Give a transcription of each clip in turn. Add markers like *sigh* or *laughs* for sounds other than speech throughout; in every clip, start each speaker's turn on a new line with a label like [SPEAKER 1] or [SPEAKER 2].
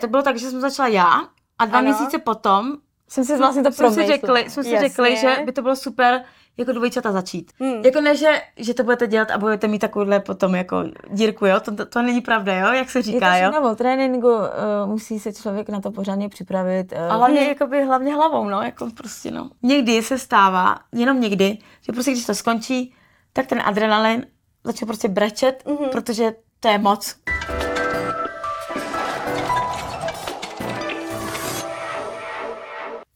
[SPEAKER 1] to bylo tak, že jsem začala já a dva
[SPEAKER 2] Ano.
[SPEAKER 1] měsíce potom
[SPEAKER 2] Jsem si vlastně to
[SPEAKER 1] No, jsme si
[SPEAKER 2] promyslela.
[SPEAKER 1] řekli, jsme si
[SPEAKER 2] Jasně.
[SPEAKER 1] řekli, že by to bylo super jako dvojčata začít.
[SPEAKER 2] Hmm.
[SPEAKER 1] Jako ne, že, že to budete dělat a budete mít takovouhle potom jako dírku, jo? To, to, to není pravda, jo? Jak se
[SPEAKER 3] Je to
[SPEAKER 1] říká, jo?
[SPEAKER 3] všechno o tréninku, eh, musí se člověk na to pořádně připravit. eh.
[SPEAKER 1] A hlavně,
[SPEAKER 2] jako-
[SPEAKER 1] jakoby, hlavně hlavou, no, jako prostě, no. Hmm. Někdy se stává, jenom někdy, že prostě když to skončí, tak ten adrenalin začne prostě brečet, mm-hmm. protože to je moc.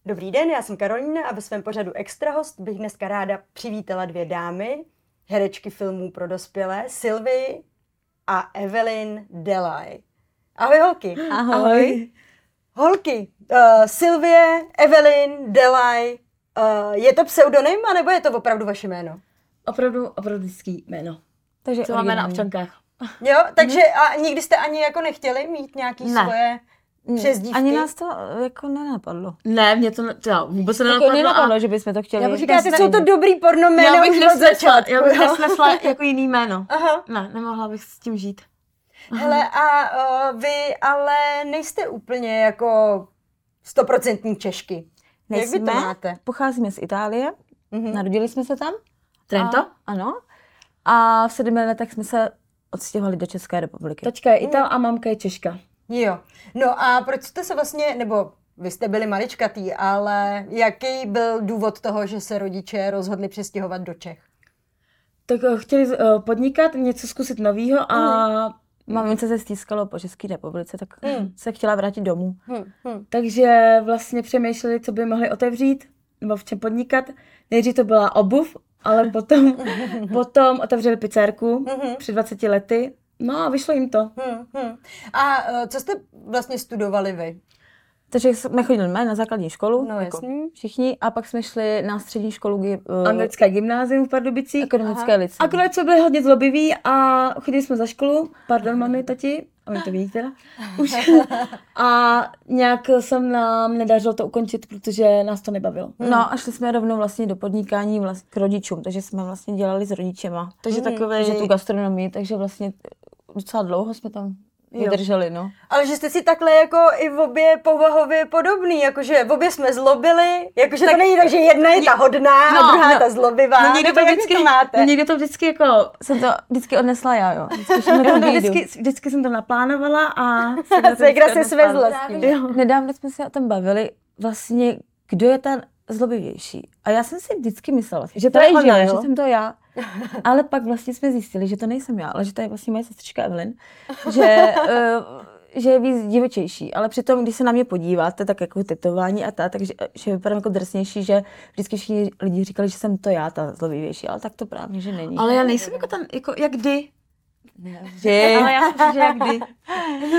[SPEAKER 2] Dobrý den, já jsem Karolina a ve svém pořadu Extra host bych dneska ráda přivítala dvě dámy, herečky filmů pro dospělé, Sylvie a Evelyn Delay. Ahoj holky.
[SPEAKER 3] Ahoj.
[SPEAKER 2] Holky, uh, Sylvie, Evelyn, Delay, uh, je to pseudonym, anebo je to opravdu vaše jméno?
[SPEAKER 1] Opravdu, opravdu lidský jméno.
[SPEAKER 3] Takže
[SPEAKER 1] To máme na
[SPEAKER 3] originální.
[SPEAKER 1] občankách.
[SPEAKER 2] Jo, takže a nikdy jste ani jako nechtěli mít nějaký
[SPEAKER 1] Hmm. Ne. Hmm.
[SPEAKER 2] svoje
[SPEAKER 3] Mm,
[SPEAKER 2] přezdívky?
[SPEAKER 3] Ani nás to eh, jako nenapadlo.
[SPEAKER 1] Ne, mě to, ne- to já vůbec se
[SPEAKER 3] Jako
[SPEAKER 1] nenapadlo.
[SPEAKER 3] nenapadlo, že bychom to chtěli.
[SPEAKER 2] Nebo říkáte,
[SPEAKER 1] jsme-
[SPEAKER 2] jsou to dobrý porno
[SPEAKER 1] a Hmm. já
[SPEAKER 2] jména
[SPEAKER 1] bych
[SPEAKER 2] už od
[SPEAKER 1] nesnesla,
[SPEAKER 2] začátku.
[SPEAKER 1] já bych
[SPEAKER 2] jo?
[SPEAKER 1] nesnesla jako jiný jméno.
[SPEAKER 2] Aha.
[SPEAKER 1] Ne, nemohla bych s tím žít. Hmm.
[SPEAKER 2] Hele, a uh, vy ale nejste úplně jako stoprocentní Češky. Jak vy to máte?
[SPEAKER 3] Pocházíme z Itálie,
[SPEAKER 2] Mhm.
[SPEAKER 3] narodili jsme se tam.
[SPEAKER 1] Trento?
[SPEAKER 3] A, ano. A v sedmi letech jsme se odstěhovali do České republiky.
[SPEAKER 1] Tačka je Ital a mamka je Češka.
[SPEAKER 2] Jo. No a proč jste se vlastně, nebo vy jste byli maličkatý, ale jaký byl důvod toho, že se rodiče rozhodli přestěhovat do Čech?
[SPEAKER 1] Tak eh, chtěli eh, podnikat, něco zkusit novýho a
[SPEAKER 3] Mamince se stýskalo po České republice, tak
[SPEAKER 1] Mhm.
[SPEAKER 3] se chtěla vrátit domů.
[SPEAKER 2] Hm, hm.
[SPEAKER 1] Takže vlastně přemýšleli, co by mohli otevřít nebo v čem podnikat. Nejdřív to byla obuv, ale potom, *laughs* potom otevřeli pizzerku
[SPEAKER 2] Mhm.
[SPEAKER 1] před 20 lety. No a vyšlo jim to.
[SPEAKER 2] Hm, hm. A eh, co jste vlastně studovali vy?
[SPEAKER 3] Takže jsme chodili na základní školu, jako
[SPEAKER 2] No, jasný.
[SPEAKER 3] všichni, a pak jsme šli na střední školu kdy, eh,
[SPEAKER 1] Anglické gymnázium v Pardubicích.
[SPEAKER 3] ekonomické lice.
[SPEAKER 1] Akorát jsme byli hodně zlobiví a chodili jsme za školu, pardon mami, tati, oni to vědí
[SPEAKER 2] *laughs*
[SPEAKER 1] teda, už. A nějak se nám nedařilo to ukončit, protože nás to nebavilo.
[SPEAKER 3] No a šli jsme rovnou vlastně do podnikání vlast, k rodičům, takže jsme vlastně dělali s rodičema. Hmm.
[SPEAKER 1] Takže takovej-
[SPEAKER 3] Takže tu gastronomii, takže vlastně docela dlouho jsme tam vydrželi, no.
[SPEAKER 2] Ale že jste si takhle jako i v obě povahově podobný, jakože v obě jsme zlobili, jakože tak, to není tak, že jedna je ta hodná no, a
[SPEAKER 1] No,
[SPEAKER 2] druhá no.
[SPEAKER 1] no.
[SPEAKER 2] ta zlobivá. nebo jak vy to máte? No,
[SPEAKER 1] no někdo to vždycky jako
[SPEAKER 3] Jsem to vždycky odnesla já, jo. *laughs* Vždycky, jsme
[SPEAKER 1] Já
[SPEAKER 3] to
[SPEAKER 1] to
[SPEAKER 3] vždycky...
[SPEAKER 1] vždycky, vždycky jsem to naplánovala
[SPEAKER 2] *laughs*
[SPEAKER 1] a
[SPEAKER 2] A Segra se
[SPEAKER 1] vždycky
[SPEAKER 2] svezla
[SPEAKER 1] odnesla.
[SPEAKER 2] s tím.
[SPEAKER 1] Jo.
[SPEAKER 3] Nedávno jsme se o tom bavili, vlastně, kdo je ten zlobivější. A já jsem si vždycky myslela, že to
[SPEAKER 1] To je
[SPEAKER 3] je
[SPEAKER 1] ona,
[SPEAKER 3] ona,
[SPEAKER 1] jo?
[SPEAKER 3] že jsem to já. *laughs* Ale pak vlastně jsme zjistili, že to nejsem já, ale že to je vlastně moje sestřička Evelyn, *laughs* že, uh, že je víc divočejší. Ale přitom, když se na mě podíváte, tak jako tetování a ta, takže eh, že vypadám jako drsnější, že vždycky všichni lidi říkali, že jsem to já, ta zlobivější, ale tak to právě, že není.
[SPEAKER 1] Ale já nejsem jako tam, jako jak kdy.
[SPEAKER 3] Že?
[SPEAKER 1] Ale já jsem, že jak kdy.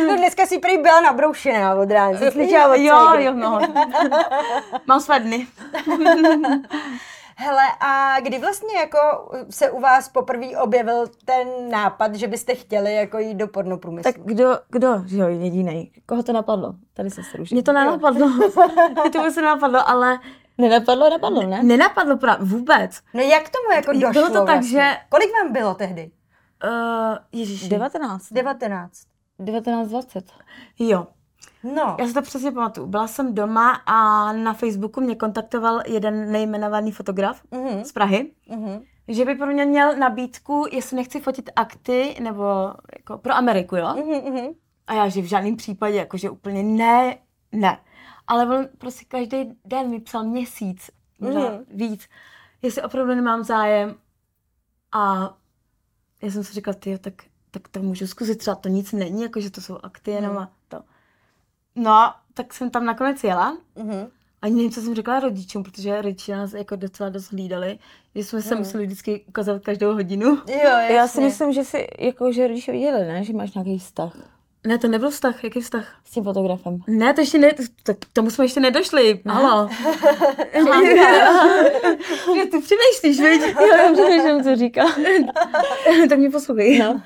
[SPEAKER 2] No dneska si prý byla nabroušená od rána, jsi slyšela od
[SPEAKER 1] jo,
[SPEAKER 2] Segry.
[SPEAKER 1] jo,
[SPEAKER 2] *laughs*
[SPEAKER 1] no. Mám své dny.
[SPEAKER 2] Hele, a kdy vlastně jako se u vás poprvé objevil ten nápad, že byste chtěli jako jít do pornoprůmyslu?
[SPEAKER 3] Tak kdo, kdo, že jo, jedinej. Koho to napadlo? Tady se ruší.
[SPEAKER 1] Mě to nenapadlo. *laughs* Mě to vůbec nenapadlo, ale
[SPEAKER 3] nenapadlo, napadlo, ne?
[SPEAKER 1] nenapadlo právě vůbec.
[SPEAKER 2] No jak k tomu jako došlo
[SPEAKER 1] Bylo to tak,
[SPEAKER 2] vlastně?
[SPEAKER 1] že-
[SPEAKER 2] Kolik vám bylo tehdy?
[SPEAKER 1] Uh, Ježíš.
[SPEAKER 3] 19.
[SPEAKER 2] 19.
[SPEAKER 3] 1920.
[SPEAKER 1] Jo,
[SPEAKER 2] No.
[SPEAKER 1] já si to přesně pamatuju. Byla jsem doma a na Facebooku mě kontaktoval jeden nejmenovaný fotograf
[SPEAKER 2] Mhm,
[SPEAKER 1] z Prahy.
[SPEAKER 2] mhm.
[SPEAKER 1] Že by pro mě měl nabídku, jestli nechci fotit akty, nebo jako pro Ameriku, jo?
[SPEAKER 2] Mhm, mhm.
[SPEAKER 1] A já, že v žádném případě, jakože úplně ne, ne. Ale on prostě každý den mi psal měsíc, možná
[SPEAKER 2] Mhm.
[SPEAKER 1] víc, jestli opravdu nemám zájem. A já jsem si říkala, ty tak, tak to můžu zkusit, třeba to nic není, jakože to jsou akty jenom a to. No, tak jsem tam nakonec jela.
[SPEAKER 2] mhm.
[SPEAKER 1] Ani nevím, co jsem řekla rodičům, protože rodiče nás jako docela dost hlídali, že jsme se museli vždycky ukazovat každou hodinu.
[SPEAKER 2] Jo, jasně.
[SPEAKER 3] Já si myslím, že si, jako, že rodiče viděli, ne? Že máš nějaký vztah
[SPEAKER 1] Ne, to nebyl vztah, jaký vztah?
[SPEAKER 3] s tím fotografem.
[SPEAKER 1] Ne, to ještě ne, to, k tomu jsme ještě nedošli.
[SPEAKER 3] *laughs*
[SPEAKER 1] Halo. Že *laughs* ty přemýšlíš, viď?
[SPEAKER 3] Jo, *laughs* já že
[SPEAKER 1] *laughs*
[SPEAKER 3] nevím, co říká.
[SPEAKER 1] tak mě poslouchej. No. Uh,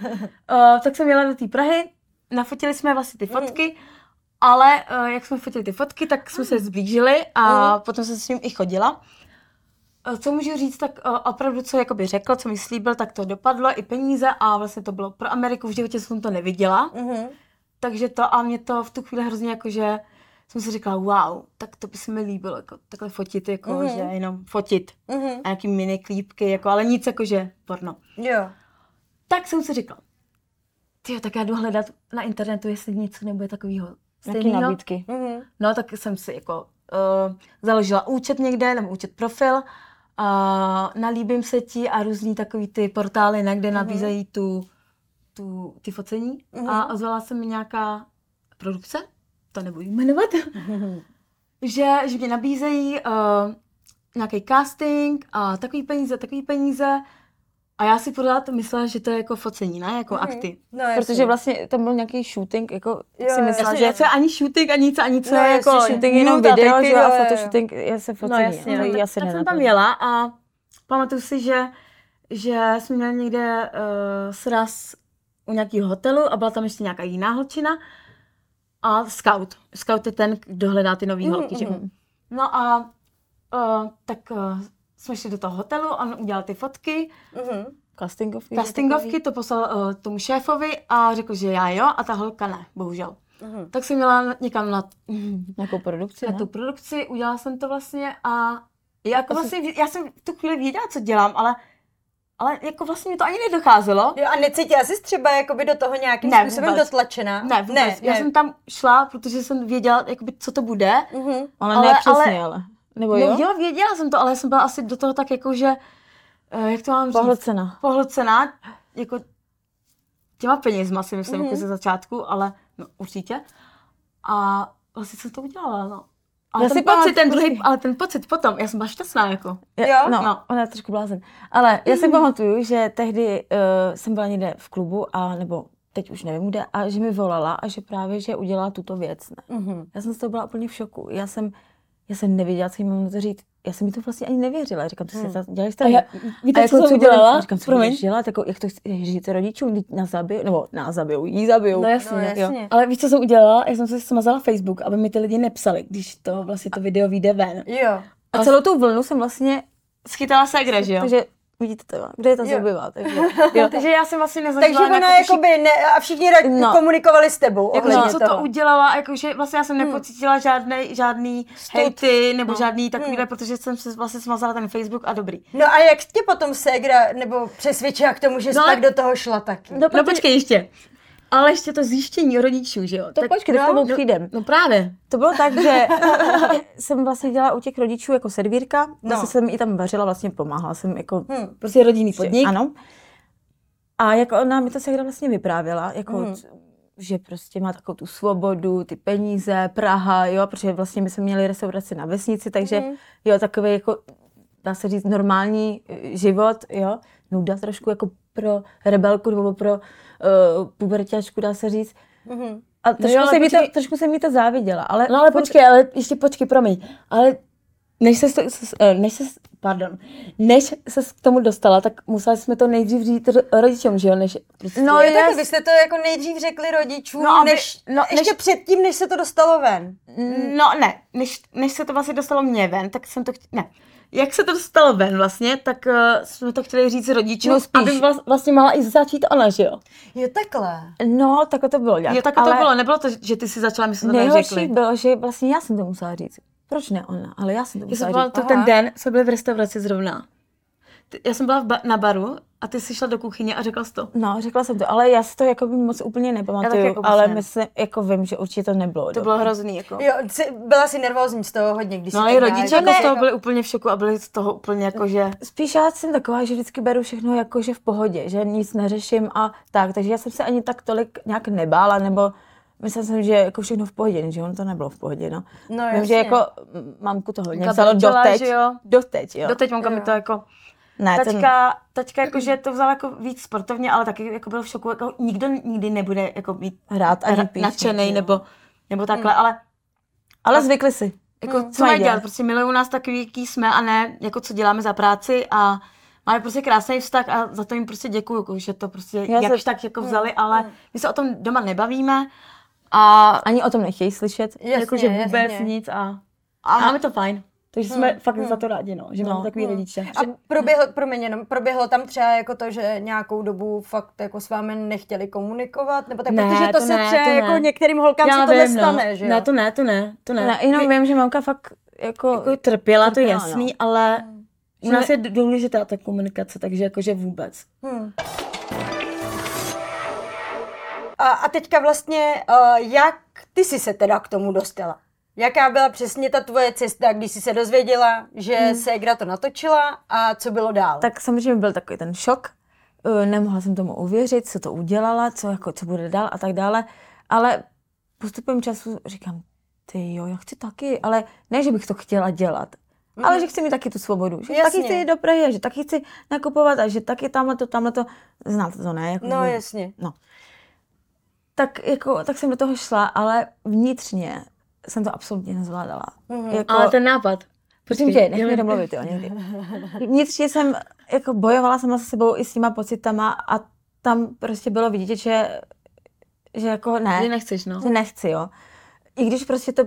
[SPEAKER 1] tak jsem jela do té Prahy, nafotili jsme vlastně ty
[SPEAKER 3] Mm.
[SPEAKER 1] fotky, ale uh, jak jsme fotili ty fotky, tak jsme se zblížili
[SPEAKER 3] Mm.
[SPEAKER 1] a potom jsem s ním i chodila. Eh, Co můžu říct, tak eh, opravdu, co jakoby řekl, co mi slíbil, tak to dopadlo, i peníze a vlastně to bylo pro Ameriku, v životě jsem to neviděla.
[SPEAKER 2] Mhm.
[SPEAKER 1] takže to a mě to v tu chvíli hrozně jako, že jsem si říkala, wow, tak to by se mi líbilo, jako takhle fotit, jako,
[SPEAKER 2] Mhm.
[SPEAKER 1] že jenom fotit.
[SPEAKER 2] Mhm.
[SPEAKER 1] A nějaký mini klípky, jako, ale nic jako, že porno.
[SPEAKER 2] Jo.
[SPEAKER 1] Tak jsem si říkala, ty tak já jdu hledat na internetu, jestli něco nebude takového
[SPEAKER 3] Jaký
[SPEAKER 1] stejného.
[SPEAKER 3] nabídky?
[SPEAKER 2] Mhm.
[SPEAKER 1] No, tak jsem si jako uh, založila účet někde, nebo účet profil, a nalíbím se ti a různý takový ty portály, ne, kde nabízejí tu, tu, ty focení.
[SPEAKER 2] Mhm.
[SPEAKER 1] A ozvala se mi nějaká produkce, to nebudu jmenovat, *laughs*
[SPEAKER 2] mhm.
[SPEAKER 1] že, že mě nabízejí uh, nějaký casting a takový peníze, takový peníze. A já si pořád myslela, že to je jako focení, ne? Jako
[SPEAKER 2] Mhm.
[SPEAKER 1] akty.
[SPEAKER 2] No, jasně.
[SPEAKER 3] Protože vlastně tam byl nějaký shooting, jako
[SPEAKER 2] Jo,
[SPEAKER 3] si
[SPEAKER 2] jo,
[SPEAKER 3] myslela,
[SPEAKER 1] Myslela,
[SPEAKER 2] jasně,
[SPEAKER 1] že to je ani shooting, ani nic, ani co,
[SPEAKER 2] No,
[SPEAKER 1] jako
[SPEAKER 2] jasně,
[SPEAKER 3] že shooting jenom
[SPEAKER 1] nuda,
[SPEAKER 3] video,
[SPEAKER 1] triky,
[SPEAKER 3] že jo, a
[SPEAKER 2] jo, jo, jo.
[SPEAKER 3] fotoshooting je se
[SPEAKER 1] No
[SPEAKER 3] focení.
[SPEAKER 1] jasně,
[SPEAKER 3] ale
[SPEAKER 1] no,
[SPEAKER 3] jí
[SPEAKER 1] tak,
[SPEAKER 3] asi
[SPEAKER 1] tak jsem tam
[SPEAKER 3] nenapadlo.
[SPEAKER 1] jela a pamatuju si, že, že jsme měli někde uh, sraz u nějakého hotelu a byla tam ještě nějaká jiná holčina a scout. Scout je ten, kdo hledá ty nový
[SPEAKER 2] Mhm,
[SPEAKER 1] holky, že?
[SPEAKER 3] mhm.
[SPEAKER 1] No a uh, tak uh, jsme šli do toho hotelu, on udělal ty fotky,
[SPEAKER 2] Mhm.
[SPEAKER 3] Castingovky. že
[SPEAKER 1] castingovky, to poslal uh, tomu šéfovi a řekl, že já jo a ta holka ne, bohužel.
[SPEAKER 2] Mhm.
[SPEAKER 1] Tak jsem měla někam na
[SPEAKER 3] takový? *laughs* Nějakou produkci,
[SPEAKER 1] na
[SPEAKER 3] ne?
[SPEAKER 1] tu produkci, udělala jsem to vlastně a jako vlastně, vě- já jsem v tu chvíli věděla, co dělám, ale, ale jako vlastně mi to ani nedocházelo.
[SPEAKER 2] Jo, a necítila jsi třeba jakoby do toho nějakým
[SPEAKER 1] Ne,
[SPEAKER 2] způsobem
[SPEAKER 1] vůbec.
[SPEAKER 2] dotlačená?
[SPEAKER 1] Ne, vůbec.
[SPEAKER 2] ne,
[SPEAKER 1] Ne, já
[SPEAKER 2] ne.
[SPEAKER 1] jsem tam šla, protože jsem věděla, jakoby, co to bude.
[SPEAKER 2] Mhm.
[SPEAKER 3] Ale,
[SPEAKER 1] ale-
[SPEAKER 3] ne přesně, ale. Nebo
[SPEAKER 1] No
[SPEAKER 3] jo?
[SPEAKER 1] jo, věděla jsem to, ale jsem byla asi do toho tak jako, že, eh, jak to mám říct,
[SPEAKER 3] Pohlcena.
[SPEAKER 1] pohlcená, jako těma penězma si myslím, jako
[SPEAKER 2] Mhm.
[SPEAKER 1] ze začátku, ale no, určitě. A vlastně jsem to udělala, no.
[SPEAKER 3] Já
[SPEAKER 1] Ale
[SPEAKER 3] si
[SPEAKER 1] ten pocit,
[SPEAKER 3] pamatuju-
[SPEAKER 1] ten druhý, ale ten pocit potom, já jsem byla šťastná, jako.
[SPEAKER 3] Je-
[SPEAKER 2] Jo?
[SPEAKER 3] No,
[SPEAKER 1] No. Mhm.
[SPEAKER 3] no, ona je trošku blázen. Ale já si pamatuju, že tehdy uh, jsem byla někde v klubu, a nebo teď už nevím kde, a že mi volala a že právě, že udělala tuto věc. Ne?
[SPEAKER 2] Mhm.
[SPEAKER 3] Já jsem z toho byla úplně v šoku. Já jsem, já jsem nevěděla, co jí mám na to říct. Já jsem mi to vlastně ani nevěřila. Říkám, ty
[SPEAKER 2] Hmm.
[SPEAKER 3] se dělali
[SPEAKER 1] A
[SPEAKER 3] jste
[SPEAKER 1] já- víte, co jsem
[SPEAKER 3] budem-
[SPEAKER 1] udělala?
[SPEAKER 3] Říkám, co
[SPEAKER 1] Promiň.
[SPEAKER 3] budeš dělat, jako, jak to chceš říct rodičům, teď nás zabijou, nebo nás zabijou, jí zabijou.
[SPEAKER 1] No jasně,
[SPEAKER 2] No,
[SPEAKER 1] no,
[SPEAKER 2] jasně.
[SPEAKER 1] Jo. Ale víš, co jsem udělala? Já jsem se smazala Facebook, aby mi ty lidi nepsali, když to vlastně to video vyjde ven.
[SPEAKER 2] Jo.
[SPEAKER 3] A celou tu vlnu jsem vlastně,
[SPEAKER 1] Schytala se kde, že Takže,
[SPEAKER 3] takže vidíte to, kde je ta
[SPEAKER 2] Jo.
[SPEAKER 3] zabivá.
[SPEAKER 1] *laughs*
[SPEAKER 3] Takže,
[SPEAKER 1] jo, takže já jsem vlastně
[SPEAKER 2] Takže
[SPEAKER 1] nezažila
[SPEAKER 2] ona
[SPEAKER 1] nějakou
[SPEAKER 2] jakoby ne, a všichni ra-
[SPEAKER 3] No.
[SPEAKER 2] komunikovali s tebou
[SPEAKER 1] jako,
[SPEAKER 2] ohledně
[SPEAKER 1] že co
[SPEAKER 2] toho.
[SPEAKER 1] to udělala, jakože vlastně já jsem nepocítila žádný, žádný hejty nebo žádný takovýhle, protože jsem se vlastně smazala ten Facebook a dobrý.
[SPEAKER 2] No a jak tě potom ségra nebo přesvědčila k tomu, že jsi
[SPEAKER 1] No,
[SPEAKER 2] no,
[SPEAKER 1] ale-
[SPEAKER 2] tak do toho šla taky?
[SPEAKER 1] No, no počkej ještě. Ale ještě to zjištění rodičů, že jo?
[SPEAKER 3] to počkej, no, k tomu přijdem.
[SPEAKER 1] No právě.
[SPEAKER 3] To bylo tak,
[SPEAKER 1] *laughs*
[SPEAKER 3] že jsem vlastně dělala u těch rodičů jako servírka, no. vlastně jsem i tam vařila, vlastně pomáhala jsem jako
[SPEAKER 2] Hm.
[SPEAKER 1] Prostě rodinný podnik.
[SPEAKER 3] podnik. Ano. A jako ona mi ta segra vlastně vyprávěla, jako
[SPEAKER 2] Mhm.
[SPEAKER 3] mm. že prostě má takovou tu svobodu, ty peníze, Praha, jo, protože vlastně my jsme měli restauraci na vesnici, takže
[SPEAKER 2] Mhm.
[SPEAKER 3] mm. jo, takový jako, dá se říct, normální eh, život, jo, nuda trošku jako pro rebelku nebo pro uh, puberťačku, dá se říct.
[SPEAKER 2] Mhm.
[SPEAKER 3] A trošku,
[SPEAKER 1] ale
[SPEAKER 3] no, se mi to,
[SPEAKER 1] počkej.
[SPEAKER 3] trošku se mi to záviděla, ale...
[SPEAKER 1] No ale
[SPEAKER 3] furt-
[SPEAKER 1] počkej, ale ještě počkej, promiň. Ale než se, eh, než se, pardon, než se k tomu dostala, tak museli jsme to nejdřív říct ro- rodičům, že jo? Než prostě...
[SPEAKER 3] No,
[SPEAKER 2] jo, tak
[SPEAKER 3] jas-
[SPEAKER 2] vy jste to jako nejdřív řekli rodičům,
[SPEAKER 1] No a vy-
[SPEAKER 2] než,
[SPEAKER 1] no,
[SPEAKER 2] ještě
[SPEAKER 1] než-
[SPEAKER 2] předtím, než se to dostalo ven.
[SPEAKER 1] no ne, než, než se to vlastně dostalo mě ven, tak jsem to chtěla, ne. Jak se to dostalo ven vlastně, tak uh, jsme to chtěli říct rodičům,
[SPEAKER 3] No, spíš.
[SPEAKER 1] aby vlast, vlastně mohla i začít ona, že jo?
[SPEAKER 2] Jo, takhle.
[SPEAKER 3] No, takhle to bylo nějak.
[SPEAKER 1] jo, tak to
[SPEAKER 3] ale-
[SPEAKER 1] bylo, nebylo to, že ty si začala, my jsme to
[SPEAKER 3] Nejhorší
[SPEAKER 1] neřekli.
[SPEAKER 3] bylo, že vlastně já jsem to musela říct. Proč ne ona, ale já jsem to
[SPEAKER 1] Já
[SPEAKER 3] musela
[SPEAKER 1] jsem
[SPEAKER 3] říct.
[SPEAKER 1] byla, to
[SPEAKER 2] aha.
[SPEAKER 1] ten den jsme byli v restauraci zrovna. Ty- Já jsem byla v ba- na baru a ty jsi šla do kuchyně a řekla jsi to.
[SPEAKER 3] No, řekla jsem to, ale já si to jako moc úplně nepamatuju,
[SPEAKER 1] jako moc
[SPEAKER 3] ale
[SPEAKER 1] ne.
[SPEAKER 3] myslím, jako vím, že určitě to nebylo.
[SPEAKER 1] To bylo hrozný, jako.
[SPEAKER 2] Jo, jsi, byla jsi nervózní z toho hodně, když
[SPEAKER 1] No
[SPEAKER 2] jsi
[SPEAKER 1] ale i
[SPEAKER 2] tak
[SPEAKER 1] rodiče
[SPEAKER 2] dělala.
[SPEAKER 1] jako z toho
[SPEAKER 2] Ne,
[SPEAKER 1] byli úplně v šoku a byli z toho úplně jako, že...
[SPEAKER 3] Spíš já jsem taková, že vždycky beru všechno jako, že v pohodě, že nic neřeším a tak, takže já jsem se ani tak tolik nějak nebála, nebo myslela jsem, že jako všechno v pohodě, že ono to nebylo v pohodě, no.
[SPEAKER 2] No,
[SPEAKER 3] Vím, že
[SPEAKER 2] jasně.
[SPEAKER 3] jako m, mamku to hodně
[SPEAKER 1] Mamka
[SPEAKER 3] vzalo
[SPEAKER 1] brečela,
[SPEAKER 3] doteď,
[SPEAKER 1] že jo?
[SPEAKER 3] doteď, jo.
[SPEAKER 1] Doteď mamka
[SPEAKER 2] Jo.
[SPEAKER 1] mi to jako...
[SPEAKER 3] Ne, ten-
[SPEAKER 1] Taťka, taťka jako, že to vzala jako víc sportovně, ale taky jako byl v šoku, jako nikdo nikdy nebude jako být
[SPEAKER 3] Hrát ani
[SPEAKER 1] ra-
[SPEAKER 3] píču,
[SPEAKER 1] nadšenej
[SPEAKER 3] jo.
[SPEAKER 1] nebo, nebo takhle, ale
[SPEAKER 3] ale zvykli si.
[SPEAKER 1] jako
[SPEAKER 3] Hmm.
[SPEAKER 1] co mají dělat, prostě milují nás takový, jaký jsme a ne jako co děláme za práci a máme prostě krásný vztah a za to jim prostě děkuju, jako, že to prostě
[SPEAKER 3] Já se-
[SPEAKER 1] jakž tak jako vzali, ale my se o tom doma nebavíme a
[SPEAKER 3] Ani o tom nechtějí slyšet.
[SPEAKER 2] Jasně,
[SPEAKER 1] jakože vůbec
[SPEAKER 2] jasně.
[SPEAKER 1] nic a, a máme to fajn.
[SPEAKER 3] Takže jsme fakt za to rádi, no, že máme takový rodiče.
[SPEAKER 2] A proběhl, promiň, jenom, proběhlo tam třeba jako to, že nějakou dobu fakt jako s vámi nechtěli komunikovat, nebo tak,
[SPEAKER 3] Ne,
[SPEAKER 2] protože to,
[SPEAKER 3] to
[SPEAKER 2] se
[SPEAKER 3] ne,
[SPEAKER 2] třeba
[SPEAKER 3] to ne.
[SPEAKER 2] jako některým holkám se tohle stane,
[SPEAKER 3] no.
[SPEAKER 2] že jo?
[SPEAKER 3] Ne, to ne, to ne, to ne.
[SPEAKER 1] Ne,
[SPEAKER 3] ne jenom vím, že mamka fakt jako,
[SPEAKER 1] Jako trpěla, to je
[SPEAKER 3] Trpěla, no.
[SPEAKER 1] jasný, ale
[SPEAKER 3] u nás je důležitá ta komunikace, takže jakože vůbec.
[SPEAKER 2] Hmm. A, a teďka vlastně, uh, jak ty jsi se teda k tomu dostala? Jaká byla přesně ta tvoje cesta, když jsi se dozvěděla, že hmm. ségra to natočila a co bylo dál?
[SPEAKER 3] Tak samozřejmě byl takový ten šok. Eh, Nemohla jsem tomu uvěřit, co to udělala, co, jako, co bude dál a tak dále. Ale postupem času říkám, ty jo, já chci taky, ale ne, že bych to chtěla dělat. Mm. Ale že chci mít taky tu svobodu, že
[SPEAKER 2] Mhm. Jasně.
[SPEAKER 3] taky chci jít do Prahy, a že taky chci nakupovat a že taky tamhle to, tamhle to, znáte to, ne? Jako,
[SPEAKER 2] no jasně.
[SPEAKER 3] No. Tak, jako, tak jsem do toho šla, ale vnitřně jsem to absolutně nezvládala.
[SPEAKER 2] Mhm.
[SPEAKER 3] Mm-hmm. Jako,
[SPEAKER 1] Ale ten nápad.
[SPEAKER 3] Prosím tě, nech mě domluvit, jo, někdy. Vnitřně jsem jako bojovala sama se sebou i s těma pocitama a tam prostě bylo vidět, že, že jako
[SPEAKER 1] Že
[SPEAKER 3] ne,
[SPEAKER 1] nechceš, no.
[SPEAKER 3] že nechci, jo. I když prostě to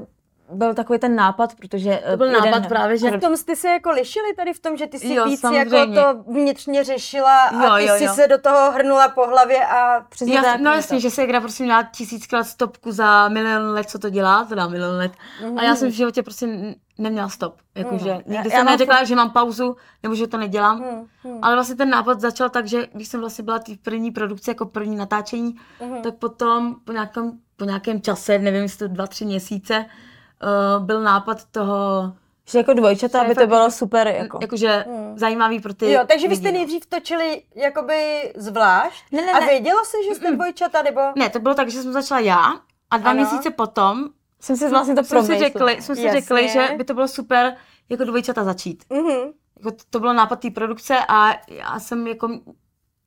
[SPEAKER 3] byl takový ten nápad, protože... eh,
[SPEAKER 1] To byl nápad právě, že
[SPEAKER 2] A v tom jste se jako lišili tady v tom, že ty jsi
[SPEAKER 1] Jo,
[SPEAKER 2] víc jako
[SPEAKER 1] samozřejmě.
[SPEAKER 2] to vnitřně řešila a
[SPEAKER 1] Jo,
[SPEAKER 2] ty
[SPEAKER 1] jo,
[SPEAKER 2] jsi
[SPEAKER 1] jo.
[SPEAKER 2] se do toho hrnula po hlavě a přesně
[SPEAKER 1] Jas,
[SPEAKER 2] tak.
[SPEAKER 1] no jasně, že se hra prostě měla tisíckrát stopku za milion let, co to dělá, teda milion let. A já
[SPEAKER 2] Mhm.
[SPEAKER 1] jsem v životě prostě n- neměla stop. Jakože nikdy
[SPEAKER 3] Já- já
[SPEAKER 1] jsem
[SPEAKER 3] mám
[SPEAKER 1] neřekla, že mám pauzu, nebo že to nedělám.
[SPEAKER 2] Mm, mm.
[SPEAKER 1] Ale vlastně ten nápad začal tak, že když jsem vlastně byla v té první produkci, jako první natáčení,
[SPEAKER 2] Mhm.
[SPEAKER 1] tak potom po nějakém, po nějakém čase, nevím, jestli to dva, tři měsíce, uh, byl nápad toho,
[SPEAKER 3] Že jako dvojčata,
[SPEAKER 1] Že
[SPEAKER 3] aby to
[SPEAKER 1] fakt-
[SPEAKER 3] bylo super, jako...
[SPEAKER 1] jakože zajímavý pro ty
[SPEAKER 2] Mhm. Jo, takže vy jste
[SPEAKER 1] lidi, no.
[SPEAKER 2] nejdřív točili jakoby zvlášť
[SPEAKER 3] Ne, ne,
[SPEAKER 2] a
[SPEAKER 3] ne.
[SPEAKER 2] vědělo se, že jste dvojčata, nebo...
[SPEAKER 1] Ne, to bylo tak, že jsem začala já a dva ano.
[SPEAKER 2] Ano.
[SPEAKER 1] měsíce potom
[SPEAKER 3] Jsem si vlastně to
[SPEAKER 1] jsme si
[SPEAKER 3] promyslela.
[SPEAKER 1] řekli, jsme si
[SPEAKER 2] Jasně.
[SPEAKER 1] řekli, že by to bylo super jako dvojčata začít.
[SPEAKER 2] Mhm.
[SPEAKER 1] Jako t- to bylo nápad té produkce a já jsem jako,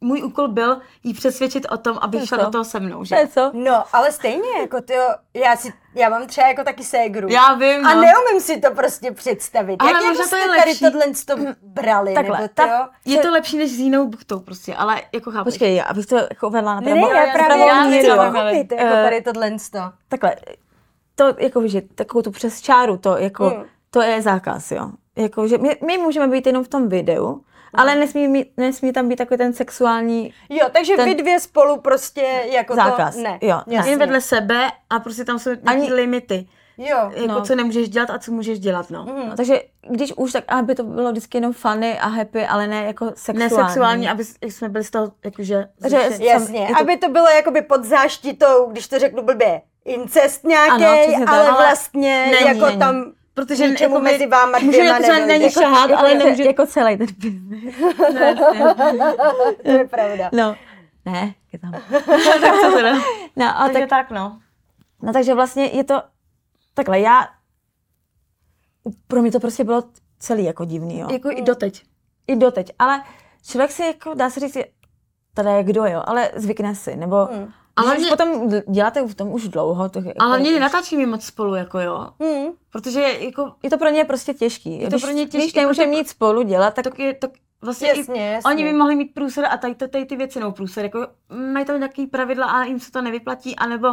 [SPEAKER 1] můj úkol byl jí přesvědčit o tom, aby
[SPEAKER 3] je
[SPEAKER 1] šla
[SPEAKER 3] to.
[SPEAKER 1] do toho se mnou, že?
[SPEAKER 3] To je co?
[SPEAKER 2] No, ale stejně, jako ty, já, si, já mám třeba jako taky ségru.
[SPEAKER 1] Já vím,
[SPEAKER 2] A
[SPEAKER 1] no.
[SPEAKER 2] neumím si to prostě představit.
[SPEAKER 1] Ale
[SPEAKER 2] Jak jako
[SPEAKER 1] možná to
[SPEAKER 2] jste
[SPEAKER 1] je
[SPEAKER 2] tady
[SPEAKER 1] lepší.
[SPEAKER 2] tohle z toho brali,
[SPEAKER 3] Takhle,
[SPEAKER 2] nebo
[SPEAKER 3] tak-
[SPEAKER 2] tak,
[SPEAKER 1] Je to lepší než s jinou buchtou prostě, ale jako chápeš.
[SPEAKER 3] Počkej, já abych to jako uvedla na
[SPEAKER 2] Ne, ne,
[SPEAKER 3] pravou-
[SPEAKER 2] já
[SPEAKER 1] já
[SPEAKER 2] právě
[SPEAKER 1] jsem-
[SPEAKER 2] já
[SPEAKER 1] já
[SPEAKER 2] nechci
[SPEAKER 1] jsem-
[SPEAKER 2] pochopit, jako
[SPEAKER 3] Eh,
[SPEAKER 2] tady tohle z toho.
[SPEAKER 3] takhle, to jako, že takovou tu přes čáru, to jako,
[SPEAKER 1] Hmm.
[SPEAKER 2] Mm.
[SPEAKER 3] to je zákaz, jo. Jako, že my, my můžeme být jenom v tom videu, ale
[SPEAKER 1] Hmm.
[SPEAKER 3] nesmí, mít- nesmí tam být takový ten sexuální
[SPEAKER 2] Jo, takže
[SPEAKER 3] ten-
[SPEAKER 2] vy dvě spolu prostě jako
[SPEAKER 3] zákaz.
[SPEAKER 2] to... Ne,
[SPEAKER 3] Jo, ne.
[SPEAKER 2] jasně.
[SPEAKER 1] Jen vedle sebe a prostě tam jsou nějaký
[SPEAKER 3] Ani-
[SPEAKER 1] limity.
[SPEAKER 2] Jo,
[SPEAKER 1] Jako
[SPEAKER 3] No.
[SPEAKER 1] co nemůžeš dělat a co můžeš dělat, no.
[SPEAKER 3] No, takže když už, tak aby to bylo vždycky jenom funny a happy, ale ne jako sexuální.
[SPEAKER 1] Nesexuální, aby s- jak jsme byli z toho, jakože...
[SPEAKER 3] Že-
[SPEAKER 1] zrušeni.
[SPEAKER 2] jasně.
[SPEAKER 3] je to-
[SPEAKER 2] Aby to bylo jakoby pod záštitou, když to řeknu blbě, incest
[SPEAKER 3] Ano,
[SPEAKER 2] nějaký,
[SPEAKER 3] přesně tak.
[SPEAKER 2] ale
[SPEAKER 3] Ale
[SPEAKER 2] vlastně
[SPEAKER 1] není,
[SPEAKER 2] jako
[SPEAKER 1] není.
[SPEAKER 2] tam...
[SPEAKER 1] Protože
[SPEAKER 2] ničemu
[SPEAKER 1] jako my-
[SPEAKER 2] mezi váma
[SPEAKER 1] můžeme
[SPEAKER 2] dvěma
[SPEAKER 1] třeba na
[SPEAKER 2] nedojde.
[SPEAKER 1] někoho šahat,
[SPEAKER 3] jako,
[SPEAKER 1] ale
[SPEAKER 3] jako,
[SPEAKER 1] nemůže...
[SPEAKER 3] jako celý ten biznis.
[SPEAKER 1] No, jasně.
[SPEAKER 2] *laughs* To je pravda.
[SPEAKER 3] No, ne, je tam.
[SPEAKER 1] *laughs* tak co teda?
[SPEAKER 3] No, a tak,
[SPEAKER 1] tak no.
[SPEAKER 3] No takže vlastně je to takhle, já, pro mě to prostě bylo celý jako divný, jo.
[SPEAKER 1] Jako i doteď.
[SPEAKER 3] I doteď, ale člověk si jako, dá se říct, je- teda je kdo, jo, ale zvykne si, nebo hmm.
[SPEAKER 1] A
[SPEAKER 3] ale když
[SPEAKER 1] hlavně-
[SPEAKER 3] potom d- děláte v tom už dlouho, to, jako
[SPEAKER 1] Ale hlavně nenatáčíme moc spolu, jako jo.
[SPEAKER 2] Hmm.
[SPEAKER 1] Protože jako
[SPEAKER 3] je to pro ně prostě těžký. Je
[SPEAKER 1] to pro ně těžký,
[SPEAKER 3] Když nemůžeme
[SPEAKER 1] protože-
[SPEAKER 3] nic spolu dělat, tak
[SPEAKER 1] tak je, tak vlastně
[SPEAKER 2] Jasně,
[SPEAKER 1] i,
[SPEAKER 2] jasně.
[SPEAKER 1] oni by mohli mít průser a tady, to- tady ty věci nebo průser, jako mají tam nějaký pravidla, ale jim se to nevyplatí, anebo,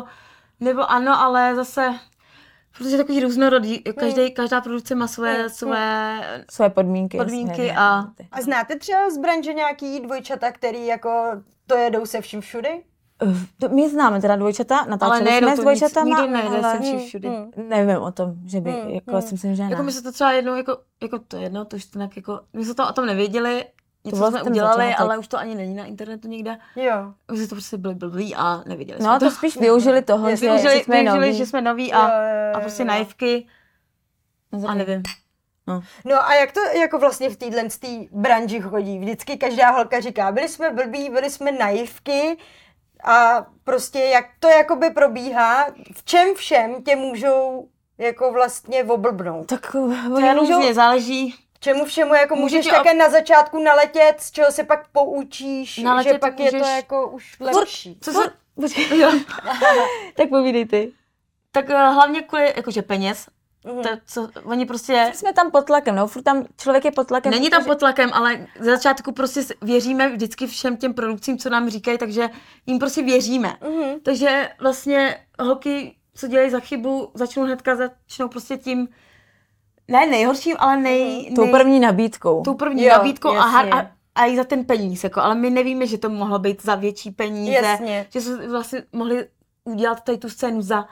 [SPEAKER 1] nebo ano, ale zase, protože takový různorodý, každý, každá produkce má svoje, svoje
[SPEAKER 3] svoje podmínky.
[SPEAKER 1] Podmínky
[SPEAKER 3] jasně,
[SPEAKER 1] a-
[SPEAKER 3] ty.
[SPEAKER 2] A znáte třeba z branže nějaký dvojčata, který jako to jedou se vším všudy?
[SPEAKER 3] Uf, Eh, to- My známe teda dvojčata,
[SPEAKER 1] ale
[SPEAKER 3] natáčeli
[SPEAKER 1] nejedou
[SPEAKER 3] jsme s
[SPEAKER 1] to nic,
[SPEAKER 3] dvojčatama,
[SPEAKER 1] nikdy nejde
[SPEAKER 3] ale Hmm,
[SPEAKER 1] se vším všudy.
[SPEAKER 2] Hm,
[SPEAKER 3] nevím o tom, že by, jako si myslím, že ne.
[SPEAKER 1] Hmm, Jako my se to třeba jednou, jako, jako to jedno, to už to nějak jako, my jsme to o tom nevěděli, něco
[SPEAKER 3] byl
[SPEAKER 1] jsme
[SPEAKER 3] ten
[SPEAKER 1] udělali,
[SPEAKER 3] začátek.
[SPEAKER 1] ale už to ani není na internetu nikde.
[SPEAKER 2] Jo.
[SPEAKER 1] Už jsme to prostě byli blbí a nevěděli
[SPEAKER 3] No,
[SPEAKER 1] *laughs*
[SPEAKER 3] to spíš využili toho, že,
[SPEAKER 1] Využili,
[SPEAKER 3] že jsme
[SPEAKER 1] využili,
[SPEAKER 3] noví.
[SPEAKER 1] že jsme noví a,
[SPEAKER 2] Jo, jo, jo,
[SPEAKER 1] a prostě
[SPEAKER 2] jo.
[SPEAKER 1] naivky
[SPEAKER 3] No,
[SPEAKER 1] a nevím.
[SPEAKER 2] No a jak to jako vlastně v téhle tý branži chodí? Vždycky každá holka říká, byli jsme blbí, byli jsme naivky a prostě jak to jakoby probíhá, v čem všem tě můžou jako vlastně oblbnout.
[SPEAKER 3] Tak eh,
[SPEAKER 1] To
[SPEAKER 3] oni
[SPEAKER 1] je
[SPEAKER 3] můžou,
[SPEAKER 1] různě, záleží.
[SPEAKER 2] Čemu všemu jako
[SPEAKER 1] Může
[SPEAKER 2] můžeš
[SPEAKER 1] tě ob-
[SPEAKER 2] také na začátku naletět, z čeho se pak poučíš,
[SPEAKER 1] Naletět
[SPEAKER 2] že pak je to
[SPEAKER 1] můžeš-
[SPEAKER 2] jako už lepší.
[SPEAKER 1] Co se... Jo.
[SPEAKER 3] tak povídej ty.
[SPEAKER 1] Tak eh, hlavně kvůli jakože peněz.
[SPEAKER 2] Mhm.
[SPEAKER 1] To, co, oni prostě...
[SPEAKER 3] Jsme tam pod tlakem, no, furt tam člověk je pod tlakem.
[SPEAKER 1] Není tam
[SPEAKER 3] protože-
[SPEAKER 1] pod tlakem, ale ze začátku prostě s- věříme vždycky všem těm produkcím, co nám říkají, takže jim prostě věříme.
[SPEAKER 2] Mhm.
[SPEAKER 1] Takže vlastně holky, co dělají za chybu, začnou hnedka, začnou prostě tím, ne nejhorším, ale nej...
[SPEAKER 3] Tou
[SPEAKER 1] nej-
[SPEAKER 3] první nabídkou.
[SPEAKER 1] tou první
[SPEAKER 2] Jo,
[SPEAKER 1] nabídkou a, har,
[SPEAKER 2] jasně.
[SPEAKER 1] a, a, i za ten peníz, jako, ale my nevíme, že to mohlo být za větší peníze,
[SPEAKER 2] Jasně.
[SPEAKER 1] že jsme vlastně mohli udělat tady tu scénu za,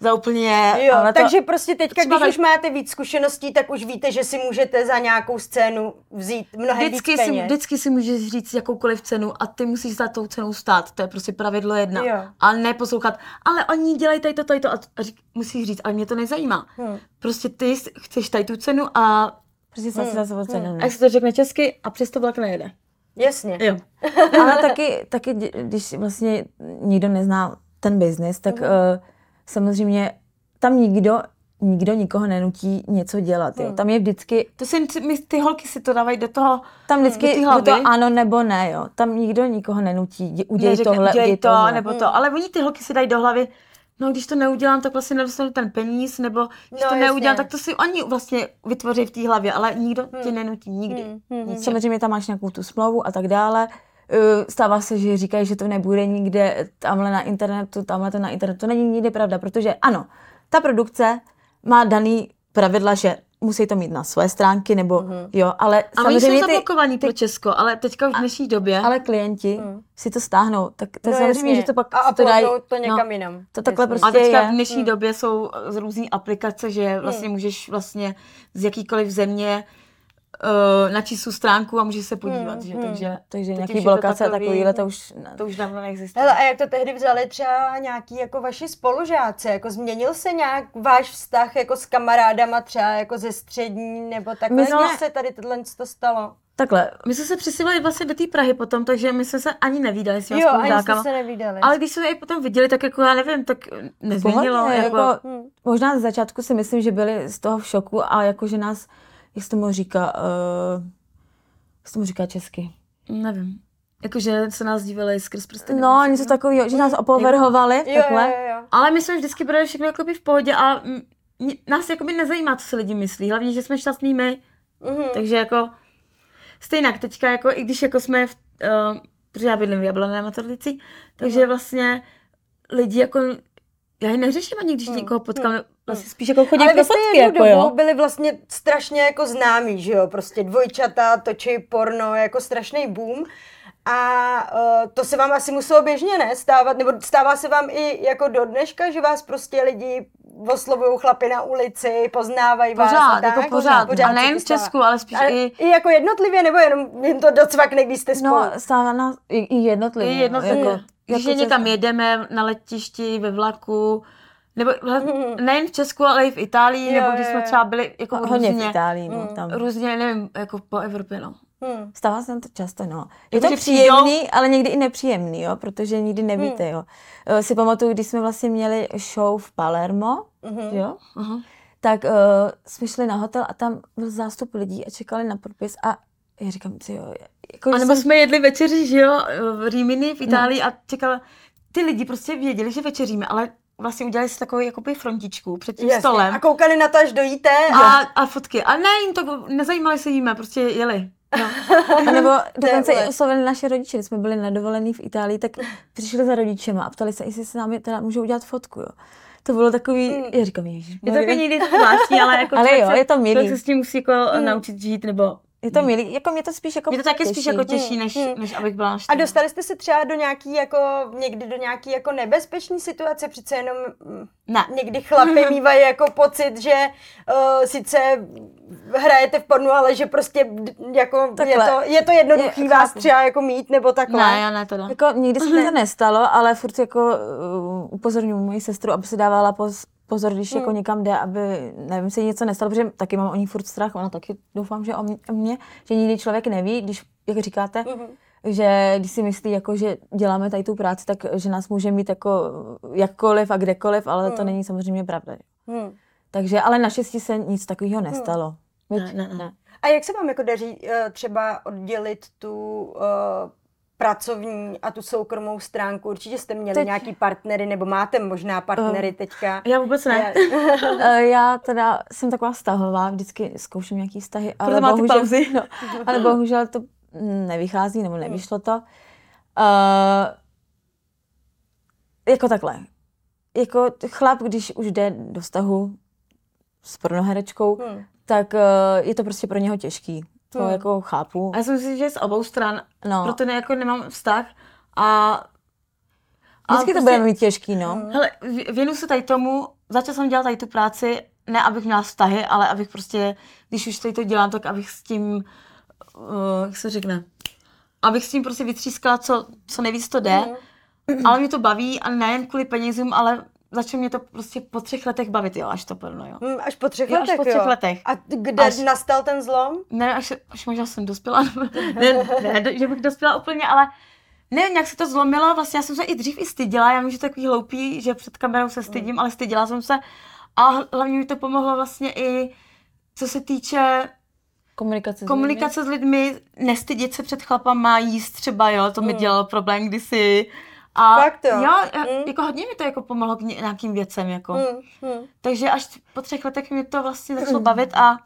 [SPEAKER 1] za úplně...
[SPEAKER 2] Jo,
[SPEAKER 3] Ale to-
[SPEAKER 2] takže prostě teďka,
[SPEAKER 1] Třeba
[SPEAKER 2] když
[SPEAKER 1] tak-
[SPEAKER 2] už máte víc zkušeností, tak už víte, že si můžete za nějakou scénu vzít mnohem
[SPEAKER 1] Vždycky
[SPEAKER 2] víc
[SPEAKER 1] si,
[SPEAKER 2] peněz.
[SPEAKER 1] vždycky si můžeš říct jakoukoliv cenu a ty musíš za tou cenou stát. To je prostě pravidlo jedna.
[SPEAKER 2] Jo.
[SPEAKER 1] A ne poslouchat, ale oni dělají tady to, tady to a t- a řík, musíš říct, ale mě to nezajímá.
[SPEAKER 2] Hm.
[SPEAKER 1] Prostě ty s- chceš tady tu cenu a,
[SPEAKER 3] Prostě jsem si
[SPEAKER 1] Hmm,
[SPEAKER 3] zase ocenil.
[SPEAKER 1] a jak se to řekne česky a přesto vlak nejede.
[SPEAKER 2] Jasně.
[SPEAKER 1] Jo.
[SPEAKER 3] Ale taky, taky, dě- když vlastně nikdo nezná ten biznis, tak
[SPEAKER 1] Mhm.
[SPEAKER 3] uh, samozřejmě tam nikdo, nikdo nikoho nenutí něco dělat.
[SPEAKER 1] Hmm.
[SPEAKER 3] Jo. Tam je vždycky,
[SPEAKER 1] To si, my, ty holky si to dávají do toho,
[SPEAKER 3] tam
[SPEAKER 1] Hmm, Do té
[SPEAKER 3] vždycky
[SPEAKER 1] hlavy?
[SPEAKER 3] buď to ano nebo ne. Jo. Tam nikdo nikoho nenutí, dě- udělej
[SPEAKER 1] neřekne,
[SPEAKER 3] tohle,
[SPEAKER 1] udělej
[SPEAKER 3] udělej
[SPEAKER 1] to,
[SPEAKER 3] tohle.
[SPEAKER 1] nebo to. Ale oni ty holky si dají do hlavy, no když to neudělám, tak vlastně nedostanu ten peníz, nebo když
[SPEAKER 2] No,
[SPEAKER 1] to
[SPEAKER 2] jasně.
[SPEAKER 1] neudělám, tak to si oni vlastně vytvoří v té hlavě, ale nikdo
[SPEAKER 3] Hmm.
[SPEAKER 1] tě nenutí, nikdy.
[SPEAKER 3] Nic. Samozřejmě tam máš nějakou tu smlouvu a tak dále. Eh, Stává se, že říkají, že to nebude nikde tamhle na internetu, tamhle to na internetu. To není nikdy pravda, protože ano, ta produkce má daný pravidla, že musí to mít na své stránky, nebo
[SPEAKER 2] Mhm.
[SPEAKER 3] mm-hmm. jo, ale
[SPEAKER 1] A oni jsou
[SPEAKER 3] samozřejmě ty,
[SPEAKER 1] zablokovaní pro Česko, ale teďka v dnešní době.
[SPEAKER 3] ale klienti si to stáhnou, tak to je
[SPEAKER 2] Mhm. No,
[SPEAKER 3] samozřejmě,
[SPEAKER 2] jasně.
[SPEAKER 3] že to pak
[SPEAKER 2] a
[SPEAKER 3] si to dají. no,
[SPEAKER 2] uploadnou to někam jinam.
[SPEAKER 3] to takhle
[SPEAKER 2] Jasně.
[SPEAKER 1] a
[SPEAKER 3] prostě
[SPEAKER 1] teďka
[SPEAKER 3] je. Hmm.
[SPEAKER 1] v dnešní době jsou eh, z různý aplikace, že vlastně můžeš vlastně z jakýkoliv země
[SPEAKER 3] eh,
[SPEAKER 1] uh, načíst tu stránku a můžeš
[SPEAKER 2] Mhm,
[SPEAKER 1] se podívat, že? Takže,
[SPEAKER 3] takže
[SPEAKER 1] teď
[SPEAKER 3] nějaký
[SPEAKER 1] už je to
[SPEAKER 3] blokace a
[SPEAKER 1] takový-
[SPEAKER 3] takovýhle, to už ne.
[SPEAKER 1] To už dávno neexistuje.
[SPEAKER 2] Hele, a jak to tehdy vzali třeba nějaký jako vaši spolužáci? Jako změnil se nějak váš vztah jako s kamarádama třeba jako ze střední nebo takhle?
[SPEAKER 3] My jsme-
[SPEAKER 2] Mně se tady tohle to stalo.
[SPEAKER 3] Takhle,
[SPEAKER 1] My jsme se přestěhovali vlastně do té Prahy potom, takže my jsme se ani nevídali s těmi
[SPEAKER 2] Jo, ani jste
[SPEAKER 1] spolužákama.
[SPEAKER 2] se nevídali.
[SPEAKER 1] Ale když jsme je potom viděli, tak jako já nevím, tak nezměnilo.
[SPEAKER 3] Pohodlně,
[SPEAKER 1] jako,
[SPEAKER 3] jako,
[SPEAKER 2] Hmm.
[SPEAKER 3] Možná z začátku si myslím, že byli z toho v šoku a jakože nás, jak se tomu říká, uh, jak se tomu říká česky?
[SPEAKER 1] Nevím. Jakože se nás dívali skrz prsty. nebo
[SPEAKER 3] No,
[SPEAKER 1] něco
[SPEAKER 3] něco takového, že nás
[SPEAKER 1] Jako-
[SPEAKER 3] opovrhovali,
[SPEAKER 2] Jo, jo,
[SPEAKER 3] takhle.
[SPEAKER 2] jo, jo.
[SPEAKER 1] Ale my jsme vždycky brali všechno jakoby v pohodě a mm, mě- nás jakoby nezajímá, co si lidi myslí. Hlavně, že jsme šťastní my.
[SPEAKER 2] Mhm.
[SPEAKER 1] Takže jako stejnak teďka, jako, i když jako jsme, v, uh, protože já bydlím v Jabloné na Torlici, takže vlastně lidi jako, já je neřeším ani, když někoho potkám, vlastně spíš jako chodím
[SPEAKER 2] Ale
[SPEAKER 1] pro
[SPEAKER 2] vy jste
[SPEAKER 1] fotky,
[SPEAKER 2] jednu
[SPEAKER 1] jako
[SPEAKER 2] dobu
[SPEAKER 1] jo.
[SPEAKER 2] byli vlastně strašně jako známí, že jo? Prostě dvojčata, točí porno, jako strašný boom. A uh, to se vám asi muselo běžně ne stávat, nebo stává se vám i jako do dneška, že vás prostě lidi oslovují chlapy na ulici, poznávají vás a
[SPEAKER 1] Pořád,
[SPEAKER 2] tak?
[SPEAKER 1] jako pořád.
[SPEAKER 2] Pořád
[SPEAKER 1] a
[SPEAKER 2] se
[SPEAKER 1] nejen
[SPEAKER 2] to
[SPEAKER 1] v
[SPEAKER 2] stává.
[SPEAKER 1] Česku, ale spíš
[SPEAKER 2] A
[SPEAKER 1] i
[SPEAKER 2] i jako jednotlivě, nebo jenom jim to docvakne, když jste spolu?
[SPEAKER 3] No, stává nás i, i jednotlivě.
[SPEAKER 1] I jednotlivě.
[SPEAKER 3] No,
[SPEAKER 1] Jako, Když je někam
[SPEAKER 3] česky.
[SPEAKER 1] jedeme na letišti, ve vlaku, nebo hla- nejen v Česku, ale i v Itálii,
[SPEAKER 2] Jo,
[SPEAKER 1] nebo když
[SPEAKER 2] jo,
[SPEAKER 1] jsme
[SPEAKER 2] jo.
[SPEAKER 1] třeba byli jako
[SPEAKER 3] Hodně v
[SPEAKER 1] různě,
[SPEAKER 3] Itálii,
[SPEAKER 2] Hmm.
[SPEAKER 3] no, tam.
[SPEAKER 1] různě, nevím, jako po Evropě, no.
[SPEAKER 2] Hm.
[SPEAKER 3] Stává se nám to často, no. Je
[SPEAKER 1] Jako,
[SPEAKER 3] to
[SPEAKER 1] že přijdou-
[SPEAKER 3] příjemný, ale někdy i nepříjemný, jo, protože nikdy
[SPEAKER 2] Hmm.
[SPEAKER 3] nevíte, jo. Eh, Si pamatuju, když jsme vlastně měli show v Palermo,
[SPEAKER 2] mhm.
[SPEAKER 3] jo,
[SPEAKER 1] Aha.
[SPEAKER 3] tak uh, jsme šli na hotel a tam byl zástup lidí a čekali na podpis a já říkám, ty jo, jako,
[SPEAKER 1] A
[SPEAKER 3] že
[SPEAKER 1] nebo
[SPEAKER 3] jsem,
[SPEAKER 1] jsme jedli večeři, že jo, v Rímini, v Itálii a čekala, ty lidi prostě věděli, že večeříme, ale vlastně udělali si takovou jakoby frontičku před tím
[SPEAKER 2] Jasně.
[SPEAKER 1] stolem.
[SPEAKER 2] A koukali na to, až dojíte.
[SPEAKER 1] A, a fotky. A ne, jim to nezajímalo, se jíme, prostě jeli.
[SPEAKER 3] a
[SPEAKER 1] *laughs*
[SPEAKER 3] nebo dokonce
[SPEAKER 2] úlet.
[SPEAKER 3] i oslovili naše rodiče, když jsme byli nedovolený v Itálii, tak přišli za rodičema a ptali se, jestli se námi teda můžou udělat fotku, jo. To bylo takový, já říkám, ježiš,
[SPEAKER 1] Hmm. Je to jako někdy zvláštní, ale jako
[SPEAKER 3] Ale
[SPEAKER 1] člověk
[SPEAKER 3] jo,
[SPEAKER 1] se-
[SPEAKER 3] je to milý.
[SPEAKER 1] člověk se s tím musí jako naučit žít, nebo
[SPEAKER 3] je to milý, jako mě to spíš jako
[SPEAKER 1] Mě to taky spíš
[SPEAKER 3] těší.
[SPEAKER 1] jako těší, než, než abych byla
[SPEAKER 2] A
[SPEAKER 1] naštvaná.
[SPEAKER 2] dostali jste se třeba do nějaký jako, někdy do nějaký jako nebezpečný situace, přece jenom mm,
[SPEAKER 1] Ne.
[SPEAKER 2] někdy
[SPEAKER 3] *laughs*
[SPEAKER 2] chlapy mývají jako pocit, že uh, sice hrajete v pornu, ale že prostě d- jako je
[SPEAKER 3] Takhle.
[SPEAKER 2] to, je to jednoduchý
[SPEAKER 3] Je-
[SPEAKER 2] je, vás
[SPEAKER 3] chápu.
[SPEAKER 2] třeba jako mít nebo takhle.
[SPEAKER 1] Ne, já ne to ne.
[SPEAKER 3] Jako nikdy se
[SPEAKER 1] *laughs*
[SPEAKER 3] mi to nestalo, ale furt jako uh, upozorňuji moji sestru, aby se dávala poz, pozor, když
[SPEAKER 1] Hmm.
[SPEAKER 3] jako někam jde, aby, nevím, se jí něco nestalo, protože taky mám o ní furt strach, ona taky doufám, že o mě, o mě že nikdy člověk neví, když, jak říkáte,
[SPEAKER 1] Mhm.
[SPEAKER 3] že když si myslí, jako, že děláme tady tu práci, tak že nás může mít jako jakkoliv a kdekoliv, ale to není samozřejmě pravda.
[SPEAKER 2] Hmm.
[SPEAKER 3] Takže, ale naštěstí se nic takového nestalo. My-
[SPEAKER 1] Hmm. Ne, ne, ne.
[SPEAKER 2] A jak se vám jako daří eh, třeba oddělit tu uh, pracovní a tu soukromou stránku? Určitě jste měli
[SPEAKER 3] Teď-
[SPEAKER 2] nějaký partnery nebo máte možná partnery teďka.
[SPEAKER 1] Já vůbec ne.
[SPEAKER 3] Eh, Já teda jsem taková vztahová, vždycky zkouším nějaký vztahy, ale
[SPEAKER 1] Proto máte
[SPEAKER 3] bohužel,
[SPEAKER 1] pauzy. *laughs*
[SPEAKER 3] No, ale bohužel to mm, nevychází, nebo nevyšlo to. Uh, jako takhle. Jako t- chlap, když už jde do vztahu s pornoherečkou,
[SPEAKER 2] Hmm.
[SPEAKER 3] tak eh, je to prostě pro něho těžký. To
[SPEAKER 1] Hmm.
[SPEAKER 3] jako chápu.
[SPEAKER 1] A já si myslím, že z obou stran,
[SPEAKER 3] No.
[SPEAKER 1] proto ne, jako nemám vztah a... a prostě-
[SPEAKER 3] Vždycky to budeme mít těžký, no.
[SPEAKER 1] Hele, vě- věnuju se tady tomu, začala jsem dělat tady tu práci, ne abych měla vztahy, ale abych prostě, když už tady to dělám, tak abych s tím, uh, jak se řekne, abych s tím prostě vytřískala, co, co nejvíc to jde,
[SPEAKER 3] Mm.
[SPEAKER 1] ale mě to baví a nejen kvůli penězům, ale začalo mě to prostě po třech letech bavit, jo, až to porno, jo.
[SPEAKER 2] Hmm, až po třech
[SPEAKER 1] Jo, až
[SPEAKER 2] letech,
[SPEAKER 1] po třech
[SPEAKER 2] jo.
[SPEAKER 1] letech.
[SPEAKER 2] A t- kde
[SPEAKER 1] Až-
[SPEAKER 2] nastal ten zlom?
[SPEAKER 1] Ne, až, až možná jsem dospěla, *laughs* ne, ne, ne, že bych dospěla úplně, ale nevím, jak se to zlomilo, vlastně já jsem se i dřív i styděla, já vím, že to je takový hloupý, že před kamerou se stydím, ale styděla jsem se a hlavně mi to pomohlo vlastně i co se týče
[SPEAKER 3] Komunikace. s
[SPEAKER 1] komunikace s lidmi, nestydět se před chlapama, jíst třeba, jo, to mi dělalo problém kdysi. A
[SPEAKER 2] Fakt jo?
[SPEAKER 1] jo já-
[SPEAKER 2] Mm.
[SPEAKER 1] jako hodně mi to jako pomohlo k ně- nějakým věcem, jako.
[SPEAKER 2] Hmm, hmm.
[SPEAKER 1] Takže až po třech letech mě to vlastně začalo bavit a,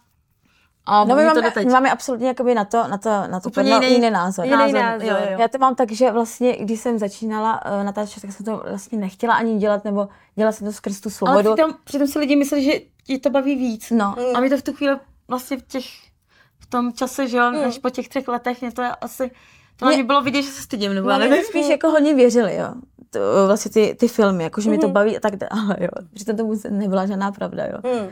[SPEAKER 1] a
[SPEAKER 3] No my
[SPEAKER 1] baví to
[SPEAKER 3] máme,
[SPEAKER 1] doteď.
[SPEAKER 3] my máme absolutně jakoby na to, na to, na to
[SPEAKER 1] Úplně
[SPEAKER 3] porno
[SPEAKER 1] jiný-
[SPEAKER 3] jiný názor.
[SPEAKER 1] jiný
[SPEAKER 3] Názor,
[SPEAKER 1] názor,
[SPEAKER 3] jo,
[SPEAKER 1] jo.
[SPEAKER 3] Já to mám tak, že vlastně, když jsem začínala uh, natáčet, tak jsem to vlastně nechtěla ani dělat, nebo dělala jsem to skrz tu
[SPEAKER 1] Ale
[SPEAKER 3] svobodu.
[SPEAKER 1] přitom, přitom si lidi myslí, že ti to baví víc.
[SPEAKER 3] No,
[SPEAKER 1] A mi to v tu chvíli vlastně v těch, v tom čase, že jo, až po těch třech letech, mě to je asi, to na
[SPEAKER 3] Hmm. Mě-
[SPEAKER 1] mě bylo vidět, že se stydím, nebo
[SPEAKER 3] No,
[SPEAKER 1] já
[SPEAKER 3] ale *laughs*
[SPEAKER 1] nevím.
[SPEAKER 3] my spíš jako hodně věřili, jo. To, vlastně ty, ty filmy, jako, že mě to
[SPEAKER 1] Mhm.
[SPEAKER 3] baví a tak dále, jo. Přitom to vůbec nebyla žádná pravda, jo.
[SPEAKER 2] Hmm.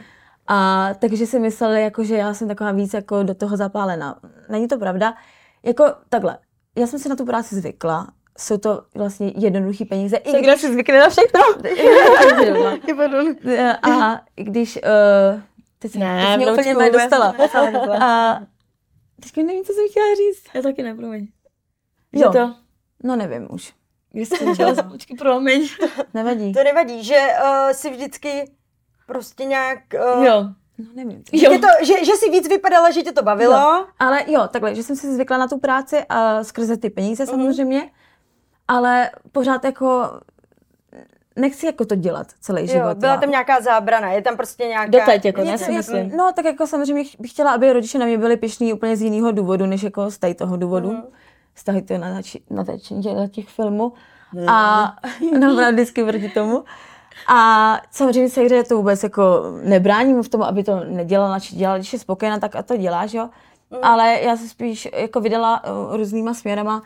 [SPEAKER 3] A takže si mysleli, jako, že já jsem taková víc jako do toho zapálená. Není to pravda. Jako takhle, já jsem si na tu práci zvykla, jsou to vlastně jednoduchý peníze, i když
[SPEAKER 1] si zvykne na
[SPEAKER 3] *laughs*
[SPEAKER 1] všechno.
[SPEAKER 3] Eh, A i když... Uh, teď jsem
[SPEAKER 1] Ne,
[SPEAKER 3] teď jsi mě
[SPEAKER 1] vnoučku,
[SPEAKER 3] úplně mě
[SPEAKER 1] vůbec
[SPEAKER 3] dostala.
[SPEAKER 1] nechápu.
[SPEAKER 3] A teďka nevím, co jsem chtěla říct.
[SPEAKER 1] Já taky nepromiň.
[SPEAKER 3] Jo.
[SPEAKER 1] Jo. To,
[SPEAKER 3] No nevím už.
[SPEAKER 1] když jsi začala, s- počkej, promiň.
[SPEAKER 3] *laughs* Nevadí.
[SPEAKER 2] To nevadí, že uh, si vždycky prostě nějak...
[SPEAKER 1] *laughs*
[SPEAKER 2] Uh,
[SPEAKER 1] Jo.
[SPEAKER 3] No nevím.
[SPEAKER 1] Jo.
[SPEAKER 2] Tě to, že, že si víc vypadala, že tě to bavilo.
[SPEAKER 3] Jo, ale jo, takhle, že jsem si zvykla na tu práci a skrze ty peníze
[SPEAKER 2] Mhm.
[SPEAKER 3] samozřejmě, ale pořád jako nechci jako to dělat celý
[SPEAKER 2] jo
[SPEAKER 3] život.
[SPEAKER 2] byla
[SPEAKER 3] no.
[SPEAKER 2] tam nějaká zábrana, je tam prostě nějaká...
[SPEAKER 1] Doteď, jako,
[SPEAKER 2] Nic-
[SPEAKER 1] já si
[SPEAKER 2] nic-
[SPEAKER 1] myslím.
[SPEAKER 3] No, tak jako samozřejmě ch- bych chtěla, aby rodiče na mě byli pišní úplně z jiného důvodu, než jako z tady toho důvodu.
[SPEAKER 1] Mhm.
[SPEAKER 3] Mm-hmm. Z tady toho natáči- natáčení těch- těch filmů. A *laughs* napravdu vždycky proti tomu. A samozřejmě se hře to vůbec jako nebráním v tom, aby to nedělala, či dělala, když je spokojená, tak a to dělá, že jo.
[SPEAKER 1] Mhm.
[SPEAKER 3] Ale já se spíš jako vydala uh, různýma směrama,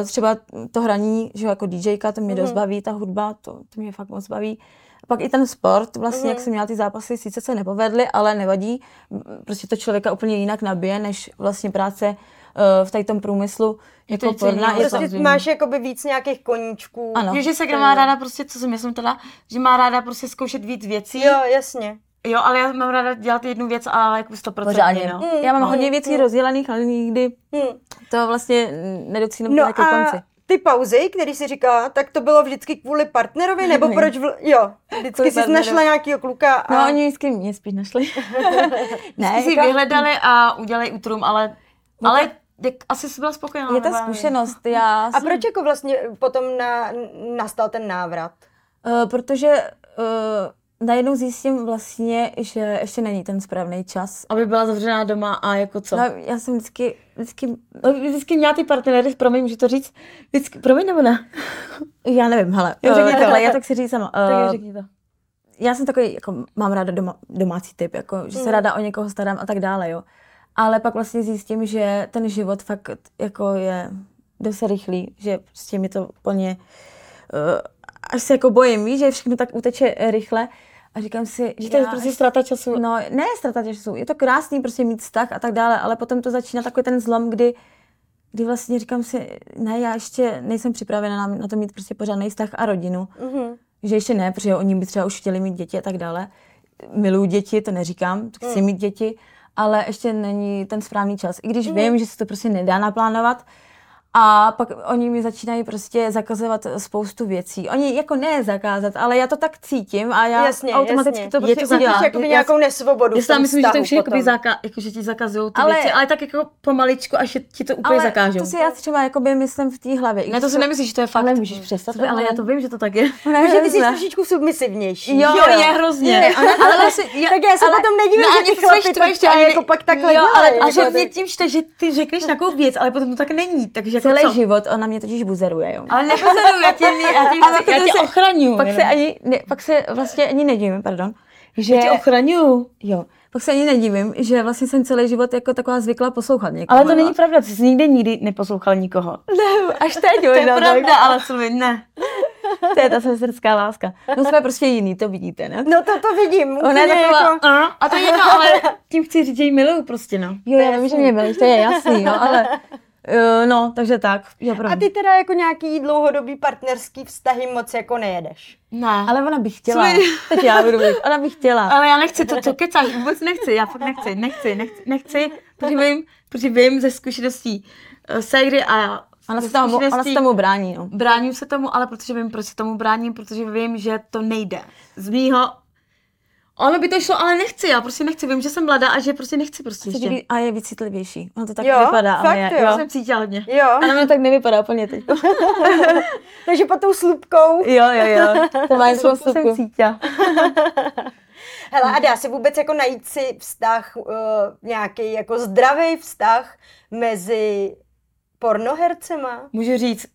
[SPEAKER 3] Uh, třeba to hraní, že jo, jako DJka, to mě dost
[SPEAKER 1] Mhm.
[SPEAKER 3] baví, ta hudba, to, to mě fakt moc baví. Pak i ten sport, vlastně,
[SPEAKER 2] Mhm.
[SPEAKER 3] jak jsem měla ty zápasy, sice se nepovedly, ale nevadí. M, Prostě to člověka úplně jinak nabije, než vlastně práce uh, v tady tom průmyslu.
[SPEAKER 1] Je to
[SPEAKER 3] jako
[SPEAKER 1] něco
[SPEAKER 3] porna,
[SPEAKER 1] jiného,
[SPEAKER 3] je to,
[SPEAKER 2] Prostě
[SPEAKER 1] samozřejmě.
[SPEAKER 2] máš jakoby víc nějakých koníčků.
[SPEAKER 3] Ano.
[SPEAKER 1] Jo, že se má ráda prostě, co si myslím teda, že má ráda prostě zkoušet víc věcí.
[SPEAKER 2] Jo, jasně.
[SPEAKER 1] Jo, ale já mám ráda dělat jednu věc a jako 100%.
[SPEAKER 3] Mm. pořádně.
[SPEAKER 1] No.
[SPEAKER 3] Já mám
[SPEAKER 2] Mm,
[SPEAKER 3] hodně věcí rozdělených, ale nikdy
[SPEAKER 2] Hm.
[SPEAKER 3] to vlastně nedocílím
[SPEAKER 2] No
[SPEAKER 1] jako
[SPEAKER 3] no ke konci.
[SPEAKER 2] a ty pauzy, který jsi říkala, tak to bylo vždycky kvůli partnerovi, nebo proč, vl... jo, vždycky
[SPEAKER 3] Kvůli
[SPEAKER 2] jsi
[SPEAKER 3] partnerovi.
[SPEAKER 2] našla nějakého kluka a...
[SPEAKER 3] No, oni vždycky mě spíš
[SPEAKER 2] *laughs*
[SPEAKER 3] našli. ne,
[SPEAKER 1] Ty si
[SPEAKER 3] jako-
[SPEAKER 1] vyhledali a udělali útrum, ale,
[SPEAKER 3] No
[SPEAKER 1] ale jak, asi jsi byla spokojená.
[SPEAKER 3] je
[SPEAKER 1] nebo
[SPEAKER 3] ta
[SPEAKER 1] já nevím.
[SPEAKER 3] zkušenost. Já
[SPEAKER 2] A
[SPEAKER 3] jsem,
[SPEAKER 2] proč jako vlastně potom na, nastal ten návrat?
[SPEAKER 3] Eh, protože uh, najednou zjistím vlastně, že ještě není ten správný čas.
[SPEAKER 1] Aby byla zavřená doma a jako co?
[SPEAKER 3] No, já jsem vždycky, vždycky,
[SPEAKER 1] No, vždycky měla ty partnery, promiň, můžu to říct, vždycky, promiň nebo ne?
[SPEAKER 3] já nevím, hele,
[SPEAKER 1] Jo, řekni
[SPEAKER 3] eh,
[SPEAKER 1] to.
[SPEAKER 3] takhle, já tak si říct sama. eh,
[SPEAKER 1] Tak řekni to.
[SPEAKER 3] já jsem takový, jako mám ráda doma, domácí typ, jako, že
[SPEAKER 1] Mm.
[SPEAKER 3] se ráda o někoho starám a tak dále, jo. Ale pak vlastně zjistím, že ten život fakt jako je dost rychlý, že prostě mi to plně, uh, až se jako bojím, víš, že všechno tak uteče eh, rychle a říkám si,
[SPEAKER 1] Že to je
[SPEAKER 3] já-
[SPEAKER 1] prostě ztráta času.
[SPEAKER 3] No, ne strata času, je to krásný prostě mít vztah a tak dále, ale potom to začíná takový ten zlom, kdy, kdy vlastně říkám si, ne, já ještě nejsem připravena na, na to mít prostě pořádný vztah a rodinu.
[SPEAKER 1] Mhm.
[SPEAKER 3] Mm-hmm. Že ještě ne, protože oni by třeba už chtěli mít děti a tak dále. Miluju děti, to neříkám, chci
[SPEAKER 1] Mm.
[SPEAKER 3] mít děti, ale ještě není ten správný čas. I
[SPEAKER 1] Mhm.
[SPEAKER 3] když vím, že se to prostě nedá naplánovat, a pak oni mi začínají prostě zakazovat spoustu věcí. Oni jako ne zakázat, ale já to tak cítím a já
[SPEAKER 2] Jasně,
[SPEAKER 3] automaticky
[SPEAKER 2] jasně.
[SPEAKER 3] to prostě
[SPEAKER 1] Je to jako
[SPEAKER 3] udělám.
[SPEAKER 2] Cítíš jakoby
[SPEAKER 3] Já-
[SPEAKER 2] nějakou nesvobodu
[SPEAKER 1] Já
[SPEAKER 2] v
[SPEAKER 1] si tam
[SPEAKER 2] tom
[SPEAKER 1] myslím, že to už je
[SPEAKER 2] vztahu
[SPEAKER 1] jakoby
[SPEAKER 2] potom.
[SPEAKER 1] záka, jako, že ti zakazují ty
[SPEAKER 3] Ale-
[SPEAKER 1] ale... věci, ale tak jako pomaličku, až je, ti to úplně
[SPEAKER 3] ale
[SPEAKER 1] zakážou.
[SPEAKER 3] to si já třeba jakoby myslím v té hlavě. i
[SPEAKER 1] Ne, to *laughs*
[SPEAKER 3] když
[SPEAKER 1] si nemyslíš, že to je fakt.
[SPEAKER 3] Ale můžeš přestat,
[SPEAKER 1] To by- ale já to vím, že to tak je.
[SPEAKER 3] Ne, *laughs*
[SPEAKER 2] Takže
[SPEAKER 1] *laughs*
[SPEAKER 2] ty jsi
[SPEAKER 3] ne.
[SPEAKER 2] trošičku submisivnější.
[SPEAKER 1] Jo,
[SPEAKER 2] že
[SPEAKER 1] je hrozně.
[SPEAKER 2] Je, ona to-
[SPEAKER 1] Ale
[SPEAKER 3] vlastně,
[SPEAKER 1] si- já-
[SPEAKER 2] tak já se
[SPEAKER 1] ale-
[SPEAKER 2] potom nedivím,
[SPEAKER 1] no a
[SPEAKER 2] že ty
[SPEAKER 1] něco
[SPEAKER 2] chlapi
[SPEAKER 1] seš
[SPEAKER 2] pak,
[SPEAKER 1] tveš,
[SPEAKER 2] a
[SPEAKER 1] ale-
[SPEAKER 2] jako pak takhle
[SPEAKER 1] Jo,
[SPEAKER 2] dělají,
[SPEAKER 1] ale a
[SPEAKER 2] jako
[SPEAKER 1] že
[SPEAKER 2] ty-
[SPEAKER 1] mě tím šte, že ty řekneš takovou věc, ale potom to tak není. Takže jako
[SPEAKER 3] Celý
[SPEAKER 1] co?
[SPEAKER 3] život ona mě totiž buzeruje, jo.
[SPEAKER 1] Ale nepozoruju, já tě, já tě, já
[SPEAKER 3] to
[SPEAKER 1] tě, já
[SPEAKER 3] to
[SPEAKER 1] tě
[SPEAKER 3] se-
[SPEAKER 1] ochraňuju.
[SPEAKER 3] pak se
[SPEAKER 1] jenom.
[SPEAKER 3] ani, ne, pak se vlastně ani nedivím, pardon, že...
[SPEAKER 1] Já tě ochraňuju.
[SPEAKER 3] Jo, pak se ani nedivím, že vlastně jsem celý život jako taková zvykla poslouchat někoho.
[SPEAKER 1] Ale to není pravda, ty jsi nikdy nikdy neposlouchal nikoho.
[SPEAKER 3] Ne, až teď,
[SPEAKER 1] To jako- je pravda, ale Silvi, *laughs* ne.
[SPEAKER 3] To je ta sestrská láska. No jsme prostě jiný, to vidíte, ne?
[SPEAKER 2] No to to vidím.
[SPEAKER 3] Ona je
[SPEAKER 2] úplně
[SPEAKER 3] taková,
[SPEAKER 2] jako...
[SPEAKER 1] no, A to je jedno, ale *laughs* tím chci říct, že ji miluju prostě, no.
[SPEAKER 3] Jo, já vím, že mě milíš, to je jasný, no, ale... Uh, no, takže tak, já
[SPEAKER 2] A ty teda jako nějaký dlouhodobý partnerský vztahy moc jako nejedeš.
[SPEAKER 1] Ne. Ale,
[SPEAKER 3] Ale ona by chtěla.
[SPEAKER 1] Co je?
[SPEAKER 3] Teď já budu mít. Ona by chtěla.
[SPEAKER 1] ale já nechci, to, to kecáš, vůbec nechci, já fakt nechci, nechci, nechci, nechci, protože vím, protože vím ze zkušeností uh, Sejry a já.
[SPEAKER 3] Ona se,
[SPEAKER 1] ze
[SPEAKER 3] tomu, ona se
[SPEAKER 1] zkušeností-
[SPEAKER 3] tomu brání, no.
[SPEAKER 1] Bráním se tomu, ale protože vím, proč se tomu bráním, protože vím, že to nejde. Z mýho... Ono by to šlo, ale nechci, já prostě nechci, vím, že jsem mladá a že prostě nechci prostě
[SPEAKER 3] Co
[SPEAKER 1] ještě.
[SPEAKER 3] ti líbí- A je víc citlivější. Ono to tak
[SPEAKER 2] Jo,
[SPEAKER 3] vypadá.
[SPEAKER 2] fakt
[SPEAKER 3] ale já,
[SPEAKER 2] jo.
[SPEAKER 1] Já jsem cítila hodně.
[SPEAKER 2] Jo,
[SPEAKER 3] Ona mě tak nevypadá
[SPEAKER 1] *laughs*
[SPEAKER 3] úplně teď.
[SPEAKER 2] takže pod tou slupkou.
[SPEAKER 3] Jo,
[SPEAKER 1] *laughs*
[SPEAKER 3] jo, jo. To má jen svou
[SPEAKER 1] Slupku jsem
[SPEAKER 3] vstupku.
[SPEAKER 1] cítila.
[SPEAKER 2] Hele, a dá se vůbec jako najít si vztah, uh, nějaký jako zdravý vztah mezi pornohercema?
[SPEAKER 1] Můžu říct,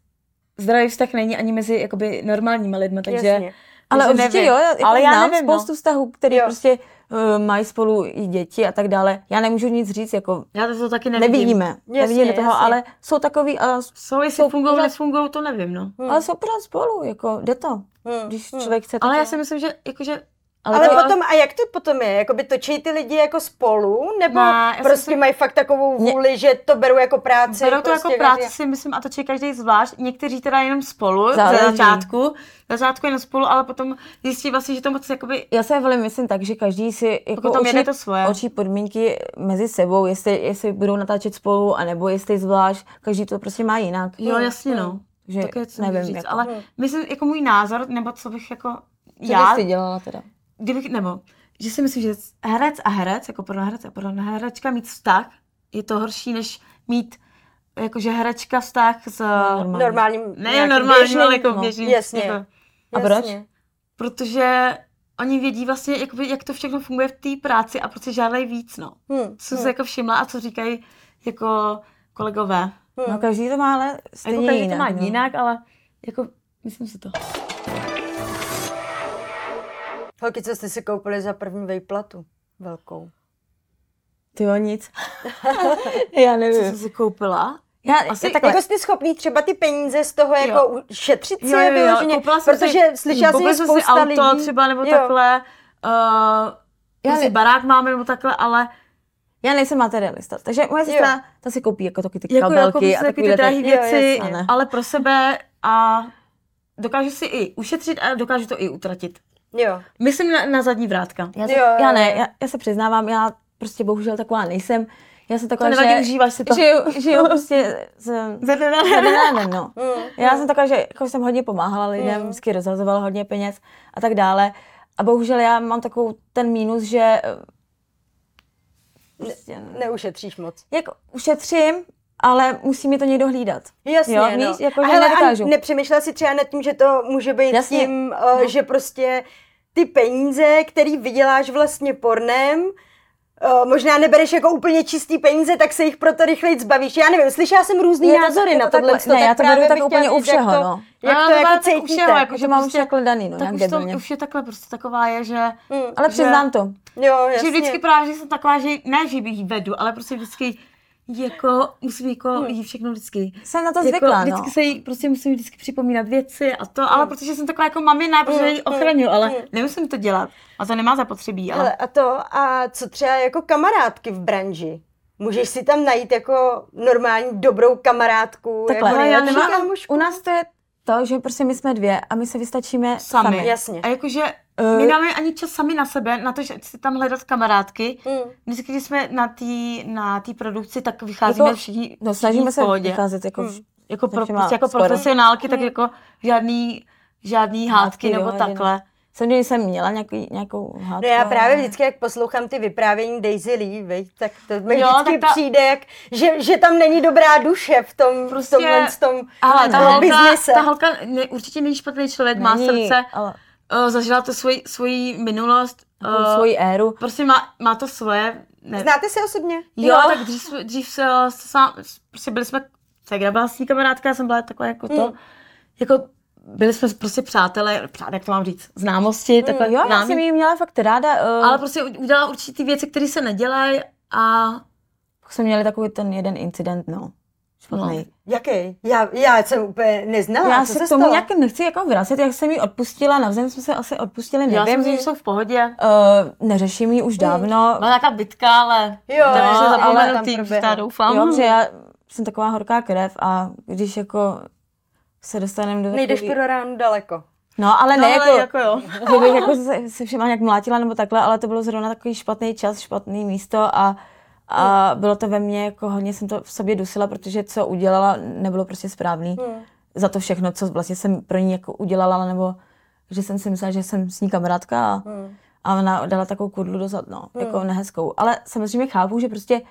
[SPEAKER 1] zdravý vztah není ani mezi jakoby normálníma lidmi, takže...
[SPEAKER 2] Jasně.
[SPEAKER 3] Ale
[SPEAKER 1] Takže
[SPEAKER 3] určitě
[SPEAKER 1] nevím.
[SPEAKER 3] jo, já, jako
[SPEAKER 1] Ale já
[SPEAKER 3] znám
[SPEAKER 1] nevím, no.
[SPEAKER 3] spoustu vztahů, který
[SPEAKER 2] Jo.
[SPEAKER 3] prostě uh, mají spolu i děti a tak dále. Já nemůžu nic říct, jako
[SPEAKER 1] Já to, to taky nevidím.
[SPEAKER 3] nevidíme, nevidíme do toho,
[SPEAKER 2] jasně.
[SPEAKER 3] ale jsou takový a,
[SPEAKER 1] Jsou, jestli
[SPEAKER 3] Jsou
[SPEAKER 1] fungují,
[SPEAKER 3] pořád-
[SPEAKER 1] nefungují, to nevím, no.
[SPEAKER 2] Hmm.
[SPEAKER 3] ale jsou pořád spolu, jako jde to,
[SPEAKER 2] Hmm.
[SPEAKER 3] když
[SPEAKER 2] hmm.
[SPEAKER 3] člověk chce. tak
[SPEAKER 1] Ale já
[SPEAKER 3] jo.
[SPEAKER 1] si myslím, že jakože...
[SPEAKER 2] Ale
[SPEAKER 1] to-
[SPEAKER 2] potom, a jak to potom je? Jakoby točí ty lidi jako spolu? Nebo
[SPEAKER 1] Ne, já si
[SPEAKER 2] prostě
[SPEAKER 1] myslím-
[SPEAKER 2] mají fakt takovou
[SPEAKER 3] Ne.
[SPEAKER 2] vůli, že to berou jako práci?
[SPEAKER 1] Berou to
[SPEAKER 2] prostě
[SPEAKER 1] jako práci, si myslím, a točí každý zvlášť. Někteří teda jenom spolu,
[SPEAKER 3] Záleží.
[SPEAKER 1] za začátku. Za začátku jenom spolu, ale potom zjistí vlastně, že to moc jakoby...
[SPEAKER 3] já se velmi myslím tak, že každý si jako
[SPEAKER 1] Pokud tam jede to svoje.
[SPEAKER 3] určí podmínky mezi sebou, jestli, jestli budou natáčet spolu, anebo jestli zvlášť, každý to prostě má jinak.
[SPEAKER 1] Jo, jasně, no.
[SPEAKER 3] Že
[SPEAKER 1] Tak je, co
[SPEAKER 3] nevím,
[SPEAKER 1] nevím, říct,
[SPEAKER 3] jako.
[SPEAKER 1] ale myslím, jako můj názor, nebo co bych jako
[SPEAKER 3] Co
[SPEAKER 1] já,
[SPEAKER 3] bys ty dělala teda?
[SPEAKER 1] kdybych, nebo, že si myslím, že herec a herec, jako pornoherec a pornoherečka mít vztah, je to horší, než mít jakože herečka vztah s...
[SPEAKER 3] normální.
[SPEAKER 2] Normálním,
[SPEAKER 1] Ne,
[SPEAKER 2] nějakým
[SPEAKER 1] normální,
[SPEAKER 2] běžným-
[SPEAKER 1] ale jako
[SPEAKER 3] no,
[SPEAKER 1] běžný.
[SPEAKER 2] jasně.
[SPEAKER 1] Jako,
[SPEAKER 3] A proč?
[SPEAKER 2] Jasně.
[SPEAKER 1] protože oni vědí vlastně, jakoby, jak to všechno funguje v té práci a prostě žádají víc, no.
[SPEAKER 2] Hmm.
[SPEAKER 1] Co jsem se jako všimla a co říkají jako kolegové.
[SPEAKER 2] Hmm.
[SPEAKER 3] No, každý to má ale
[SPEAKER 1] A jako
[SPEAKER 3] stejně
[SPEAKER 1] každý
[SPEAKER 3] jinak.
[SPEAKER 1] to má
[SPEAKER 3] no.
[SPEAKER 1] jinak, ale jako myslím si to.
[SPEAKER 2] Holky, co jste si koupili za první vejplatu? Velkou.
[SPEAKER 3] Ty jo, nic. já
[SPEAKER 1] Co jsem
[SPEAKER 3] nevím.
[SPEAKER 1] si koupila?
[SPEAKER 3] Já,
[SPEAKER 1] Asi
[SPEAKER 3] Asi, takhle,
[SPEAKER 2] Takhle. Jako jste schopný třeba ty peníze z toho jako jo. šetřit si
[SPEAKER 1] Jo,
[SPEAKER 2] je
[SPEAKER 1] jo, jo,
[SPEAKER 2] vyloženě,
[SPEAKER 1] koupila jsem
[SPEAKER 2] protože
[SPEAKER 1] si,
[SPEAKER 2] slyšela jsem,
[SPEAKER 1] koupila
[SPEAKER 2] že
[SPEAKER 1] jsem
[SPEAKER 2] spousta
[SPEAKER 1] si auto
[SPEAKER 2] lidí.
[SPEAKER 1] třeba nebo
[SPEAKER 2] Jo.
[SPEAKER 1] jo. takhle, uh,
[SPEAKER 3] Já
[SPEAKER 1] já si
[SPEAKER 3] ne-
[SPEAKER 1] barák máme nebo takhle, ale
[SPEAKER 3] já nejsem materialista, takže moje sestra, ta si koupí jako taky ty
[SPEAKER 1] jako, jako
[SPEAKER 3] kabelky
[SPEAKER 1] prostě
[SPEAKER 3] a
[SPEAKER 1] taky
[SPEAKER 3] takovýhle
[SPEAKER 1] ty
[SPEAKER 3] ty-
[SPEAKER 1] drahé
[SPEAKER 2] Jo,
[SPEAKER 1] věci,
[SPEAKER 3] jasně.
[SPEAKER 1] ale pro sebe a dokážu si i ušetřit a dokážu to i utratit.
[SPEAKER 2] Jo.
[SPEAKER 1] Myslím na, na zadní vrátka.
[SPEAKER 3] Já, se,
[SPEAKER 2] Jo, jo,
[SPEAKER 3] já ne,
[SPEAKER 2] jo.
[SPEAKER 3] já, já se přiznávám, já prostě bohužel taková nejsem. Já jsem taková,
[SPEAKER 1] To nevadí,
[SPEAKER 3] Jako, že,
[SPEAKER 1] užíváš si to.
[SPEAKER 3] Žiju, žiju prostě jsem...
[SPEAKER 1] Ze dne na den.
[SPEAKER 3] Zadánem, no.
[SPEAKER 2] Hmm.
[SPEAKER 3] Já jsem taková, že jako jsem hodně pomáhala lidem,
[SPEAKER 2] Mm.
[SPEAKER 3] vždycky rozhazovala hodně peněz a tak dále. A bohužel já mám takovou ten mínus, že eh, prostě, ne.
[SPEAKER 2] Neušetříš moc.
[SPEAKER 3] jako ušetřím, ale musí mi to někdo hlídat.
[SPEAKER 2] Jasně,
[SPEAKER 3] Jo,
[SPEAKER 2] no.
[SPEAKER 3] víš, jako,
[SPEAKER 2] a,
[SPEAKER 3] že
[SPEAKER 2] hele, a
[SPEAKER 3] nedokážu.
[SPEAKER 2] nepřemýšlela si třeba nad tím, že to může být
[SPEAKER 3] Jasně. No.
[SPEAKER 2] tím, eh, že prostě ty peníze, který vyděláš vlastně pornem, eh, možná nebereš jako úplně čistý peníze, tak se jich proto rychleji zbavíš. Já nevím, slyšela jsem různý
[SPEAKER 3] Je to
[SPEAKER 2] názory
[SPEAKER 3] tak-
[SPEAKER 2] na
[SPEAKER 3] jako
[SPEAKER 2] tohle.
[SPEAKER 3] takhle- ne, já to beru tak úplně u všeho,
[SPEAKER 2] jak to,
[SPEAKER 3] no.
[SPEAKER 2] Jak
[SPEAKER 1] Já
[SPEAKER 2] to
[SPEAKER 1] to
[SPEAKER 2] jako
[SPEAKER 1] beru tak u
[SPEAKER 2] cítíte.
[SPEAKER 1] všeho, jako-
[SPEAKER 3] Takže
[SPEAKER 1] že
[SPEAKER 3] mám
[SPEAKER 1] prostě-
[SPEAKER 3] už takhle daný, no,
[SPEAKER 1] tak
[SPEAKER 3] nějak
[SPEAKER 1] už to
[SPEAKER 3] debilně.
[SPEAKER 1] už je takhle prostě taková je, že,
[SPEAKER 2] Mm,
[SPEAKER 3] Ale
[SPEAKER 1] že-
[SPEAKER 3] přiznám to.
[SPEAKER 2] jo, jasně.
[SPEAKER 1] že vždycky právě že jsem taková, že ne, že bych jí vedu, ale prostě vždycky jako musím jako jí všechno vždycky
[SPEAKER 3] Jsem na Mm. to zvyklá,
[SPEAKER 1] jako,
[SPEAKER 3] no. Mm.
[SPEAKER 1] vždycky se jí prostě musím vždycky připomínat věci a to, ale protože jsem taková jako mamina, protože ji ochraňuju, ale nemusím to dělat. A to nemá zapotřebí, ale
[SPEAKER 2] Hele, a to, a co třeba jako kamarádky v branži? Můžeš si tam najít jako normální dobrou kamarádku?
[SPEAKER 3] Takhle,
[SPEAKER 2] jako
[SPEAKER 1] ale já
[SPEAKER 2] nejlepší
[SPEAKER 1] nemám-
[SPEAKER 2] kámošku?
[SPEAKER 3] U nás to je to, že prostě my jsme dvě a my se vystačíme
[SPEAKER 1] sami.
[SPEAKER 3] sami. Jako-
[SPEAKER 2] jasně.
[SPEAKER 1] A jakože
[SPEAKER 3] Eh.
[SPEAKER 1] my nemáme ani čas sami na sebe, na to, že si tam hledat kamarádky.
[SPEAKER 2] Mm.
[SPEAKER 1] Vždycky, když jsme na té na tý produkci, tak vycházíme
[SPEAKER 3] Jako-
[SPEAKER 1] všichni,
[SPEAKER 3] No,
[SPEAKER 1] všichni
[SPEAKER 3] snažíme
[SPEAKER 1] v
[SPEAKER 3] se
[SPEAKER 1] pohodě.
[SPEAKER 3] vycházet jako vš-
[SPEAKER 1] Jako, pro,
[SPEAKER 3] všema
[SPEAKER 1] prostě jako
[SPEAKER 3] skoro.
[SPEAKER 1] profesionálky, tak jako žádný, žádný hádky,
[SPEAKER 3] Hádky,
[SPEAKER 1] nebo
[SPEAKER 3] jo,
[SPEAKER 1] takhle.
[SPEAKER 3] Samozřejmě jsem měla nějaký, nějakou hádku.
[SPEAKER 2] No já
[SPEAKER 3] ale-
[SPEAKER 2] právě vždycky, jak poslouchám ty vyprávění Daisy Lee, viď, tak to mi
[SPEAKER 1] Jo,
[SPEAKER 2] vždycky
[SPEAKER 1] tak ta-
[SPEAKER 2] přijde, jak, že, že tam není dobrá duše v tom,
[SPEAKER 1] Prostě-
[SPEAKER 2] v tomhle, v tom
[SPEAKER 1] Ale ta
[SPEAKER 2] eh,
[SPEAKER 1] holka,
[SPEAKER 2] biznise.
[SPEAKER 1] ta holka ne, určitě není špatný člověk, má
[SPEAKER 3] Není,
[SPEAKER 1] srdce,
[SPEAKER 3] Ale
[SPEAKER 1] uh, zažila to svoji, svoji minulost,
[SPEAKER 3] jako
[SPEAKER 1] eh,
[SPEAKER 3] svoji éru.
[SPEAKER 1] prostě má, má to svoje. Ne.
[SPEAKER 2] Znáte se osobně?
[SPEAKER 1] Jo, jo, tak dřív, jsme- dřív se, eh, se sám, prostě byli jsme, Segra byla s ní kamarádka, já jsem byla taková jako to, jako byli jsme prostě přátelé, přátelé, jak to mám říct, známosti, takhle
[SPEAKER 3] jo, já
[SPEAKER 1] známí.
[SPEAKER 3] jsem ji měla fakt ráda. Uh,
[SPEAKER 1] Ale
[SPEAKER 3] jako ale
[SPEAKER 1] prostě u- udělala určitý věci, které se nedělají a
[SPEAKER 3] pak jsme měli takový ten jeden incident, no. Špatný.
[SPEAKER 2] Jaký? Já, já jsem úplně neznala,
[SPEAKER 3] já
[SPEAKER 2] co
[SPEAKER 3] se
[SPEAKER 2] se
[SPEAKER 3] k tomu
[SPEAKER 2] stalo?
[SPEAKER 3] nějak nechci jako vracet, jak jsem ji odpustila, navzájem jsme se asi odpustili,
[SPEAKER 1] já si
[SPEAKER 3] nevím.
[SPEAKER 1] myslím, že jsou v pohodě.
[SPEAKER 3] Uh, neřeším ji už dávno.
[SPEAKER 1] Byla nějaká bitka, ale
[SPEAKER 2] Jo,
[SPEAKER 1] to
[SPEAKER 2] ale-
[SPEAKER 1] se
[SPEAKER 2] ale
[SPEAKER 1] zapomenul
[SPEAKER 2] tam
[SPEAKER 1] tým,
[SPEAKER 2] proběhla.
[SPEAKER 1] já doufám.
[SPEAKER 3] Jo, protože já jsem taková horká krev a když jako se dostaneme do
[SPEAKER 2] Nejdeš
[SPEAKER 3] takový-
[SPEAKER 2] pro ránu daleko.
[SPEAKER 3] No, ale
[SPEAKER 1] No,
[SPEAKER 3] ne,
[SPEAKER 1] ale jako
[SPEAKER 3] jako,
[SPEAKER 1] jo.
[SPEAKER 3] že bych jako se, se všema nějak mlátila nebo takhle, ale to bylo zrovna takový špatný čas, špatný místo a, a bylo to ve mně, jako hodně jsem to v sobě dusila, protože co udělala, nebylo prostě správný.
[SPEAKER 2] Hmm.
[SPEAKER 3] Za to všechno, co vlastně jsem pro ní jako udělala, nebo že jsem si myslela, že jsem s ní kamarádka a,
[SPEAKER 2] Hmm.
[SPEAKER 3] a ona dala takovou kudlu dozad, no, jako nehezkou. Ale samozřejmě chápu, že prostě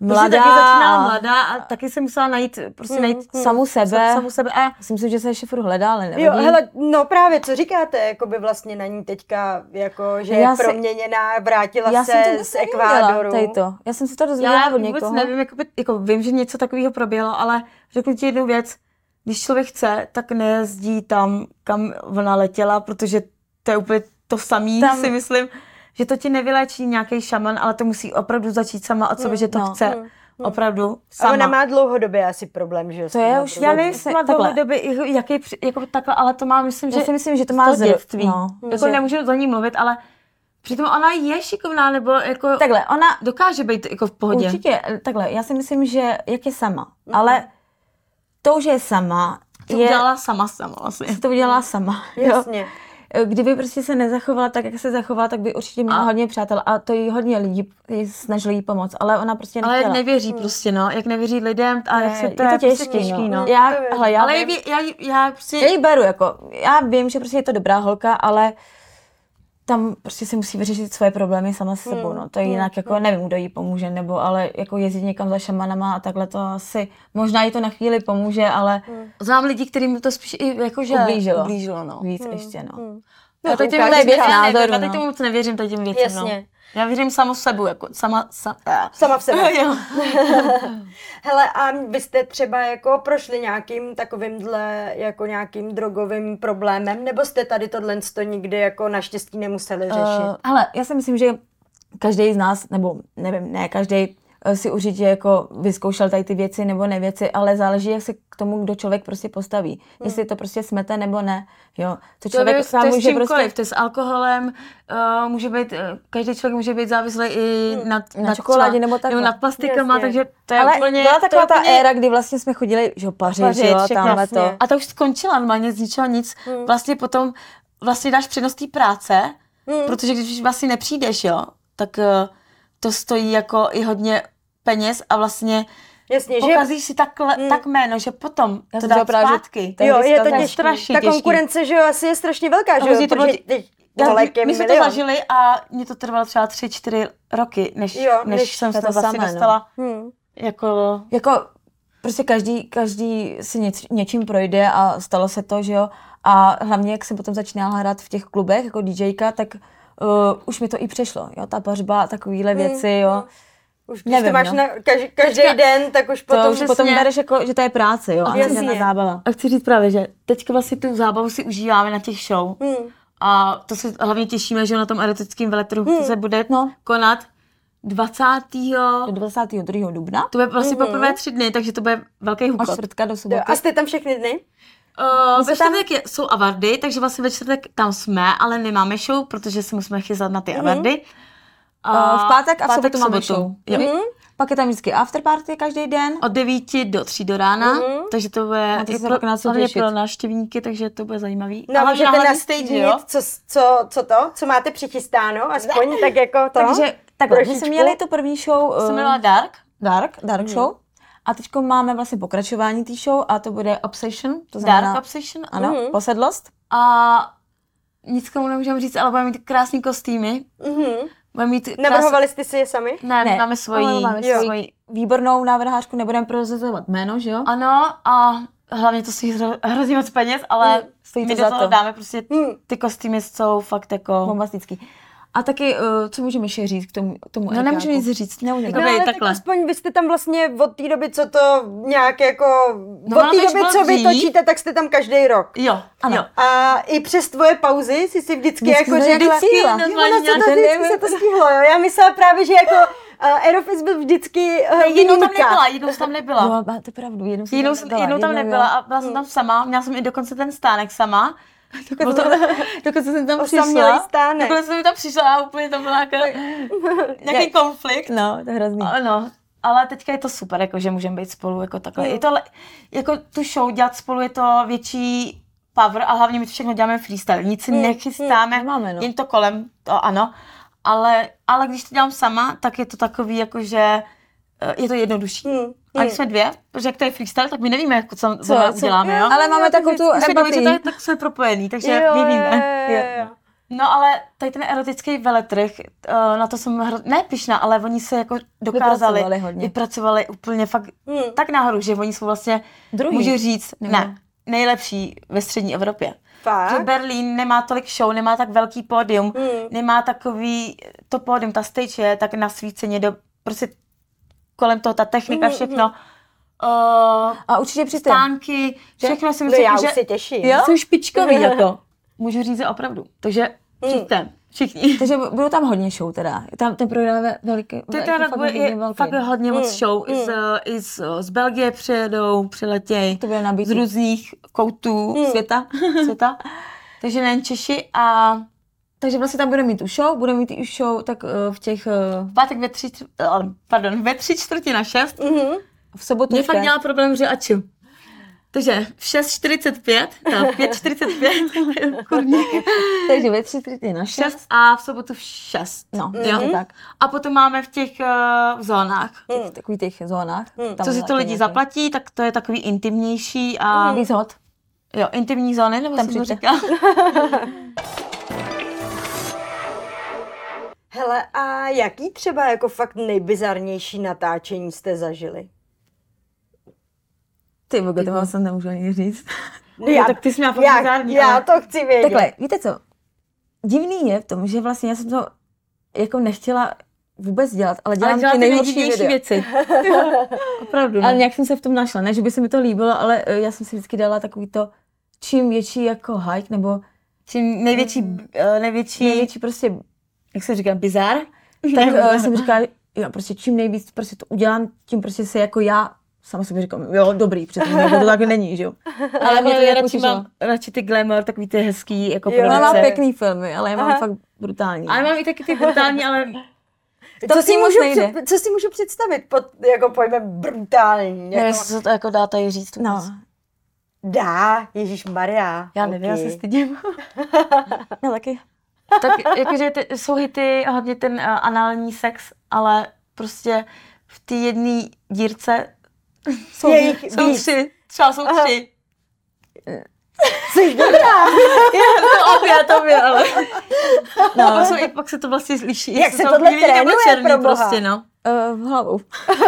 [SPEAKER 3] mladá,
[SPEAKER 1] Mladá, taky začínala
[SPEAKER 3] a- Mhm.
[SPEAKER 1] mladá a taky jsem musela najít, prostě najít
[SPEAKER 2] Hmm.
[SPEAKER 3] samu sebe.
[SPEAKER 1] sam- samu sebe a
[SPEAKER 3] Já si myslím, že se ještě furt hledá, ale nevadí.
[SPEAKER 2] Jo, hele, no právě, co říkáte, jako by vlastně na ní teďka, jako, že
[SPEAKER 3] Já
[SPEAKER 2] je
[SPEAKER 3] si-
[SPEAKER 2] proměněná, vrátila
[SPEAKER 3] já jsem to
[SPEAKER 2] se
[SPEAKER 3] vůbec
[SPEAKER 2] z
[SPEAKER 3] nevěděla,
[SPEAKER 2] Ekvádoru.
[SPEAKER 3] tady to. Já jsem si to dozvěděla
[SPEAKER 1] já
[SPEAKER 3] od
[SPEAKER 1] vůbec
[SPEAKER 3] někoho.
[SPEAKER 1] nevím, jakoby, jako vím, že něco takového proběhlo, ale řeknu ti jednu věc, když člověk chce, tak nejezdí tam, kam ona letěla, protože to je úplně to samé,
[SPEAKER 3] Tam-
[SPEAKER 1] si myslím, že to ti nevylečí nějaký šaman, ale to musí opravdu začít sama od sebe, že to
[SPEAKER 3] no,
[SPEAKER 1] chce opravdu
[SPEAKER 2] A
[SPEAKER 1] sama.
[SPEAKER 2] ona má dlouhodobě asi problém, že jo? s
[SPEAKER 3] To je
[SPEAKER 2] tímhle
[SPEAKER 3] už-
[SPEAKER 2] problémem.
[SPEAKER 1] Já nevím, jestli má
[SPEAKER 3] Takhle.
[SPEAKER 1] dlouhodobě, jaký, při- jako takhle, ale to má, myslím, že
[SPEAKER 3] Já si myslím, že to má
[SPEAKER 1] z toho
[SPEAKER 3] zr-
[SPEAKER 1] dětství.
[SPEAKER 3] no,
[SPEAKER 1] jako
[SPEAKER 3] že-
[SPEAKER 1] nemůžu za ní mluvit, ale přitom ona je šikovná, nebo jako
[SPEAKER 3] Takhle, ona
[SPEAKER 1] dokáže být jako v pohodě. Mhm.
[SPEAKER 3] určitě, takhle, já si myslím, že jak je sama, ale to, že je sama,
[SPEAKER 1] To
[SPEAKER 3] je,
[SPEAKER 1] udělala sama sama vlastně.
[SPEAKER 3] *laughs* to udělala sama. Jo?
[SPEAKER 2] Jasně.
[SPEAKER 3] Kdyby prostě se nezachovala tak, jak se zachovala, tak by určitě měla
[SPEAKER 1] A-
[SPEAKER 3] hodně přátel a to jí hodně lidí jí snažili jí pomoct, ale ona prostě
[SPEAKER 1] Ale jak
[SPEAKER 3] nechtěla.
[SPEAKER 1] nevěří prostě, no, jak nevěří lidem a jak se to
[SPEAKER 3] je
[SPEAKER 1] je
[SPEAKER 3] to těžký,
[SPEAKER 1] prostě těžký, no.
[SPEAKER 3] Já,
[SPEAKER 2] To je-
[SPEAKER 3] hele, já
[SPEAKER 1] Ale
[SPEAKER 3] vím-
[SPEAKER 1] je, já, já prostě,
[SPEAKER 3] Já ji beru, jako, já vím, že prostě je to dobrá holka, ale tam prostě si musí vyřešit svoje problémy sama s
[SPEAKER 1] Hmm,
[SPEAKER 3] sebou, no. To je jinak, jako nevím, kdo jí pomůže, nebo ale jako jezdit někam za šamanama a takhle to asi, možná jí to na chvíli pomůže, ale
[SPEAKER 1] znám lidi, kterým to spíš i jakože
[SPEAKER 3] Ublížilo.
[SPEAKER 1] ublížilo no.
[SPEAKER 3] víc ještě, no.
[SPEAKER 1] Já teď těm
[SPEAKER 2] ukážeš
[SPEAKER 1] věcem
[SPEAKER 3] věc
[SPEAKER 1] já nevím,
[SPEAKER 3] názoru,
[SPEAKER 1] já teď
[SPEAKER 3] no.
[SPEAKER 1] tomu moc nevěřím, tady těm věcem,
[SPEAKER 2] Jasně.
[SPEAKER 1] no. Já věřím samo sebu, jako sama, sa, eh.
[SPEAKER 2] Sama
[SPEAKER 3] *laughs*
[SPEAKER 2] v
[SPEAKER 1] *laughs*
[SPEAKER 2] sebe.
[SPEAKER 1] jo.
[SPEAKER 2] Hele, a vy jste třeba jako prošli nějakým takovýmhle, jako nějakým drogovým problémem, nebo jste tady tohle to nikdy jako naštěstí
[SPEAKER 1] Eh,
[SPEAKER 2] nemuseli řešit?
[SPEAKER 3] Uh, hele, já si myslím, že každý z nás, nebo nevím, ne každý si určitě jako vyzkoušel tady ty věci nebo nevěci, ale záleží, jak se k tomu, kdo člověk prostě postaví. Jestli to prostě smete nebo ne, jo.
[SPEAKER 1] To,
[SPEAKER 3] To člověk
[SPEAKER 1] je, Hmm. to
[SPEAKER 3] sám
[SPEAKER 1] je s
[SPEAKER 3] může
[SPEAKER 1] čímkoliv,
[SPEAKER 3] prostě
[SPEAKER 1] to je s alkoholem, uh, může být, eh, každý člověk může být závislý i na, na,
[SPEAKER 3] čokoládě
[SPEAKER 1] třeba-
[SPEAKER 3] Hmm, nebo takhle.
[SPEAKER 1] nebo nad plastikama,
[SPEAKER 2] Jasně.
[SPEAKER 1] takže to je
[SPEAKER 3] ale
[SPEAKER 1] úplně...
[SPEAKER 3] byla
[SPEAKER 1] to je
[SPEAKER 3] taková ta
[SPEAKER 1] úplně-
[SPEAKER 3] éra, kdy vlastně jsme chodili, že jo, Paříž,
[SPEAKER 1] Paříž,
[SPEAKER 3] jo,
[SPEAKER 1] všechno.
[SPEAKER 3] tamhle to.
[SPEAKER 2] Jasně.
[SPEAKER 3] A
[SPEAKER 1] A ta už skončila normálně, z ničeho nic. Hmm. Vlastně potom vlastně dáš přednost té práce, hmm.
[SPEAKER 2] Hm,
[SPEAKER 1] protože když už vlastně nepřijdeš, jo, tak eh, to stojí jako i hodně peněz a vlastně
[SPEAKER 2] Jasně, že
[SPEAKER 1] pokazíš si tak, hmm. tak jméno, že potom to
[SPEAKER 3] Já jsem
[SPEAKER 1] dá
[SPEAKER 3] říkala právě, že
[SPEAKER 1] zpátky.
[SPEAKER 3] to je
[SPEAKER 2] jo,
[SPEAKER 3] vždycky
[SPEAKER 2] je to
[SPEAKER 3] tak
[SPEAKER 2] těžký.
[SPEAKER 1] strašně
[SPEAKER 2] Ta
[SPEAKER 1] těžký.
[SPEAKER 2] konkurence, že jo, asi je strašně velká, že
[SPEAKER 1] hrozně
[SPEAKER 2] jo,
[SPEAKER 1] to bylo
[SPEAKER 2] protože
[SPEAKER 1] tě-
[SPEAKER 2] teď
[SPEAKER 1] Já-
[SPEAKER 2] tolik je
[SPEAKER 1] my jsme to
[SPEAKER 2] milion.
[SPEAKER 1] zažili a mě to trvalo třeba tři, čtyři roky, než,
[SPEAKER 2] Jo,
[SPEAKER 1] než,
[SPEAKER 2] než
[SPEAKER 1] jsem
[SPEAKER 3] to
[SPEAKER 1] se to vlastně
[SPEAKER 3] samé, no.
[SPEAKER 1] dostala
[SPEAKER 2] Hmm.
[SPEAKER 1] jako
[SPEAKER 3] Jako prostě každý, každý si něč, něčím projde a stalo se to, že jo. A hlavně, jak jsem potom začínala hrát v těch klubech jako DJka, tak uh, už mi to i přešlo, jo, ta pařba a takovýhle věci, jo.
[SPEAKER 2] Už když to
[SPEAKER 3] Nevím,
[SPEAKER 2] máš
[SPEAKER 3] no.
[SPEAKER 2] na každý, každý den, tak už
[SPEAKER 3] To
[SPEAKER 2] potom...
[SPEAKER 3] už potom bereš, jako, že to je práce, jo, a
[SPEAKER 2] Jasně.
[SPEAKER 3] není to zábava.
[SPEAKER 1] A chci říct právě, že teďka vlastně tu zábavu si užíváme na těch show.
[SPEAKER 2] Hmm.
[SPEAKER 1] A to se hlavně těšíme, že na tom erotickém veletrhu hmm. se bude
[SPEAKER 3] No.
[SPEAKER 1] konat 20.
[SPEAKER 3] Do 22. dubna,
[SPEAKER 1] To bude vlastně mm-hmm. poprvé tři dny, takže to bude velký
[SPEAKER 3] od
[SPEAKER 1] hukot.
[SPEAKER 3] čtvrtka do
[SPEAKER 2] Jo,
[SPEAKER 3] soboty.
[SPEAKER 2] A jste tam všechny dny?
[SPEAKER 1] Uh, ve
[SPEAKER 3] se tam-
[SPEAKER 1] čtvrtek je, jsou avardy, takže vlastně ve čtvrtek tam jsme, ale nemáme show, protože se musíme chystat na ty mm-hmm. avardy. A
[SPEAKER 3] Mhm. Eh, v pátek a v sobotu
[SPEAKER 1] v
[SPEAKER 3] máme
[SPEAKER 1] sobotu.
[SPEAKER 3] show.
[SPEAKER 1] Jo.
[SPEAKER 3] Mhm. Pak je tam vždycky afterparty každý den.
[SPEAKER 1] Od 9 do 3 do rána,
[SPEAKER 2] Mhm.
[SPEAKER 1] mm-hmm. takže to bude
[SPEAKER 3] Máte
[SPEAKER 1] i
[SPEAKER 3] se
[SPEAKER 1] pro,
[SPEAKER 3] pak na co
[SPEAKER 1] hlavně
[SPEAKER 3] těšit.
[SPEAKER 1] pro návštěvníky, takže to bude zajímavý.
[SPEAKER 2] No,
[SPEAKER 1] Hlavně
[SPEAKER 2] můžete
[SPEAKER 1] hlavní
[SPEAKER 2] nastýdnit, co, co, co to, co máte přichystáno, aspoň tak jako to.
[SPEAKER 3] Takže takhle, my jsme
[SPEAKER 2] Trošičku.
[SPEAKER 3] měli tu první show
[SPEAKER 1] se
[SPEAKER 3] eh,
[SPEAKER 1] jmenovala Dark.
[SPEAKER 3] Dark, Dark
[SPEAKER 1] Mhm.
[SPEAKER 3] Show. A teď máme vlastně pokračování té show a to bude Obsession, to znamená,
[SPEAKER 1] Dark Mhm. Obsession.
[SPEAKER 3] ano, posedlost.
[SPEAKER 1] A nic komu nemůžeme říct, ale budeme mít krásný kostýmy.
[SPEAKER 2] Mhm.
[SPEAKER 1] Budeme mít krásný...
[SPEAKER 2] Navrhovali jste si je sami?
[SPEAKER 1] Ne, ne, máme
[SPEAKER 3] ale
[SPEAKER 1] svoji.
[SPEAKER 3] máme
[SPEAKER 1] jo.
[SPEAKER 3] svoji výbornou návrhářku, nebudeme prozazovat jméno, že jo? A
[SPEAKER 1] Ano a hlavně to stojí hro- hrozně moc peněz, ale
[SPEAKER 3] Mm, Stojí
[SPEAKER 1] my
[SPEAKER 3] to
[SPEAKER 1] do
[SPEAKER 3] za
[SPEAKER 1] toho
[SPEAKER 3] to.
[SPEAKER 1] dáme prostě,
[SPEAKER 2] Hmm.
[SPEAKER 1] ty kostýmy jsou fakt jako...
[SPEAKER 3] bombastický. A taky, uh, co můžeme ještě říct k tomu, k tomu
[SPEAKER 1] No nemůžu
[SPEAKER 3] Erikáku?
[SPEAKER 1] nic říct.
[SPEAKER 3] Nemůžeme.
[SPEAKER 1] Dobrý,
[SPEAKER 2] no, ale
[SPEAKER 1] takhle.
[SPEAKER 2] Tak aspoň vy jste tam vlastně od té doby, co to nějak jako...
[SPEAKER 1] No,
[SPEAKER 2] od
[SPEAKER 1] ona
[SPEAKER 2] té
[SPEAKER 1] to již
[SPEAKER 2] doby,
[SPEAKER 1] bylo
[SPEAKER 2] co vy
[SPEAKER 1] dřív.
[SPEAKER 2] točíte, tak jste tam každý rok.
[SPEAKER 1] Jo, ano. jo.
[SPEAKER 2] A i přes tvoje pauzy si si vždycky,
[SPEAKER 3] Vždycky
[SPEAKER 2] jako
[SPEAKER 3] jsme
[SPEAKER 2] řekla,
[SPEAKER 3] vždycky
[SPEAKER 2] "Jo,
[SPEAKER 3] normálně
[SPEAKER 2] ono se to
[SPEAKER 3] nějak-
[SPEAKER 2] vždycky se to stihlo, jo. Já myslela právě, že jako uh, Aerofis byl vždycky uh,
[SPEAKER 1] Jednou tam
[SPEAKER 2] výjimka.
[SPEAKER 1] nebyla, jednou jsem tam nebyla.
[SPEAKER 3] Jo, No, máte pravdu, jednou jsem
[SPEAKER 1] Jednou,
[SPEAKER 3] tam
[SPEAKER 1] jsem-
[SPEAKER 3] nebyla.
[SPEAKER 1] jednou tam nebyla a byla jsem tam sama, měla jsem i dokonce ten stánek sama. *laughs* Dokonce, to, *laughs* dokonce jsem tam
[SPEAKER 2] Osamělý
[SPEAKER 1] přišla.
[SPEAKER 2] stánek.
[SPEAKER 1] Dokonce jsem tam přišla a úplně tam byl *laughs* nějaký konflikt.
[SPEAKER 3] No, to je hrozný.
[SPEAKER 1] Ano, ale teďka je to super, jako, že můžeme být spolu jako takhle.
[SPEAKER 2] Jo.
[SPEAKER 1] Je to, le- jako tu show dělat spolu je to větší power a hlavně my to všechno děláme freestyle. Nic si nechystáme,
[SPEAKER 3] nemáme, no.
[SPEAKER 1] jen to kolem, to ano. Ale, ale když to dělám sama, tak je to takový, jako, že eh, je to jednodušší.
[SPEAKER 2] Hmm,
[SPEAKER 1] A když jsme dvě, protože jak to je freestyle, tak my nevíme, jako, co, co,
[SPEAKER 3] Co- co-
[SPEAKER 1] děláme, jo?
[SPEAKER 3] Ale
[SPEAKER 2] Jo,
[SPEAKER 3] máme
[SPEAKER 2] jo,
[SPEAKER 3] takovou
[SPEAKER 2] takže
[SPEAKER 3] tu
[SPEAKER 1] Když jsme dvojice,
[SPEAKER 3] empatii.
[SPEAKER 1] tak, tak jsme propojený, takže
[SPEAKER 2] Jo,
[SPEAKER 1] my víme.
[SPEAKER 2] jo, jo,
[SPEAKER 1] *laughs*
[SPEAKER 2] jo.
[SPEAKER 1] No ale tady ten erotický veletrh, eh, na to jsem hro... ne pišná, ale oni se jako dokázali,
[SPEAKER 3] Vypracovali hodně.
[SPEAKER 1] vypracovali úplně fakt
[SPEAKER 2] Hmm.
[SPEAKER 1] tak nahoru, že oni jsou vlastně,
[SPEAKER 3] Druhý.
[SPEAKER 1] můžu říct,
[SPEAKER 3] Nebo-
[SPEAKER 1] ne, nejlepší ve střední Evropě. Že
[SPEAKER 2] Fakt?
[SPEAKER 1] Berlín nemá tolik show, nemá tak velký pódium,
[SPEAKER 2] Hmm.
[SPEAKER 1] nemá takový, to pódium, ta stage je tak nasvíceně, do, prostě kolem toho ta
[SPEAKER 2] Hmm,
[SPEAKER 1] technika, všechno. Uh,
[SPEAKER 3] A určitě přijďte.
[SPEAKER 1] stánky, všechno si
[SPEAKER 2] No
[SPEAKER 1] myslím,
[SPEAKER 2] já
[SPEAKER 1] že...
[SPEAKER 2] už se těším.
[SPEAKER 3] Jo?
[SPEAKER 1] Jsou
[SPEAKER 2] *laughs*
[SPEAKER 1] špičkový, jako. Můžu říct, že opravdu. Takže
[SPEAKER 2] Hmm.
[SPEAKER 1] přijďte, všichni.
[SPEAKER 3] Takže budou tam hodně show teda. Tam ten program je veliký.
[SPEAKER 1] *laughs* To je
[SPEAKER 3] jako
[SPEAKER 1] teda
[SPEAKER 3] fakt
[SPEAKER 1] bude,
[SPEAKER 3] hodně
[SPEAKER 1] je
[SPEAKER 3] velký.
[SPEAKER 1] fakt hodně
[SPEAKER 2] Hmm.
[SPEAKER 1] moc show. I, z, i z, z Belgie přijedou, přiletějí.
[SPEAKER 3] To bude nabitý.
[SPEAKER 1] Z různých koutů
[SPEAKER 2] Hmm. *laughs*
[SPEAKER 1] světa. světa. Takže nejen Češi a
[SPEAKER 3] Takže vlastně tam budeme mít tu show, budeme mít i show tak eh, v těch, eh,
[SPEAKER 1] v pátek ve tři, eh, pardon, ve tři čtvrtě na šest.
[SPEAKER 2] Mhm.
[SPEAKER 3] v sobotu.
[SPEAKER 1] Mě fakt dělá problém, že aču. Takže v 6.45, no, v 5.45, kurník,
[SPEAKER 3] Takže ve tři tři na šest.
[SPEAKER 1] 6 a v sobotu v 6.
[SPEAKER 3] No,
[SPEAKER 1] Jo.
[SPEAKER 3] jo. tak.
[SPEAKER 1] A potom máme v těch uh, zónách.
[SPEAKER 3] V takových těch zónách. Tam
[SPEAKER 1] Co si
[SPEAKER 3] taky
[SPEAKER 1] to lidi
[SPEAKER 3] nějaký- Mm.
[SPEAKER 1] zaplatí, tak to je takový intimnější a
[SPEAKER 3] Víc hot.
[SPEAKER 1] jo, intimní zóny, nebo
[SPEAKER 3] Tam
[SPEAKER 1] jsem to
[SPEAKER 3] přijďte.
[SPEAKER 1] říkala.
[SPEAKER 2] Hele, a jaký třeba jako fakt nejbizarnější natáčení jste zažili?
[SPEAKER 3] Ty, bogo, to vám jsem nemůžu ani říct.
[SPEAKER 2] No
[SPEAKER 1] Jo, tak ty jsi měla fakt
[SPEAKER 2] já,
[SPEAKER 1] bizarní,
[SPEAKER 2] já
[SPEAKER 1] ale-
[SPEAKER 2] to chci vědět.
[SPEAKER 3] Takhle, víte co? Divný je v tom, že vlastně já jsem to jako nechtěla vůbec dělat, ale dělám
[SPEAKER 1] Ale dělá ty
[SPEAKER 3] ty nejhorší
[SPEAKER 1] nejjedinější
[SPEAKER 3] videa.
[SPEAKER 1] věci. *laughs* Opravdu. no.
[SPEAKER 3] Ale nějak jsem se v tom našla, ne, že by se mi to líbilo, ale eh, já jsem si vždycky dala takový to, čím větší jako hike, nebo
[SPEAKER 1] Čím největší, eh, největší,
[SPEAKER 3] největší prostě,
[SPEAKER 1] jak se říká, bizar, *laughs*
[SPEAKER 3] tak eh, jsem říkala, jo, prostě čím nejvíc prostě to udělám, tím prostě se jako já sama sobě říkám, jo, dobrý, přece jako to tak není, že jo.
[SPEAKER 1] *laughs* ale mě to je
[SPEAKER 3] jako
[SPEAKER 1] radši,
[SPEAKER 3] těšilo.
[SPEAKER 1] mám radši ty glamour, takový ty hezký, jako
[SPEAKER 2] Jo,
[SPEAKER 3] Ona má
[SPEAKER 1] produkce.
[SPEAKER 3] pěkný filmy, ale já mám
[SPEAKER 2] Aha.
[SPEAKER 3] fakt brutální.
[SPEAKER 1] Ale mám i taky ty brutální, *laughs* ale
[SPEAKER 3] to
[SPEAKER 2] co,
[SPEAKER 3] si
[SPEAKER 2] si
[SPEAKER 3] moc
[SPEAKER 2] můžu
[SPEAKER 3] nejde.
[SPEAKER 2] před, co si můžu představit pod jako pojmem brutální?
[SPEAKER 1] nevím,
[SPEAKER 2] Jako,
[SPEAKER 1] jestli se to jako dá tady říct.
[SPEAKER 3] No,
[SPEAKER 2] dá, Ježíš Maria.
[SPEAKER 1] Já nevím, já se
[SPEAKER 3] *laughs*
[SPEAKER 1] stydím.
[SPEAKER 3] já taky.
[SPEAKER 1] *laughs* tak jakože ty, jsou hity hodně ten uh, anální sex, ale prostě v té jedné dírce
[SPEAKER 3] Jsou
[SPEAKER 2] Je jich
[SPEAKER 1] jsou
[SPEAKER 2] víc.
[SPEAKER 1] tři. Třeba jsou tři.
[SPEAKER 2] Jsi
[SPEAKER 1] *laughs*
[SPEAKER 2] dobrá. *laughs*
[SPEAKER 1] To obě, to obě, ale. *laughs* No. A pak, jsou, i pak se to vlastně liší. jestli
[SPEAKER 2] se
[SPEAKER 1] jsou
[SPEAKER 2] tohle
[SPEAKER 1] bílý nebo
[SPEAKER 2] trénuje,
[SPEAKER 1] černý
[SPEAKER 2] pro boha?
[SPEAKER 1] prostě, no.
[SPEAKER 3] eh, v hlavou.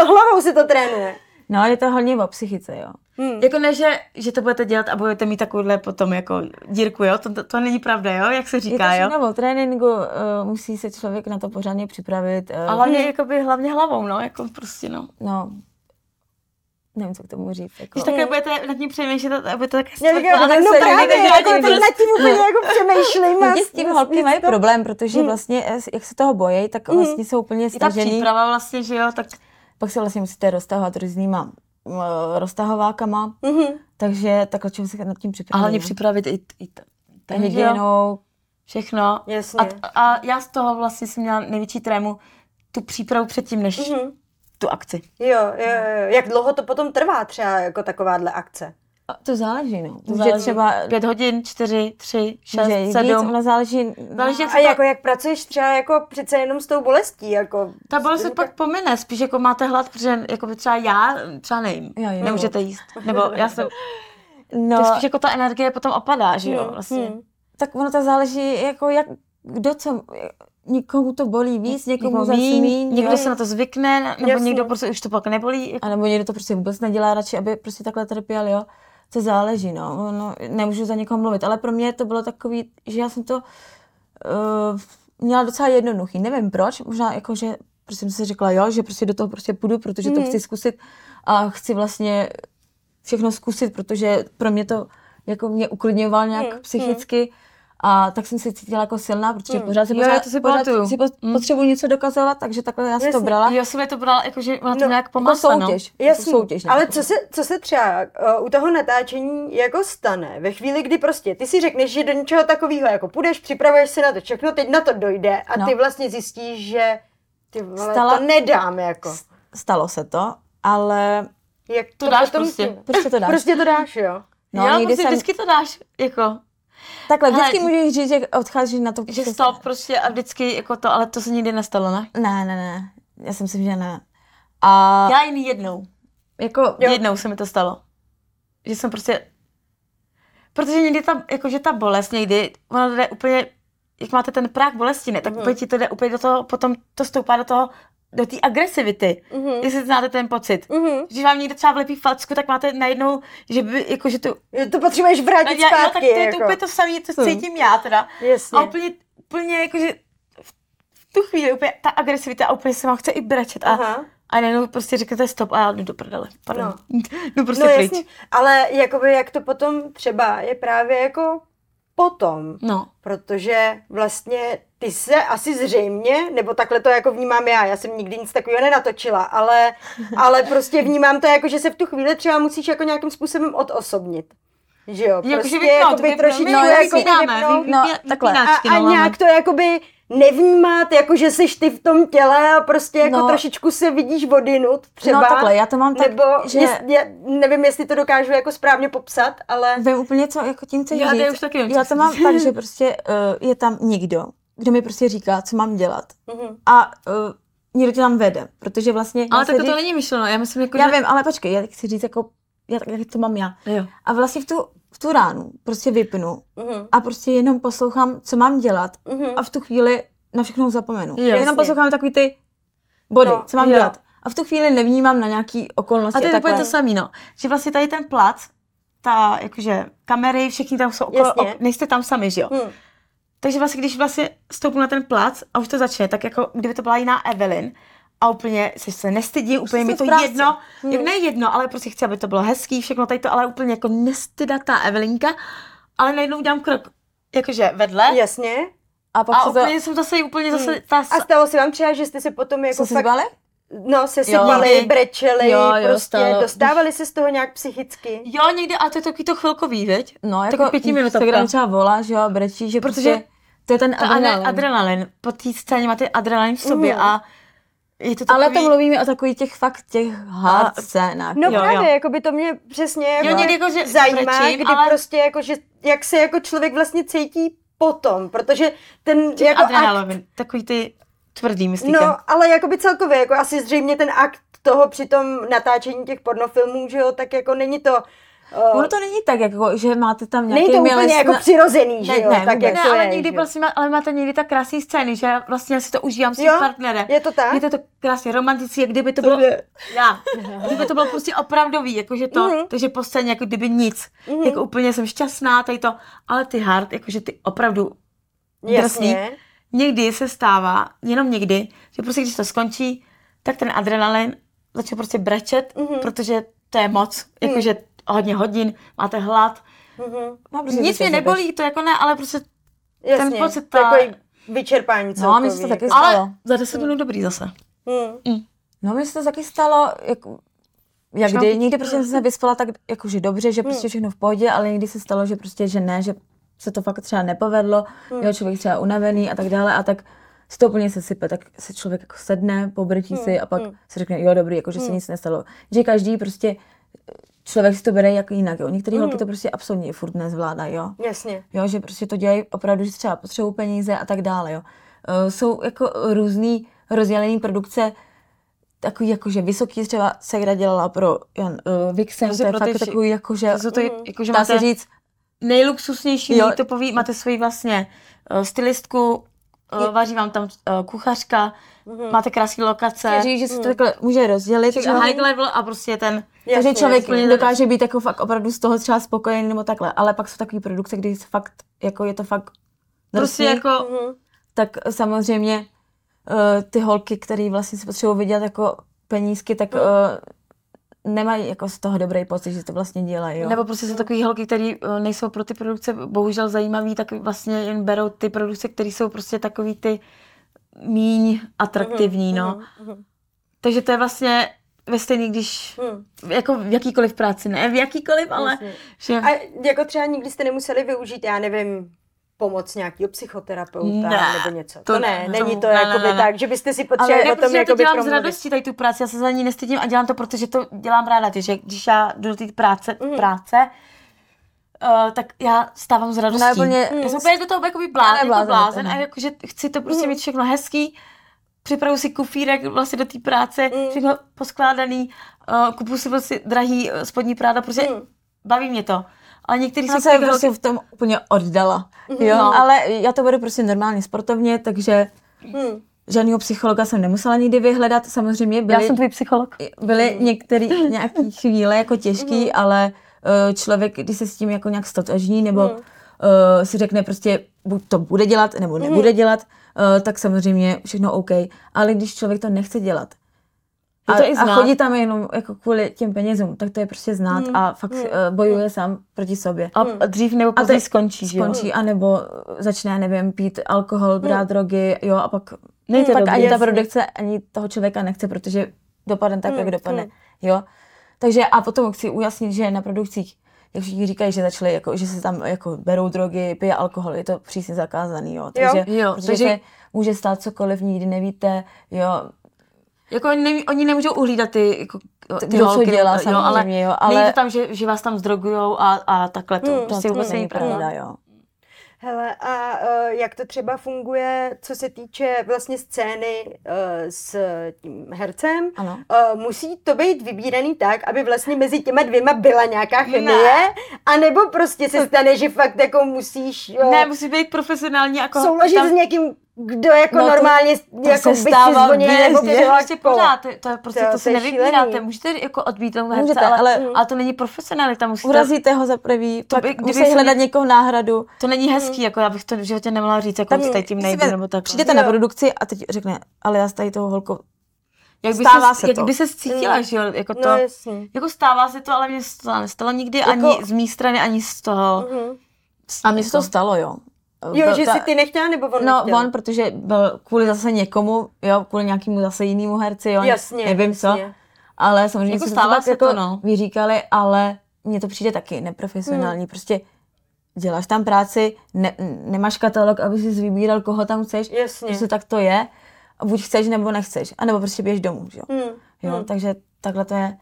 [SPEAKER 2] Hlavou si to trénuje.
[SPEAKER 3] No, je to hodně o psychice, jo.
[SPEAKER 1] Jako ne, že, že to budete dělat a budete mít takovouhle potom jako dírku, jo? To, to, to není pravda, jo? Jak se
[SPEAKER 3] Je to
[SPEAKER 1] říká, jo?
[SPEAKER 3] všechno o tréninku, eh, musí se člověk na to pořádně připravit. eh,
[SPEAKER 1] A hlavně, jakoby, hlavně hlavou, no, jako prostě, no.
[SPEAKER 3] No, nevím, co k tomu říct. Jako.
[SPEAKER 1] Když také budete nad tím přemýšlet, a budete také
[SPEAKER 2] Já říkám,
[SPEAKER 1] ale
[SPEAKER 2] no
[SPEAKER 1] se-
[SPEAKER 2] právě,
[SPEAKER 1] nedělejte
[SPEAKER 2] jako
[SPEAKER 1] nic.
[SPEAKER 2] teď nad tím úplně jako přemýšlím.
[SPEAKER 1] *laughs*
[SPEAKER 2] a
[SPEAKER 1] Vlastně,
[SPEAKER 3] Lidi s tím
[SPEAKER 2] nic-
[SPEAKER 3] No holky
[SPEAKER 2] nic
[SPEAKER 3] mají
[SPEAKER 2] to-
[SPEAKER 3] problém,
[SPEAKER 1] Hmm.
[SPEAKER 3] protože vlastně, eh, jak se toho bojí, tak vlastně jsou úplně
[SPEAKER 1] I ta
[SPEAKER 3] stažený.
[SPEAKER 1] příprava vlastně, že jo, tak
[SPEAKER 3] Pak se vlastně musíte roztahovat různýma eh, roztahovákama,
[SPEAKER 2] *laughs* Mhm.
[SPEAKER 3] takže takhle člověk se nad tím
[SPEAKER 1] A
[SPEAKER 3] připraví.
[SPEAKER 1] hlavně
[SPEAKER 3] no.
[SPEAKER 1] připravit i, i t-
[SPEAKER 3] Ta
[SPEAKER 1] ten hygienou,
[SPEAKER 3] hygienou,
[SPEAKER 1] Mhm. všechno.
[SPEAKER 2] Jasně.
[SPEAKER 1] A, t- a já z toho vlastně jsem měla největší trému tu přípravu předtím, než
[SPEAKER 2] Mhm.
[SPEAKER 1] tu akci.
[SPEAKER 2] Jo, jo, jo. Jak dlouho to potom trvá třeba jako takováhle akce?
[SPEAKER 3] a to záleží, no. To
[SPEAKER 1] Může
[SPEAKER 3] záleží.
[SPEAKER 1] třeba pět hodin, čtyři, tři, šest,
[SPEAKER 3] může i víc,
[SPEAKER 1] sedm.
[SPEAKER 3] ono záleží.
[SPEAKER 1] Záleží, jak
[SPEAKER 2] A
[SPEAKER 1] se to,
[SPEAKER 2] jako jak pracuješ třeba jako přece jenom s tou bolestí, jako...
[SPEAKER 1] ta bolest se pak pomine, spíš jako máte hlad, protože jako by třeba já, třeba nejím,
[SPEAKER 3] Jo, jo.
[SPEAKER 1] nemůžete jíst. Nebo já jsem, to je
[SPEAKER 3] No,
[SPEAKER 1] spíš jako ta energie potom opadá, že jo, vlastně.
[SPEAKER 2] Hmm.
[SPEAKER 3] tak ono to záleží, jako jak, kdo co, někomu to bolí víc, někomu zase
[SPEAKER 1] míň,
[SPEAKER 3] míň,
[SPEAKER 1] někdo
[SPEAKER 3] jo.
[SPEAKER 1] se na to zvykne, nebo
[SPEAKER 2] Jasně.
[SPEAKER 1] někdo prostě už to pak nebolí.
[SPEAKER 3] A nebo někdo to prostě vůbec nedělá radši, aby prostě takhle trpěl, jo. To záleží, no. no nemůžu za někoho mluvit, ale pro mě to bylo takový, že já jsem to uh, měla docela jednoduchý. Nevím proč, možná jako, že prostě jsem si řekla, jo, že prostě do toho prostě půjdu, protože to
[SPEAKER 2] Mhm.
[SPEAKER 3] chci zkusit a chci vlastně všechno zkusit, protože pro mě to jako mě uklidňoval nějak
[SPEAKER 2] Mhm,
[SPEAKER 3] psychicky a tak jsem se cítila jako silná, protože
[SPEAKER 2] Mhm.
[SPEAKER 3] pořád si,
[SPEAKER 1] Jo,
[SPEAKER 3] pořád,
[SPEAKER 1] já to si
[SPEAKER 3] pořád
[SPEAKER 1] pamatuju.
[SPEAKER 3] si po,
[SPEAKER 1] Mhm.
[SPEAKER 3] potřebuji něco dokazovat, takže takhle já si to
[SPEAKER 2] Jasně.
[SPEAKER 3] brala.
[SPEAKER 1] Jo, jsem je to brala, jakože ona to
[SPEAKER 2] No,
[SPEAKER 1] nějak
[SPEAKER 3] Jako
[SPEAKER 1] pomáhla, no.
[SPEAKER 3] soutěž. jako
[SPEAKER 2] Jasný,
[SPEAKER 3] soutěž
[SPEAKER 2] ale
[SPEAKER 3] nějakou.
[SPEAKER 2] co se, co se třeba uh, u toho natáčení jako stane ve chvíli, kdy prostě ty si řekneš, že do něčeho takového jako půjdeš, připravuješ se na to všechno, teď na to dojde a
[SPEAKER 3] No.
[SPEAKER 2] ty vlastně zjistíš, že ty vole,
[SPEAKER 3] Stala-
[SPEAKER 2] to nedám jako.
[SPEAKER 3] S- Stalo se to, ale
[SPEAKER 2] Jak
[SPEAKER 1] To dáš
[SPEAKER 2] potom-
[SPEAKER 1] prostě.
[SPEAKER 3] prostě to dáš.
[SPEAKER 2] Prostě to dáš, jo.
[SPEAKER 1] No, jo,
[SPEAKER 3] někdy
[SPEAKER 1] prostě
[SPEAKER 3] jsem-
[SPEAKER 1] vždycky to dáš, jako,
[SPEAKER 3] Takhle, vždycky
[SPEAKER 1] Hele.
[SPEAKER 3] můžeš říct, že odcházíš na to.
[SPEAKER 1] že
[SPEAKER 3] prostě-
[SPEAKER 1] stop prostě a vždycky jako to, ale to se nikdy nestalo, ne?
[SPEAKER 3] Ne, ne, ne. Já si myslím, že ne. A
[SPEAKER 1] Já jen jednou.
[SPEAKER 3] jako,
[SPEAKER 1] Jo. Jednou se mi to stalo. Že jsem prostě... Protože někdy ta, jakože ta bolest někdy, ona jde úplně, jak máte ten práh bolesti, ne, tak úplně ti to jde úplně do toho, potom to stoupá do toho, do té agresivity,
[SPEAKER 2] Mhm.
[SPEAKER 1] jestli znáte ten pocit.
[SPEAKER 2] Mhm.
[SPEAKER 1] Když vám někdo třeba vlepí facku, tak máte najednou, že by, jakože to...
[SPEAKER 2] To potřebuješ vrátit
[SPEAKER 1] já, já, tak
[SPEAKER 2] zpátky.
[SPEAKER 1] to je to
[SPEAKER 2] jako.
[SPEAKER 1] úplně to samé, co cítím já teda.
[SPEAKER 2] Jasně.
[SPEAKER 1] A úplně, úplně jakože v- v tu chvíli úplně ta agresivita a úplně se vám chce i brečet a,
[SPEAKER 2] Aha. No
[SPEAKER 1] a najednou prostě řeknete stop a já jdu do prdele, pardon. No, *laughs* jdu prostě
[SPEAKER 2] No
[SPEAKER 1] pryč.
[SPEAKER 2] jasně, ale jakoby jak to potom třeba je právě jako potom,
[SPEAKER 1] No,
[SPEAKER 2] protože vlastně ty se asi zřejmě, nebo takhle to jako vnímám já, já jsem nikdy nic takového
[SPEAKER 3] *laughs*
[SPEAKER 2] nenatočila, ale, ale prostě vnímám to jako, že se v tu chvíli třeba musíš jako nějakým způsobem odosobnit. Že jo,
[SPEAKER 1] Jako, že
[SPEAKER 2] prostě
[SPEAKER 1] vypnout,
[SPEAKER 2] jakoby
[SPEAKER 1] vypnout,
[SPEAKER 2] trošičku
[SPEAKER 1] no,
[SPEAKER 2] jako
[SPEAKER 1] vypínáme,
[SPEAKER 2] vypnout
[SPEAKER 1] vypí-
[SPEAKER 3] no,
[SPEAKER 1] vypí-
[SPEAKER 3] takhle.
[SPEAKER 2] a,
[SPEAKER 1] vypínačky,
[SPEAKER 2] a
[SPEAKER 1] no, máme.
[SPEAKER 2] nějak to jakoby nevnímat, jako že jsi ty v tom těle a prostě jako
[SPEAKER 3] No.
[SPEAKER 2] trošičku se vidíš odinut třeba.
[SPEAKER 3] No takhle, já to mám tak,
[SPEAKER 2] Nebo
[SPEAKER 3] že
[SPEAKER 2] jest, já nevím, jestli to dokážu jako správně popsat, ale...
[SPEAKER 3] vím úplně, co jako tím chceš
[SPEAKER 1] Já-
[SPEAKER 3] říct.
[SPEAKER 1] já už taky vím, co
[SPEAKER 3] já to
[SPEAKER 1] chceš
[SPEAKER 3] mám
[SPEAKER 1] říct.
[SPEAKER 3] tak, že prostě uh, je tam někdo, kdo mi prostě říká, co mám dělat.
[SPEAKER 2] Mhm.
[SPEAKER 3] A uh, někdo tě tam vede, protože vlastně...
[SPEAKER 1] ale
[SPEAKER 3] já se
[SPEAKER 1] tak to
[SPEAKER 3] řík-
[SPEAKER 1] není myšleno, já myslím jako,
[SPEAKER 3] Já
[SPEAKER 1] že...
[SPEAKER 3] vím, ale počkej, já chci říct jako, já, jak to mám já.
[SPEAKER 1] Jo.
[SPEAKER 3] A vlastně v tu, v tu ránu prostě vypnu
[SPEAKER 2] Mhm.
[SPEAKER 3] a prostě jenom poslouchám, co mám dělat
[SPEAKER 2] Mhm.
[SPEAKER 3] a v tu chvíli na všechno zapomenu.
[SPEAKER 1] Jo.
[SPEAKER 3] Jo, jenom
[SPEAKER 2] Jasně.
[SPEAKER 3] poslouchám takový ty body,
[SPEAKER 2] No,
[SPEAKER 3] co mám
[SPEAKER 1] jo.
[SPEAKER 3] dělat. A v tu chvíli nevnímám na nějaký okolnosti.
[SPEAKER 1] A to je
[SPEAKER 3] takhle.
[SPEAKER 1] úplně to samé, no. Že vlastně tady ten plac, ta, jakože, kamery, všichni tam jsou okolo,
[SPEAKER 2] Jasně.
[SPEAKER 1] ok, nejste tam sami, že jo?
[SPEAKER 2] Hm.
[SPEAKER 1] Takže vlastně, když vlastně stoupnu na ten plac a už to začne, tak jako kdyby to byla jiná Evelyn a úplně se, se nestydí, úplně
[SPEAKER 3] jsi
[SPEAKER 1] mi to
[SPEAKER 3] v práci.
[SPEAKER 1] jedno, jak ne jedno, ale prostě chci, aby to bylo hezký, všechno tady to, ale úplně jako nestydatá Evelinka, ale najednou dám krok, jakože vedle
[SPEAKER 2] Jasně.
[SPEAKER 3] A pak
[SPEAKER 1] a
[SPEAKER 3] se to...
[SPEAKER 1] úplně jsem zase úplně zase ta...
[SPEAKER 2] A stalo se vám třeba, že jste se potom jako
[SPEAKER 3] Co jsi
[SPEAKER 2] fakt,
[SPEAKER 3] zbali?
[SPEAKER 2] no, se sypali,
[SPEAKER 1] Někdy.
[SPEAKER 2] brečeli,
[SPEAKER 3] Jo, jo,
[SPEAKER 2] prostě
[SPEAKER 3] stalo.
[SPEAKER 2] dostávali se z toho nějak psychicky.
[SPEAKER 1] Jo, někdy, ale to je takový to chvilkový, veď?
[SPEAKER 3] No,
[SPEAKER 1] Tak
[SPEAKER 3] jako
[SPEAKER 1] pětiminutovka.
[SPEAKER 3] Instagram třeba volá, že jo, brečí, že
[SPEAKER 1] Protože-
[SPEAKER 3] Protože prostě, to je ten
[SPEAKER 1] To adrenalin.
[SPEAKER 3] adrenalin.
[SPEAKER 1] adrenalin. Po té scéně máte adrenalin v sobě
[SPEAKER 2] Mm.
[SPEAKER 1] a je to takový...
[SPEAKER 3] Ale to mluvíme o takových těch fakt těch hard
[SPEAKER 1] A-
[SPEAKER 3] scénách.
[SPEAKER 2] No
[SPEAKER 1] Jo, jo.
[SPEAKER 2] právě, jako by to mě přesně jako
[SPEAKER 1] někdy jako, že
[SPEAKER 2] zajímá,
[SPEAKER 1] brečím,
[SPEAKER 2] kdy
[SPEAKER 1] ale-
[SPEAKER 2] prostě jako, že, jak se jako člověk vlastně cítí potom, protože ten jako akt
[SPEAKER 1] adrenalin, takový ty tvrdý, myslíte?
[SPEAKER 2] No, ale jakoby celkově, jako asi zřejmě ten akt toho při tom natáčení těch pornofilmů, že jo, tak jako není to... Uh,
[SPEAKER 3] Ono to není tak, jako, že máte tam nějaký
[SPEAKER 2] není to úplně
[SPEAKER 3] milest
[SPEAKER 2] jako
[SPEAKER 3] na-
[SPEAKER 2] přirozený, že
[SPEAKER 3] Ne,
[SPEAKER 2] jo,
[SPEAKER 3] ne,
[SPEAKER 2] tak
[SPEAKER 3] vůbec.
[SPEAKER 2] jak
[SPEAKER 1] ne, No,
[SPEAKER 2] to
[SPEAKER 1] ale
[SPEAKER 2] je,
[SPEAKER 1] někdy prostě
[SPEAKER 2] že jo.
[SPEAKER 1] prosím, vás- ale máte někdy tak krásné scény, že já vlastně si to užívám s tím
[SPEAKER 2] Jo,
[SPEAKER 1] partnerem.
[SPEAKER 2] je to tak?
[SPEAKER 1] Je to, to krásně romantické, kdyby to bylo... Já. Kdyby to bylo prostě opravdový, jakože to,
[SPEAKER 2] Mhm.
[SPEAKER 1] takže po scéně, jako kdyby nic.
[SPEAKER 2] Mhm.
[SPEAKER 1] Jako úplně jsem šťastná, tady to, ale ty hard, jakože ty opravdu drsný.
[SPEAKER 2] Jasně.
[SPEAKER 1] Někdy se stává, jenom někdy, že prostě když to skončí, tak ten adrenalin začne prostě brečet,
[SPEAKER 2] Mhm.
[SPEAKER 1] protože to je moc, jakože hodně hodin, máte hlad.
[SPEAKER 2] Mhm.
[SPEAKER 3] No, Mhm. prostě
[SPEAKER 1] Nic
[SPEAKER 3] to
[SPEAKER 1] mě
[SPEAKER 3] se
[SPEAKER 1] nebolí, to jako ne, ale prostě,
[SPEAKER 2] Jasně.
[SPEAKER 1] pocit, ta-
[SPEAKER 2] Takový vyčerpání
[SPEAKER 3] No, a
[SPEAKER 2] celkový.
[SPEAKER 3] mně se to taky
[SPEAKER 2] jako.
[SPEAKER 3] stalo.
[SPEAKER 1] ale za 10 minut dobrý zase.
[SPEAKER 2] Mhm.
[SPEAKER 3] No, mně se to taky stalo, jako, jak
[SPEAKER 1] Šlampy.
[SPEAKER 3] kdy, někdy prostě jsem se vyspala tak jakože dobře, že prostě všechno v pohodě, ale někdy se stalo, že prostě, že ne, že se to fakt třeba nepovedlo, jo, člověk třeba unavený a tak dále a tak se to úplně se sype, tak se člověk jako sedne, pobrčí si a pak se řekne, jo, dobrý, jakože se nic nestalo. Že každý prostě, člověk si to bere jako jinak, jo. Některé holky to prostě absolutně furt nezvládají, jo.
[SPEAKER 2] Jasně.
[SPEAKER 3] Jo, že prostě to dělají opravdu, že třeba potřebují peníze a tak dále, jo. Eh, Jsou jako různý rozdělený produkce, takový jakože vysoký, třeba Segra dělala pro Jan uh, Vixen,
[SPEAKER 1] To
[SPEAKER 3] to
[SPEAKER 1] jsou
[SPEAKER 3] je
[SPEAKER 1] pro
[SPEAKER 3] fakt
[SPEAKER 1] ty vši-
[SPEAKER 3] takový jakože,
[SPEAKER 1] To jsou to, jakože
[SPEAKER 3] Mhm. dá
[SPEAKER 1] máte
[SPEAKER 3] se říct,
[SPEAKER 1] nejluxusnější
[SPEAKER 3] Jo.
[SPEAKER 1] jo. to poví, máte svoji vlastně uh, stylistku, uh, vaří vám tam uh, kuchařka, máte krásné lokace,
[SPEAKER 3] Mhm. říct, že se to takhle může rozdělit,
[SPEAKER 1] Mm. takže
[SPEAKER 3] jo.
[SPEAKER 1] high level a prostě ten,
[SPEAKER 3] takže
[SPEAKER 2] Jasně,
[SPEAKER 3] člověk
[SPEAKER 2] jasně.
[SPEAKER 3] dokáže být jako fakt opravdu z toho třeba spokojený nebo takhle, ale pak jsou takový produkce, kdy se fakt, jako je to fakt
[SPEAKER 1] prostě
[SPEAKER 3] drsný,
[SPEAKER 1] jako,
[SPEAKER 2] Mhm.
[SPEAKER 3] tak samozřejmě eh, ty holky, které vlastně si potřebují vydělat jako penízky, tak
[SPEAKER 1] Hmm.
[SPEAKER 3] eh, nemají jako z toho dobrý pocit, že to vlastně dělají. Jo.
[SPEAKER 1] Nebo prostě jsou takový holky, které nejsou pro ty produkce bohužel zajímavý, tak vlastně jen berou ty produkce, které jsou prostě takový ty míň
[SPEAKER 3] Hmm,
[SPEAKER 1] atraktivní, no.
[SPEAKER 2] mhm.
[SPEAKER 1] Takže to je vlastně ve stejný, když
[SPEAKER 2] Hm.
[SPEAKER 1] jako v jakýkoliv práci, ne v jakýkoliv, ale
[SPEAKER 2] Jasně.
[SPEAKER 1] že...
[SPEAKER 2] A jako třeba nikdy jste nemuseli využít, já nevím, pomoc nějakého psychoterapeuta
[SPEAKER 1] Ne,
[SPEAKER 2] nebo něco. To,
[SPEAKER 1] to ne,
[SPEAKER 2] ne, není
[SPEAKER 1] to-
[SPEAKER 2] to
[SPEAKER 1] ne, ne,
[SPEAKER 2] jakoby
[SPEAKER 1] ne, ne.
[SPEAKER 2] tak, že byste si
[SPEAKER 1] Ale
[SPEAKER 2] potřebovali
[SPEAKER 1] ne,
[SPEAKER 2] o tom
[SPEAKER 1] protože já to
[SPEAKER 2] jakoby
[SPEAKER 1] dělám
[SPEAKER 2] promluvit.
[SPEAKER 1] z radostí, tady tu práci, já se za ní nestydím a dělám to, protože to dělám ráda, že když já jdu do té práce,
[SPEAKER 2] Mm.
[SPEAKER 1] práce, Uh, tak já stávám s radostí.
[SPEAKER 3] Ne, úplně-
[SPEAKER 1] já jsem úplně do toho jakoby blázen,
[SPEAKER 3] Ne,
[SPEAKER 1] jako
[SPEAKER 3] blázen,
[SPEAKER 1] blázen
[SPEAKER 3] ne.
[SPEAKER 1] a jakože chci to prostě
[SPEAKER 2] Mm.
[SPEAKER 1] mít všechno hezký, připravu si kufírek vlastně do té práce,
[SPEAKER 2] Mm.
[SPEAKER 1] všechno poskládaný, uh, kupu si vlastně drahý eh, spodní práda, prostě
[SPEAKER 2] Hm.
[SPEAKER 1] baví mě to. Ale některý
[SPEAKER 3] Já
[SPEAKER 1] jsou
[SPEAKER 3] jsem
[SPEAKER 1] takový
[SPEAKER 3] prostě v tom úplně oddala.
[SPEAKER 2] Mhm.
[SPEAKER 3] Jo,
[SPEAKER 1] No.
[SPEAKER 3] ale já to beru prostě normálně sportovně, takže
[SPEAKER 2] Hm.
[SPEAKER 3] žádného psychologa jsem nemusela nikdy vyhledat. Samozřejmě byly,
[SPEAKER 1] Já jsem tvůj psycholog.
[SPEAKER 3] byly
[SPEAKER 1] Mhm. *laughs*
[SPEAKER 3] některé nějaké chvíle jako těžký, ale eh, člověk, když se s tím jako nějak stotožní, nebo
[SPEAKER 2] Mhm.
[SPEAKER 3] eh, si řekne prostě, buď to bude dělat, nebo
[SPEAKER 1] Mhm.
[SPEAKER 3] nebude dělat, eh, tak samozřejmě všechno OK. Ale když člověk to nechce dělat,
[SPEAKER 1] Je
[SPEAKER 3] a,
[SPEAKER 1] to i
[SPEAKER 3] a
[SPEAKER 1] znát.
[SPEAKER 3] chodí tam jenom jako kvůli těm penězům, tak to je prostě znát
[SPEAKER 2] Mhm.
[SPEAKER 3] a fakt
[SPEAKER 2] Mhm.
[SPEAKER 3] eh, bojuje sám proti sobě.
[SPEAKER 1] Mhm. A p- dřív nebo
[SPEAKER 3] to-
[SPEAKER 1] později skončí, že jo?
[SPEAKER 3] skončí, anebo začne, nevím, pít alkohol, brát drogy, jo, a pak,
[SPEAKER 1] Není to
[SPEAKER 3] pak
[SPEAKER 1] dobrý.
[SPEAKER 3] ani ta
[SPEAKER 2] Jasně.
[SPEAKER 3] produkce ani toho člověka nechce, protože dopadne tak,
[SPEAKER 2] Mm,
[SPEAKER 3] jak dopadne,
[SPEAKER 2] mm.
[SPEAKER 3] jo. Takže a potom chci ujasnit, že na produkcích, jak všichni říkají, že začali, jako, že se tam jako berou drogy, pije alkohol, je to přísně zakázaný, jo. Takže,
[SPEAKER 1] Jo,
[SPEAKER 3] protože
[SPEAKER 1] takže-
[SPEAKER 3] se může stát cokoliv, nikdy nevíte, jo,
[SPEAKER 1] Jako oni, ne, oni nemůžou uhlídat ty, jako, ty
[SPEAKER 3] kdo co
[SPEAKER 1] holky,
[SPEAKER 3] dělá,
[SPEAKER 1] jo, ale,
[SPEAKER 3] samozřejmě, jo,
[SPEAKER 1] ale...
[SPEAKER 3] ale-
[SPEAKER 1] Není to tam, že, že vás tam zdrogujou a, a takhle to.
[SPEAKER 2] Hmm,
[SPEAKER 1] Hmm,
[SPEAKER 3] to,
[SPEAKER 1] prostě
[SPEAKER 3] to
[SPEAKER 1] vůbec
[SPEAKER 3] není
[SPEAKER 1] není pravda.
[SPEAKER 3] pravda, jo.
[SPEAKER 2] Hele, a eh, jak to třeba funguje, co se týče vlastně scény eh, s tím hercem?
[SPEAKER 3] Ano.
[SPEAKER 2] Eh, Musí to být vybíraný tak, aby vlastně mezi těma dvěma byla nějaká chemie? A nebo prostě se stane, že fakt jako musíš eh,
[SPEAKER 3] jako
[SPEAKER 1] Ne, musí být profesionální. Jako
[SPEAKER 2] souložit s někým, kdo jako
[SPEAKER 3] No to-
[SPEAKER 2] normálně jako by
[SPEAKER 3] se
[SPEAKER 2] si
[SPEAKER 3] stává
[SPEAKER 2] zvonil nebo
[SPEAKER 3] běžně.
[SPEAKER 2] přijel
[SPEAKER 1] prostě
[SPEAKER 2] jako-
[SPEAKER 1] pořád, to, to je prostě,
[SPEAKER 2] To-
[SPEAKER 1] to,
[SPEAKER 2] to
[SPEAKER 1] to
[SPEAKER 2] je
[SPEAKER 1] si
[SPEAKER 2] šílený.
[SPEAKER 1] nevybíráte, můžete jako odbít tomu herce,
[SPEAKER 3] Můžete,
[SPEAKER 1] ale,
[SPEAKER 3] ale-
[SPEAKER 1] ale, ale, to není profesionalita, musíte,
[SPEAKER 3] Urazíte ho za prvý, to
[SPEAKER 1] by-
[SPEAKER 3] pak
[SPEAKER 1] kdyby
[SPEAKER 3] musí
[SPEAKER 1] se
[SPEAKER 3] hledat někoho náhradu,
[SPEAKER 1] to není
[SPEAKER 2] Hmm.
[SPEAKER 1] hezký, jako já bych to v životě nemohla říct, jako
[SPEAKER 3] Tak no.
[SPEAKER 1] tak, tady tím
[SPEAKER 3] Myslím,
[SPEAKER 1] nejdu, nebo tak.
[SPEAKER 3] Přijdete na
[SPEAKER 2] Jo.
[SPEAKER 3] produkci a teď řekne, ale já s tady tou holkou.
[SPEAKER 1] Jak by
[SPEAKER 3] stává
[SPEAKER 1] se,
[SPEAKER 3] se to.
[SPEAKER 1] jak by se cítila, že jo, jako to,
[SPEAKER 2] No jasně.
[SPEAKER 1] jako stává se to, ale mě se to nestalo nikdy,
[SPEAKER 2] Jako-
[SPEAKER 1] ani z mé strany, ani z toho.
[SPEAKER 2] Mhm.
[SPEAKER 3] A mně se to stalo, jo.
[SPEAKER 2] Jo,
[SPEAKER 3] Byl
[SPEAKER 2] že
[SPEAKER 3] ta-
[SPEAKER 2] si ty nechtěla, nebo on
[SPEAKER 3] No,
[SPEAKER 2] nechtěl?
[SPEAKER 3] on, protože byl kvůli zase někomu, jo, kvůli nějakému zase jinému herci, jo,
[SPEAKER 2] Jasně,
[SPEAKER 3] nevím
[SPEAKER 2] jasně.
[SPEAKER 3] co, ale samozřejmě
[SPEAKER 1] Jako
[SPEAKER 3] jsme
[SPEAKER 1] stává
[SPEAKER 3] pak
[SPEAKER 1] se to, no.
[SPEAKER 3] vyříkali, ale mně to přijde taky
[SPEAKER 2] Hmm.
[SPEAKER 3] neprofesionální, prostě děláš tam práci, ne, nemáš katalog, aby si vybíral, koho tam chceš,
[SPEAKER 2] Jasně.
[SPEAKER 3] prostě tak to je, buď chceš, nebo nechceš, anebo prostě běž domů, že jo.
[SPEAKER 2] Hm.
[SPEAKER 3] Jo, takže takhle to je.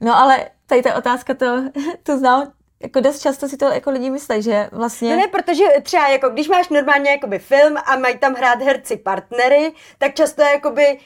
[SPEAKER 3] No ale tady ta otázka, to, *laughs* to znám, jako dost často si to jako lidi myslí, že vlastně...
[SPEAKER 2] No ne, protože třeba jako když máš normálně jakoby film a mají tam hrát herci partnery, tak často jakoby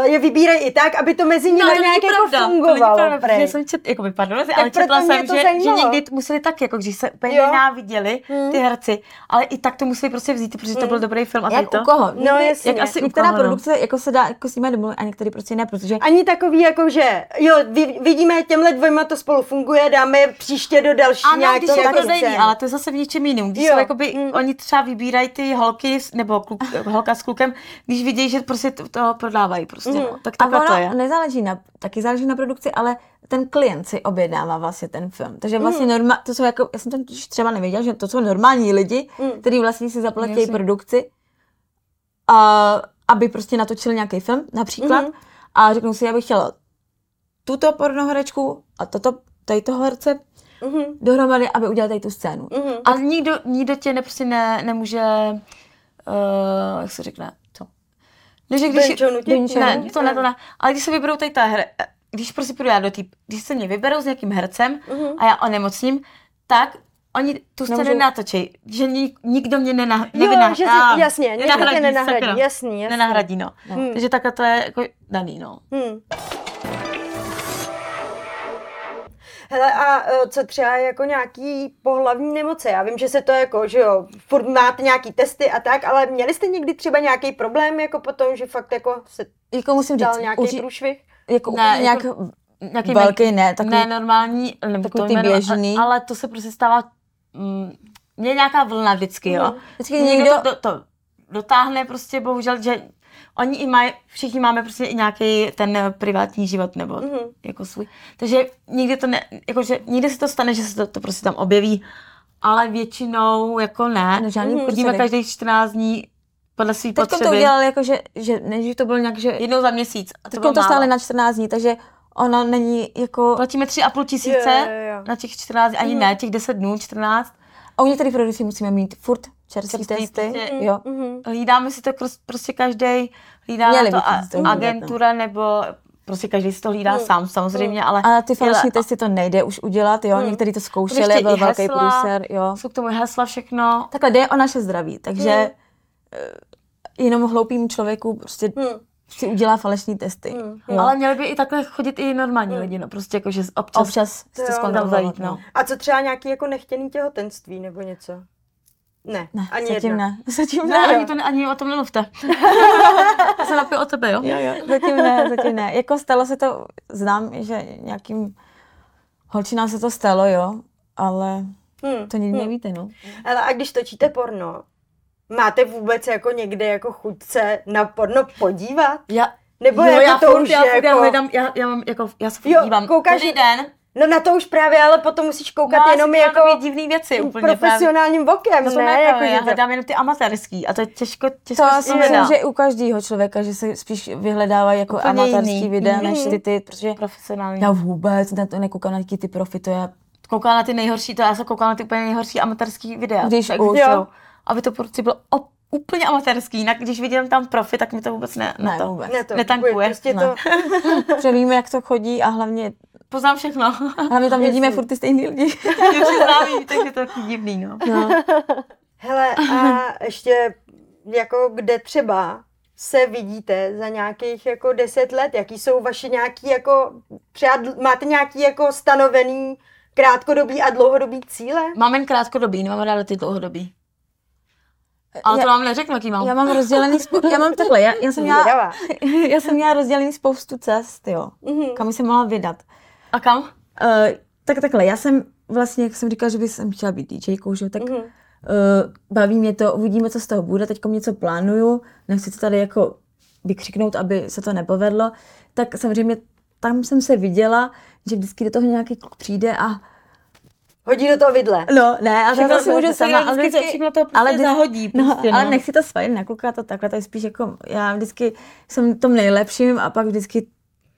[SPEAKER 2] uh, je vybírají i tak, aby to mezi nimi
[SPEAKER 1] No, to není
[SPEAKER 2] nějak jako
[SPEAKER 1] pravda,
[SPEAKER 2] fungovalo.
[SPEAKER 1] To není pravda,
[SPEAKER 2] prej.
[SPEAKER 1] protože jsem čet, jakoby, pardon, ale
[SPEAKER 2] proto
[SPEAKER 1] četla
[SPEAKER 2] mě
[SPEAKER 1] jsem,
[SPEAKER 2] to
[SPEAKER 1] že, že
[SPEAKER 2] zajímalo.
[SPEAKER 1] někdy t- museli tak, jako když se úplně
[SPEAKER 2] Jo.
[SPEAKER 1] nenáviděli ty herci, ale i tak to museli prostě vzít, protože to byl dobrý film a tak
[SPEAKER 3] jak
[SPEAKER 1] to.
[SPEAKER 3] u koho?
[SPEAKER 2] No jasně.
[SPEAKER 1] jak asi u
[SPEAKER 3] Některá
[SPEAKER 1] koho, no.
[SPEAKER 3] produkce jako se dá jako s nimi domluvit a některý prostě ne, protože
[SPEAKER 2] Ani takový jako, že jo, vy- vidíme, těmhle dvojma to spolu funguje, dáme je příště do další
[SPEAKER 1] Ano,
[SPEAKER 2] nějakou
[SPEAKER 1] když je
[SPEAKER 2] jako
[SPEAKER 1] prodejní,
[SPEAKER 2] scénu.
[SPEAKER 1] ale to je zase v něčem jiném. Když
[SPEAKER 2] Jo,
[SPEAKER 1] jsou, jakoby,
[SPEAKER 2] mm.
[SPEAKER 1] oni třeba vybírají ty holky, s- nebo kluk, holka s klukem, když vidějí, že prostě to, to prodávají prostě, no. Tak
[SPEAKER 3] A
[SPEAKER 1] takhle to
[SPEAKER 3] ono
[SPEAKER 1] je.
[SPEAKER 3] nezáleží na, taky záleží na produkci, ale ten klient si objednává vlastně ten film. Takže vlastně norma, to jsou jako, já jsem to totiž třeba nevěděla, že to jsou normální lidi,
[SPEAKER 2] Mm.
[SPEAKER 3] mm. kteří vlastně si zaplatí
[SPEAKER 1] Jasně.
[SPEAKER 3] produkci, a, aby prostě natočili nějaký film například
[SPEAKER 2] Mhm.
[SPEAKER 3] a řeknou si, já bych chtěla tuto pornohorečku a toto, tady toho herce
[SPEAKER 2] Mhm,
[SPEAKER 3] dohromady, aby udělali tady tu scénu.
[SPEAKER 2] mhm.
[SPEAKER 1] Ale nikdo, nikdo tě ne, prostě ne, nemůže, uh, jak se řekne, to. No, že když,
[SPEAKER 2] Benčou nutit?
[SPEAKER 1] ne,
[SPEAKER 2] Benčou?
[SPEAKER 1] to ne, to ne. Ale když se vyberou tady ta hra, když prostě půjdu já do té, když se mě vyberou s nějakým hercem
[SPEAKER 2] Mhm.
[SPEAKER 1] a já onemocním, tak oni tu scénu
[SPEAKER 3] Nemůžou.
[SPEAKER 1] natočí, že ni, nikdo mě nena,
[SPEAKER 2] Jo,
[SPEAKER 1] nevyna,
[SPEAKER 2] že si-
[SPEAKER 1] a-
[SPEAKER 2] jasně, nikdo tě nenahradí,
[SPEAKER 1] Ah. sakra.
[SPEAKER 2] jasný, jasný.
[SPEAKER 1] Nenahradí, no.
[SPEAKER 2] Hm.
[SPEAKER 1] Takže takhle to je jako daný, no.
[SPEAKER 2] Hmm. Hele, a e, co třeba jako nějaký pohlavní nemoce? Já vím, že se to jako, že jo, furt máte nějaký testy a tak, ale měli jste někdy třeba nějaký problém jako potom, že fakt jako se
[SPEAKER 3] Jako musím říct,
[SPEAKER 2] dal nějaký
[SPEAKER 3] urči-
[SPEAKER 2] průšvih?
[SPEAKER 3] jako
[SPEAKER 1] Ne,
[SPEAKER 3] úplně nějak
[SPEAKER 1] jako- Nějaký
[SPEAKER 3] velký ne, takový
[SPEAKER 1] ne normální, nebo
[SPEAKER 3] takový
[SPEAKER 1] to
[SPEAKER 3] ty
[SPEAKER 1] jméno,
[SPEAKER 3] běžný.
[SPEAKER 1] a- Ale to se prostě stává, mm, mě nějaká vlna vždycky, jo.
[SPEAKER 3] Mhm. Vždycky někdo-
[SPEAKER 1] to, to, to dotáhne prostě bohužel, že oni i mají, všichni máme prostě i nějaký ten eh, privátní život nebo
[SPEAKER 2] Mhm.
[SPEAKER 1] jako svůj. Takže nikdy to ne, jakože nikdy se to stane, že se to, to prostě tam objeví, ale většinou jako ne.
[SPEAKER 3] No, žádný
[SPEAKER 1] Chodíme
[SPEAKER 3] kurzely.
[SPEAKER 1] každých 14 dní podle svých
[SPEAKER 3] Teď
[SPEAKER 1] potřeby.
[SPEAKER 3] to udělal jako, že, že ne, že to bylo nějak, že
[SPEAKER 1] Jednou za měsíc. A
[SPEAKER 3] teď
[SPEAKER 1] bylo
[SPEAKER 3] to stále
[SPEAKER 1] málo.
[SPEAKER 3] na 14 dní, takže ono není jako,
[SPEAKER 1] Platíme tři a půl tisíce
[SPEAKER 2] Jo, jo, jo.
[SPEAKER 1] na těch 14, ani ne, těch 10 dnů, 14.
[SPEAKER 3] a u některých produkcí musíme mít furt čerstvý
[SPEAKER 1] Čerstvý
[SPEAKER 3] testy,
[SPEAKER 1] testy.
[SPEAKER 3] jo.
[SPEAKER 2] Mhm.
[SPEAKER 1] Hlídáme si to kros- prostě každý, hlídá
[SPEAKER 3] Měli
[SPEAKER 1] to,
[SPEAKER 3] bychom
[SPEAKER 1] a,
[SPEAKER 3] si to udělat,
[SPEAKER 1] agentura nebo prostě každý si to hlídá sám samozřejmě, ale
[SPEAKER 3] A ty falešní
[SPEAKER 1] ale-
[SPEAKER 3] testy to nejde už udělat, jo, někteří to
[SPEAKER 1] Protože
[SPEAKER 3] zkoušeli,
[SPEAKER 1] chtějí
[SPEAKER 3] byl
[SPEAKER 1] Mhm. i
[SPEAKER 3] velký
[SPEAKER 1] hesla,
[SPEAKER 3] průser, jo.
[SPEAKER 1] jsou k tomu hesla všechno.
[SPEAKER 3] Takhle jde o naše zdraví, takže
[SPEAKER 1] Mhm.
[SPEAKER 3] eh, jenom hloupým člověku prostě
[SPEAKER 2] Hmm.
[SPEAKER 3] si udělá falešní testy. Jo.
[SPEAKER 1] Mhm. Ale měli by i takhle chodit i normální lidi, no prostě jako, že občas,
[SPEAKER 3] Občas si
[SPEAKER 2] jo,
[SPEAKER 3] to
[SPEAKER 2] no.
[SPEAKER 3] zkontrolovat,
[SPEAKER 1] Zajít, no.
[SPEAKER 3] no.
[SPEAKER 2] A co třeba nějaký jako nechtěný těhotenství nebo něco? Ne,
[SPEAKER 3] Ne,
[SPEAKER 2] ani
[SPEAKER 3] zatím
[SPEAKER 2] jedno.
[SPEAKER 3] ne, *laughs* zatím
[SPEAKER 1] Ne,
[SPEAKER 3] ne.
[SPEAKER 1] ani, to, ne- ani o tom nemluvte. Já se napiju o tebe, jo?
[SPEAKER 3] Jo, jo, zatím ne, zatím ne. Jako stalo se to, znám, že nějakým holčinám se to stalo, jo, ale
[SPEAKER 2] Hmm.
[SPEAKER 3] to nikdy nevíte, no.
[SPEAKER 2] Ale a když točíte porno, máte vůbec jako někde jako chuť se na porno podívat?
[SPEAKER 1] Já,
[SPEAKER 2] Nebo
[SPEAKER 1] jo,
[SPEAKER 2] jako
[SPEAKER 1] No, já
[SPEAKER 2] to
[SPEAKER 1] furt,
[SPEAKER 2] už
[SPEAKER 1] já, furt,
[SPEAKER 2] jako...
[SPEAKER 1] já, hledám, já, já, mám, jako, já se furt
[SPEAKER 2] Jo,
[SPEAKER 1] dívám.
[SPEAKER 2] koukáš-
[SPEAKER 1] Každý den.
[SPEAKER 2] No na to už právě, ale potom musíš koukat
[SPEAKER 1] No, já
[SPEAKER 2] jenom
[SPEAKER 1] si dělám
[SPEAKER 2] jako
[SPEAKER 1] takový divný věci úplně právě.
[SPEAKER 2] profesionálním bokem,
[SPEAKER 1] No to
[SPEAKER 2] ne?
[SPEAKER 1] ne,
[SPEAKER 2] jako,
[SPEAKER 1] jako já
[SPEAKER 2] že to-
[SPEAKER 1] hledám jenom ty amatérský a to je těžko, těžko
[SPEAKER 3] To
[SPEAKER 1] se
[SPEAKER 3] si myslím,
[SPEAKER 1] hledá.
[SPEAKER 3] že i u každého člověka, že se spíš vyhledávají jako
[SPEAKER 1] Úplně
[SPEAKER 3] amatérský
[SPEAKER 1] jiný.
[SPEAKER 3] videa,
[SPEAKER 1] Mhm.
[SPEAKER 3] než ty ty, protože
[SPEAKER 1] profesionální.
[SPEAKER 3] já vůbec na to nekoukám na ty profi, to já
[SPEAKER 1] koukala na ty nejhorší, to já jsem koukala na ty úplně nejhorší amatérský videa.
[SPEAKER 3] Když
[SPEAKER 1] tak,
[SPEAKER 3] už,
[SPEAKER 2] jo.
[SPEAKER 1] Aby to prostě bylo op, úplně amatérský, jinak když vidím tam profi, tak mi to vůbec ne, na
[SPEAKER 3] Ne,
[SPEAKER 1] No to.
[SPEAKER 3] vůbec.
[SPEAKER 2] Ne, to
[SPEAKER 1] Netankuje.
[SPEAKER 2] Prostě
[SPEAKER 3] Ne.
[SPEAKER 2] to,
[SPEAKER 3] *laughs*
[SPEAKER 1] no.
[SPEAKER 3] protože víme, jak to chodí a hlavně,
[SPEAKER 1] Poznám všechno. *laughs*
[SPEAKER 3] hlavně tam vidíme furt ty stejný lidi.
[SPEAKER 1] Tím se známí, takže to je taky divný, no.
[SPEAKER 3] No.
[SPEAKER 2] hele,
[SPEAKER 1] *laughs*
[SPEAKER 2] a ještě jako kde třeba se vidíte za nějakých jako deset let, jaký jsou vaše nějaký jako, třeba dl- máte nějaký jako stanovený krátkodobý a dlouhodobý cíle?
[SPEAKER 1] Mám jen krátkodobý, nemám ráda ty dlouhodobý. Ale
[SPEAKER 3] Já-
[SPEAKER 1] to vám neřeknu, jaký mám.
[SPEAKER 3] Já mám rozdělený, spou- já mám takhle, já, já jsem měla,
[SPEAKER 2] Zvědavá.
[SPEAKER 3] *laughs* já jsem měla rozdělený spoustu cest, jo,
[SPEAKER 2] Mhm.
[SPEAKER 3] kam jsem mohla vydat.
[SPEAKER 1] A kam?
[SPEAKER 3] Eh, tak takhle, já jsem vlastně, jak jsem říkala, že bych jsem chtěla být DJkou, že jo, tak
[SPEAKER 2] Mhm.
[SPEAKER 3] eh, baví mě to, uvidíme, co z toho bude, teďko něco plánuju, nechci to tady jako vykřiknout, aby se to nepovedlo, tak samozřejmě tam jsem se viděla, že vždycky do toho nějaký kluk přijde a
[SPEAKER 2] Hodí do toho vidle.
[SPEAKER 3] no, ne, a
[SPEAKER 1] Všechno
[SPEAKER 3] to si
[SPEAKER 1] to-
[SPEAKER 3] můžu
[SPEAKER 1] to-
[SPEAKER 3] sama, ale
[SPEAKER 1] vždycky-
[SPEAKER 3] vždycky,
[SPEAKER 1] všechno to prostě
[SPEAKER 3] ale vždy-
[SPEAKER 1] zahodí prostě,
[SPEAKER 3] no, ale
[SPEAKER 1] no.
[SPEAKER 3] nechci to svalit na kluka, to takhle, to je spíš jako, já vždycky jsem v tom nejlepším a pak vždycky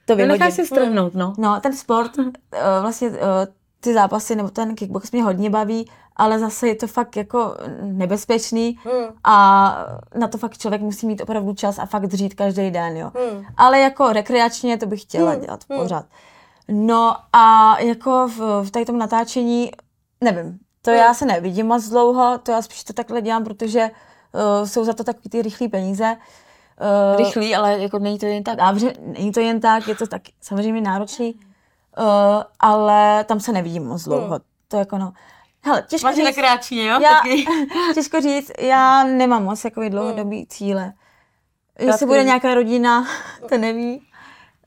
[SPEAKER 3] to vyhodím.
[SPEAKER 1] Nenechaj No, si strhnout, no.
[SPEAKER 3] No, ten sport, eh, vlastně eh, ty zápasy nebo ten kickbox mě hodně baví, ale zase je to fakt jako nebezpečný
[SPEAKER 2] Hmm.
[SPEAKER 3] a na to fakt člověk musí mít opravdu čas a fakt dřít každý den, jo.
[SPEAKER 2] Hmm.
[SPEAKER 3] Ale jako rekreačně to bych chtěla dělat pořád. No a jako v, v tady tom natáčení, nevím, to já se nevidím moc dlouho, to já spíš to takhle dělám, protože uh, jsou za to takový ty rychlé peníze. Eh,
[SPEAKER 1] Rychlý, ale jako není to jen tak.
[SPEAKER 3] dobře, není to jen tak, je to tak samozřejmě náročný, uh, ale tam se nevidím moc dlouho. To jako no. Hele, těžko
[SPEAKER 1] Hmm. Máš
[SPEAKER 3] říct,
[SPEAKER 1] rekreační, jo?
[SPEAKER 3] já,
[SPEAKER 1] Taky.
[SPEAKER 3] *laughs* těžko říct, já nemám moc jako
[SPEAKER 1] Hmm.
[SPEAKER 3] dlouhodobý cíle. Jestli bude nějaká rodina, *laughs* to neví.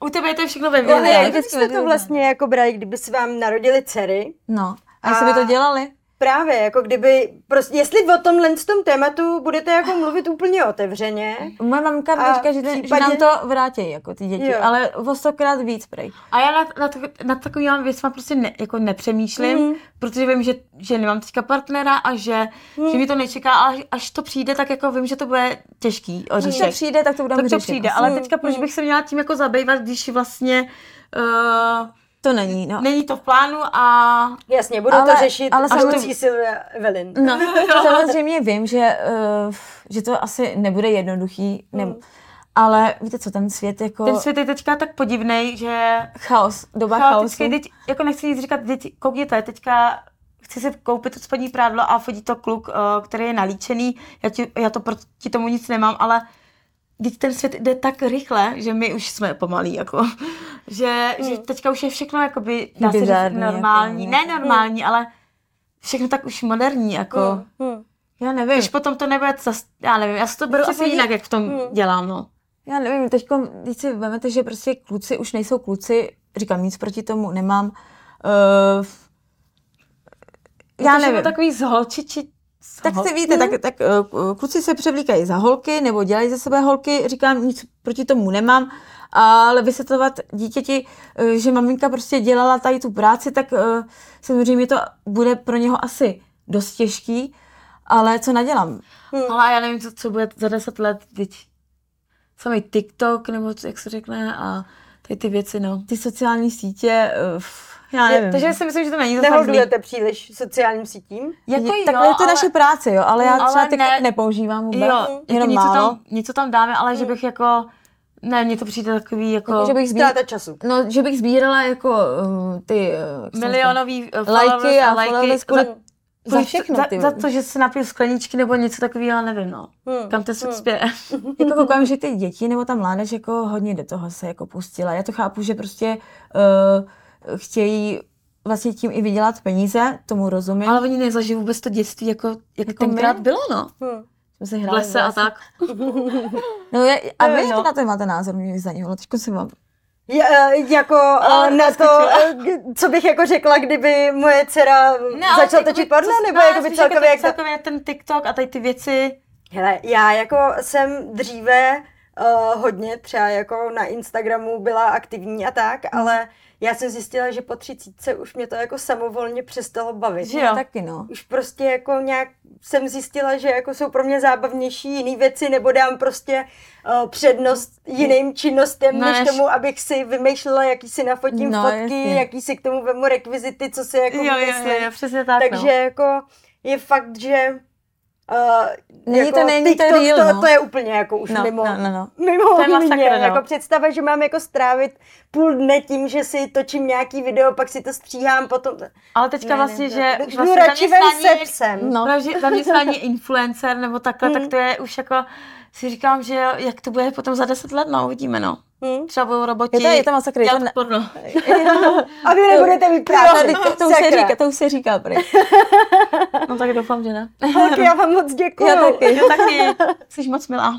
[SPEAKER 1] U tebe je to všechno ve
[SPEAKER 2] No, a
[SPEAKER 1] vědě.
[SPEAKER 2] jak byste to vlastně jako brali, kdyby se vám narodili dcery?
[SPEAKER 3] No, a jestli by to
[SPEAKER 2] A-
[SPEAKER 3] dělali?
[SPEAKER 2] Právě, jako kdyby, prostě, jestli o tomhle z tom tématu budete jako mluvit úplně otevřeně,
[SPEAKER 3] Moje mamka mi
[SPEAKER 2] A
[SPEAKER 3] říká, že,
[SPEAKER 2] v
[SPEAKER 3] případě... že
[SPEAKER 2] případě-
[SPEAKER 3] nám to vrátí, jako ty děti,
[SPEAKER 2] Jo.
[SPEAKER 3] jo. ale o stokrát víc, prej.
[SPEAKER 1] A já nad, nad, nad takovými věcmi prostě ne, jako nepřemýšlím,
[SPEAKER 2] Mhm.
[SPEAKER 1] mm. protože vím, že, že nemám teďka partnera a že, mm. že mi to nečeká, ale až to přijde, tak jako vím, že to bude těžký
[SPEAKER 3] Když to
[SPEAKER 1] oříšek.
[SPEAKER 3] přijde, tak to budeme
[SPEAKER 1] tak to
[SPEAKER 3] řešit.
[SPEAKER 1] přijde,
[SPEAKER 3] jako.
[SPEAKER 1] ale teďka proč bych se měla tím jako zabývat, když vlastně uh,
[SPEAKER 3] To není, no.
[SPEAKER 1] není to v plánu a
[SPEAKER 2] jasně, budou
[SPEAKER 3] Ale-
[SPEAKER 2] to řešit
[SPEAKER 3] ale
[SPEAKER 2] ale až
[SPEAKER 3] samozřejmě-
[SPEAKER 2] to Silvia Evelyn.
[SPEAKER 1] *laughs*
[SPEAKER 3] No, samozřejmě vím, že, uh, že to asi nebude jednoduchý, ne, ale víte co, ten svět jako...
[SPEAKER 1] Hmm. ten svět je teďka tak podivný, že
[SPEAKER 3] chaos, doba chaosu.
[SPEAKER 1] chaotický, teď, jako nechci nic říkat, děti, koukněte, teďka chci si koupit to spodní prádlo a fotí to kluk, eh, který je nalíčený, já, ti, já to proti tomu nic nemám, ale teď ten svět jde tak rychle, že my už jsme pomalí, jako, *laughs* že, že teďka už je všechno, jakoby, dá se říct,
[SPEAKER 3] Hmm. Bizarní, jako,
[SPEAKER 1] normální,
[SPEAKER 3] ne?
[SPEAKER 1] ne normální, ale všechno tak už moderní, jako,
[SPEAKER 2] Hmm.
[SPEAKER 3] Já nevím,
[SPEAKER 1] když potom to nebude, zas, já nevím, já si to beru
[SPEAKER 3] Prostě
[SPEAKER 1] asi
[SPEAKER 3] lidi-
[SPEAKER 1] jinak, jak v tom dělám, no.
[SPEAKER 3] já nevím, teďko, teď si vemete, že prostě kluci už nejsou kluci, říkám, nic proti tomu nemám. Uh, já
[SPEAKER 1] Protože je No to
[SPEAKER 3] nevím,
[SPEAKER 1] takový zholčiči,
[SPEAKER 3] Tak se víte, tak, tak eh, kluci se převlíkají za holky nebo dělají ze sebe holky, říkám, nic proti tomu nemám, ale vysvětlovat dítěti, eh, že maminka prostě dělala tady tu práci, tak eh, samozřejmě to bude pro něho asi dost těžký, ale co nadělám?
[SPEAKER 1] Ale já nevím, co, co bude za deset let, teď samý TikTok, nebo co- jak se řekne, a tady ty věci, no.
[SPEAKER 3] Ty sociální sítě, eh, f- já nevím.
[SPEAKER 1] Takže si myslím, že to není zase tak zlý.
[SPEAKER 2] Neholdujete příliš sociálním sítím?
[SPEAKER 1] Jako jo,
[SPEAKER 3] Takhle je to
[SPEAKER 1] ale- Mm,
[SPEAKER 3] naše práce, jo, ale já
[SPEAKER 1] Ale
[SPEAKER 3] třeba TikTok
[SPEAKER 1] ne-
[SPEAKER 3] nepoužívám vůbec,
[SPEAKER 1] Jo, jako
[SPEAKER 3] jenom
[SPEAKER 1] něco,
[SPEAKER 3] málo.
[SPEAKER 1] tam, něco tam dáme, ale že bych jako, ne, mně to přijde takový jako
[SPEAKER 3] že bych zbí...
[SPEAKER 2] Ztráta času.
[SPEAKER 3] No, že bych sbírala jako um, ty... eh, jak jsem
[SPEAKER 1] milionový eh,
[SPEAKER 3] Lajky
[SPEAKER 1] followers
[SPEAKER 3] a
[SPEAKER 1] lajky
[SPEAKER 3] followers kvůli- za všechno,
[SPEAKER 1] za,
[SPEAKER 3] ty
[SPEAKER 1] za,
[SPEAKER 3] vole.
[SPEAKER 1] to, že se napiju skleničky nebo něco takového, nevím, no.
[SPEAKER 2] Hmm.
[SPEAKER 1] Kam to se *laughs* spěje.
[SPEAKER 3] říkala. Jako koukám, že ty děti nebo tam mládež jako hodně do toho se jako pustila. Já to chápu, že prostě uh, chtějí vlastně tím i vydělat peníze, tomu rozumím.
[SPEAKER 1] Ale oni nezažijí vůbec to dětství, jako, jak
[SPEAKER 3] Jako
[SPEAKER 1] tenkrát
[SPEAKER 3] my?
[SPEAKER 1] bylo, no.
[SPEAKER 2] Hmm.
[SPEAKER 3] Jsme si
[SPEAKER 1] V
[SPEAKER 3] hráli
[SPEAKER 1] lese a
[SPEAKER 3] vlastně.
[SPEAKER 1] tak.
[SPEAKER 3] No, je, a
[SPEAKER 2] Nevím,
[SPEAKER 3] vy
[SPEAKER 2] no.
[SPEAKER 3] no. na to máte názor, mě by zajímalo. Teď jsem vám...
[SPEAKER 2] Je, eh, jako eh, na to, eh, k- co bych jako řekla, kdyby moje dcera začala točit porno, nebo jako by celkově jak to...
[SPEAKER 1] celkově ten TikTok a tady ty věci.
[SPEAKER 2] Hele, já jako jsem dříve uh, hodně třeba jako na Instagramu byla aktivní a
[SPEAKER 1] Hmm.
[SPEAKER 2] tak, ale já jsem zjistila, že po třicítce už mě to jako samovolně přestalo bavit.
[SPEAKER 1] Že jo.
[SPEAKER 3] Taky no.
[SPEAKER 2] Už prostě jako nějak jsem zjistila, že jako jsou pro mě zábavnější jiné věci, nebo dám prostě uh, přednost jiným činnostem,
[SPEAKER 1] No,
[SPEAKER 2] než
[SPEAKER 1] než-
[SPEAKER 2] tomu, abych si vymýšlela, jaký si nafotím
[SPEAKER 3] No,
[SPEAKER 2] fotky,
[SPEAKER 3] jasně.
[SPEAKER 2] jaký si k tomu vemu rekvizity, co si jako
[SPEAKER 1] Jo, jo,
[SPEAKER 2] vymyslím.
[SPEAKER 1] jo, jo, přesně tak, no.
[SPEAKER 2] Takže
[SPEAKER 3] no.
[SPEAKER 2] jako je fakt, že uh,
[SPEAKER 3] Není
[SPEAKER 2] jako
[SPEAKER 3] to- není to
[SPEAKER 2] TikTok,
[SPEAKER 3] real,
[SPEAKER 2] to,
[SPEAKER 3] no.
[SPEAKER 2] to je úplně jako už
[SPEAKER 3] No,
[SPEAKER 2] mimo,
[SPEAKER 3] no, no, no.
[SPEAKER 2] mimo
[SPEAKER 1] To je masakr,
[SPEAKER 2] mě.
[SPEAKER 1] no.
[SPEAKER 2] Jako představa, že mám jako strávit půl dne tím, že si točím nějaký video, pak si to stříhám, potom...
[SPEAKER 1] Ale teďka
[SPEAKER 2] Ne, ne,
[SPEAKER 1] vlastně,
[SPEAKER 2] to-
[SPEAKER 1] že
[SPEAKER 2] Jdu
[SPEAKER 1] vlastně
[SPEAKER 2] radši ven se
[SPEAKER 1] zaměstnání-
[SPEAKER 2] psem.
[SPEAKER 3] No.
[SPEAKER 1] Právě, že zaměstnání influencer nebo takhle, tak to je už jako, si říkám, že jo, jak to bude potom za deset let, no uvidíme, no.
[SPEAKER 2] Hm?
[SPEAKER 1] Třeba budou roboti.
[SPEAKER 3] Je to- je to masakr, je to
[SPEAKER 1] dělat
[SPEAKER 3] ne-
[SPEAKER 1] porno.
[SPEAKER 2] A vy nebudete vyprávět.
[SPEAKER 3] Jo, to, to, už se
[SPEAKER 2] Sakra.
[SPEAKER 3] říká, to už se říká, prý.
[SPEAKER 1] No tak doufám, že ne. *laughs*
[SPEAKER 2] Holky, já vám moc děkuju.
[SPEAKER 3] Já taky.
[SPEAKER 1] Já taky. Jsi moc milá.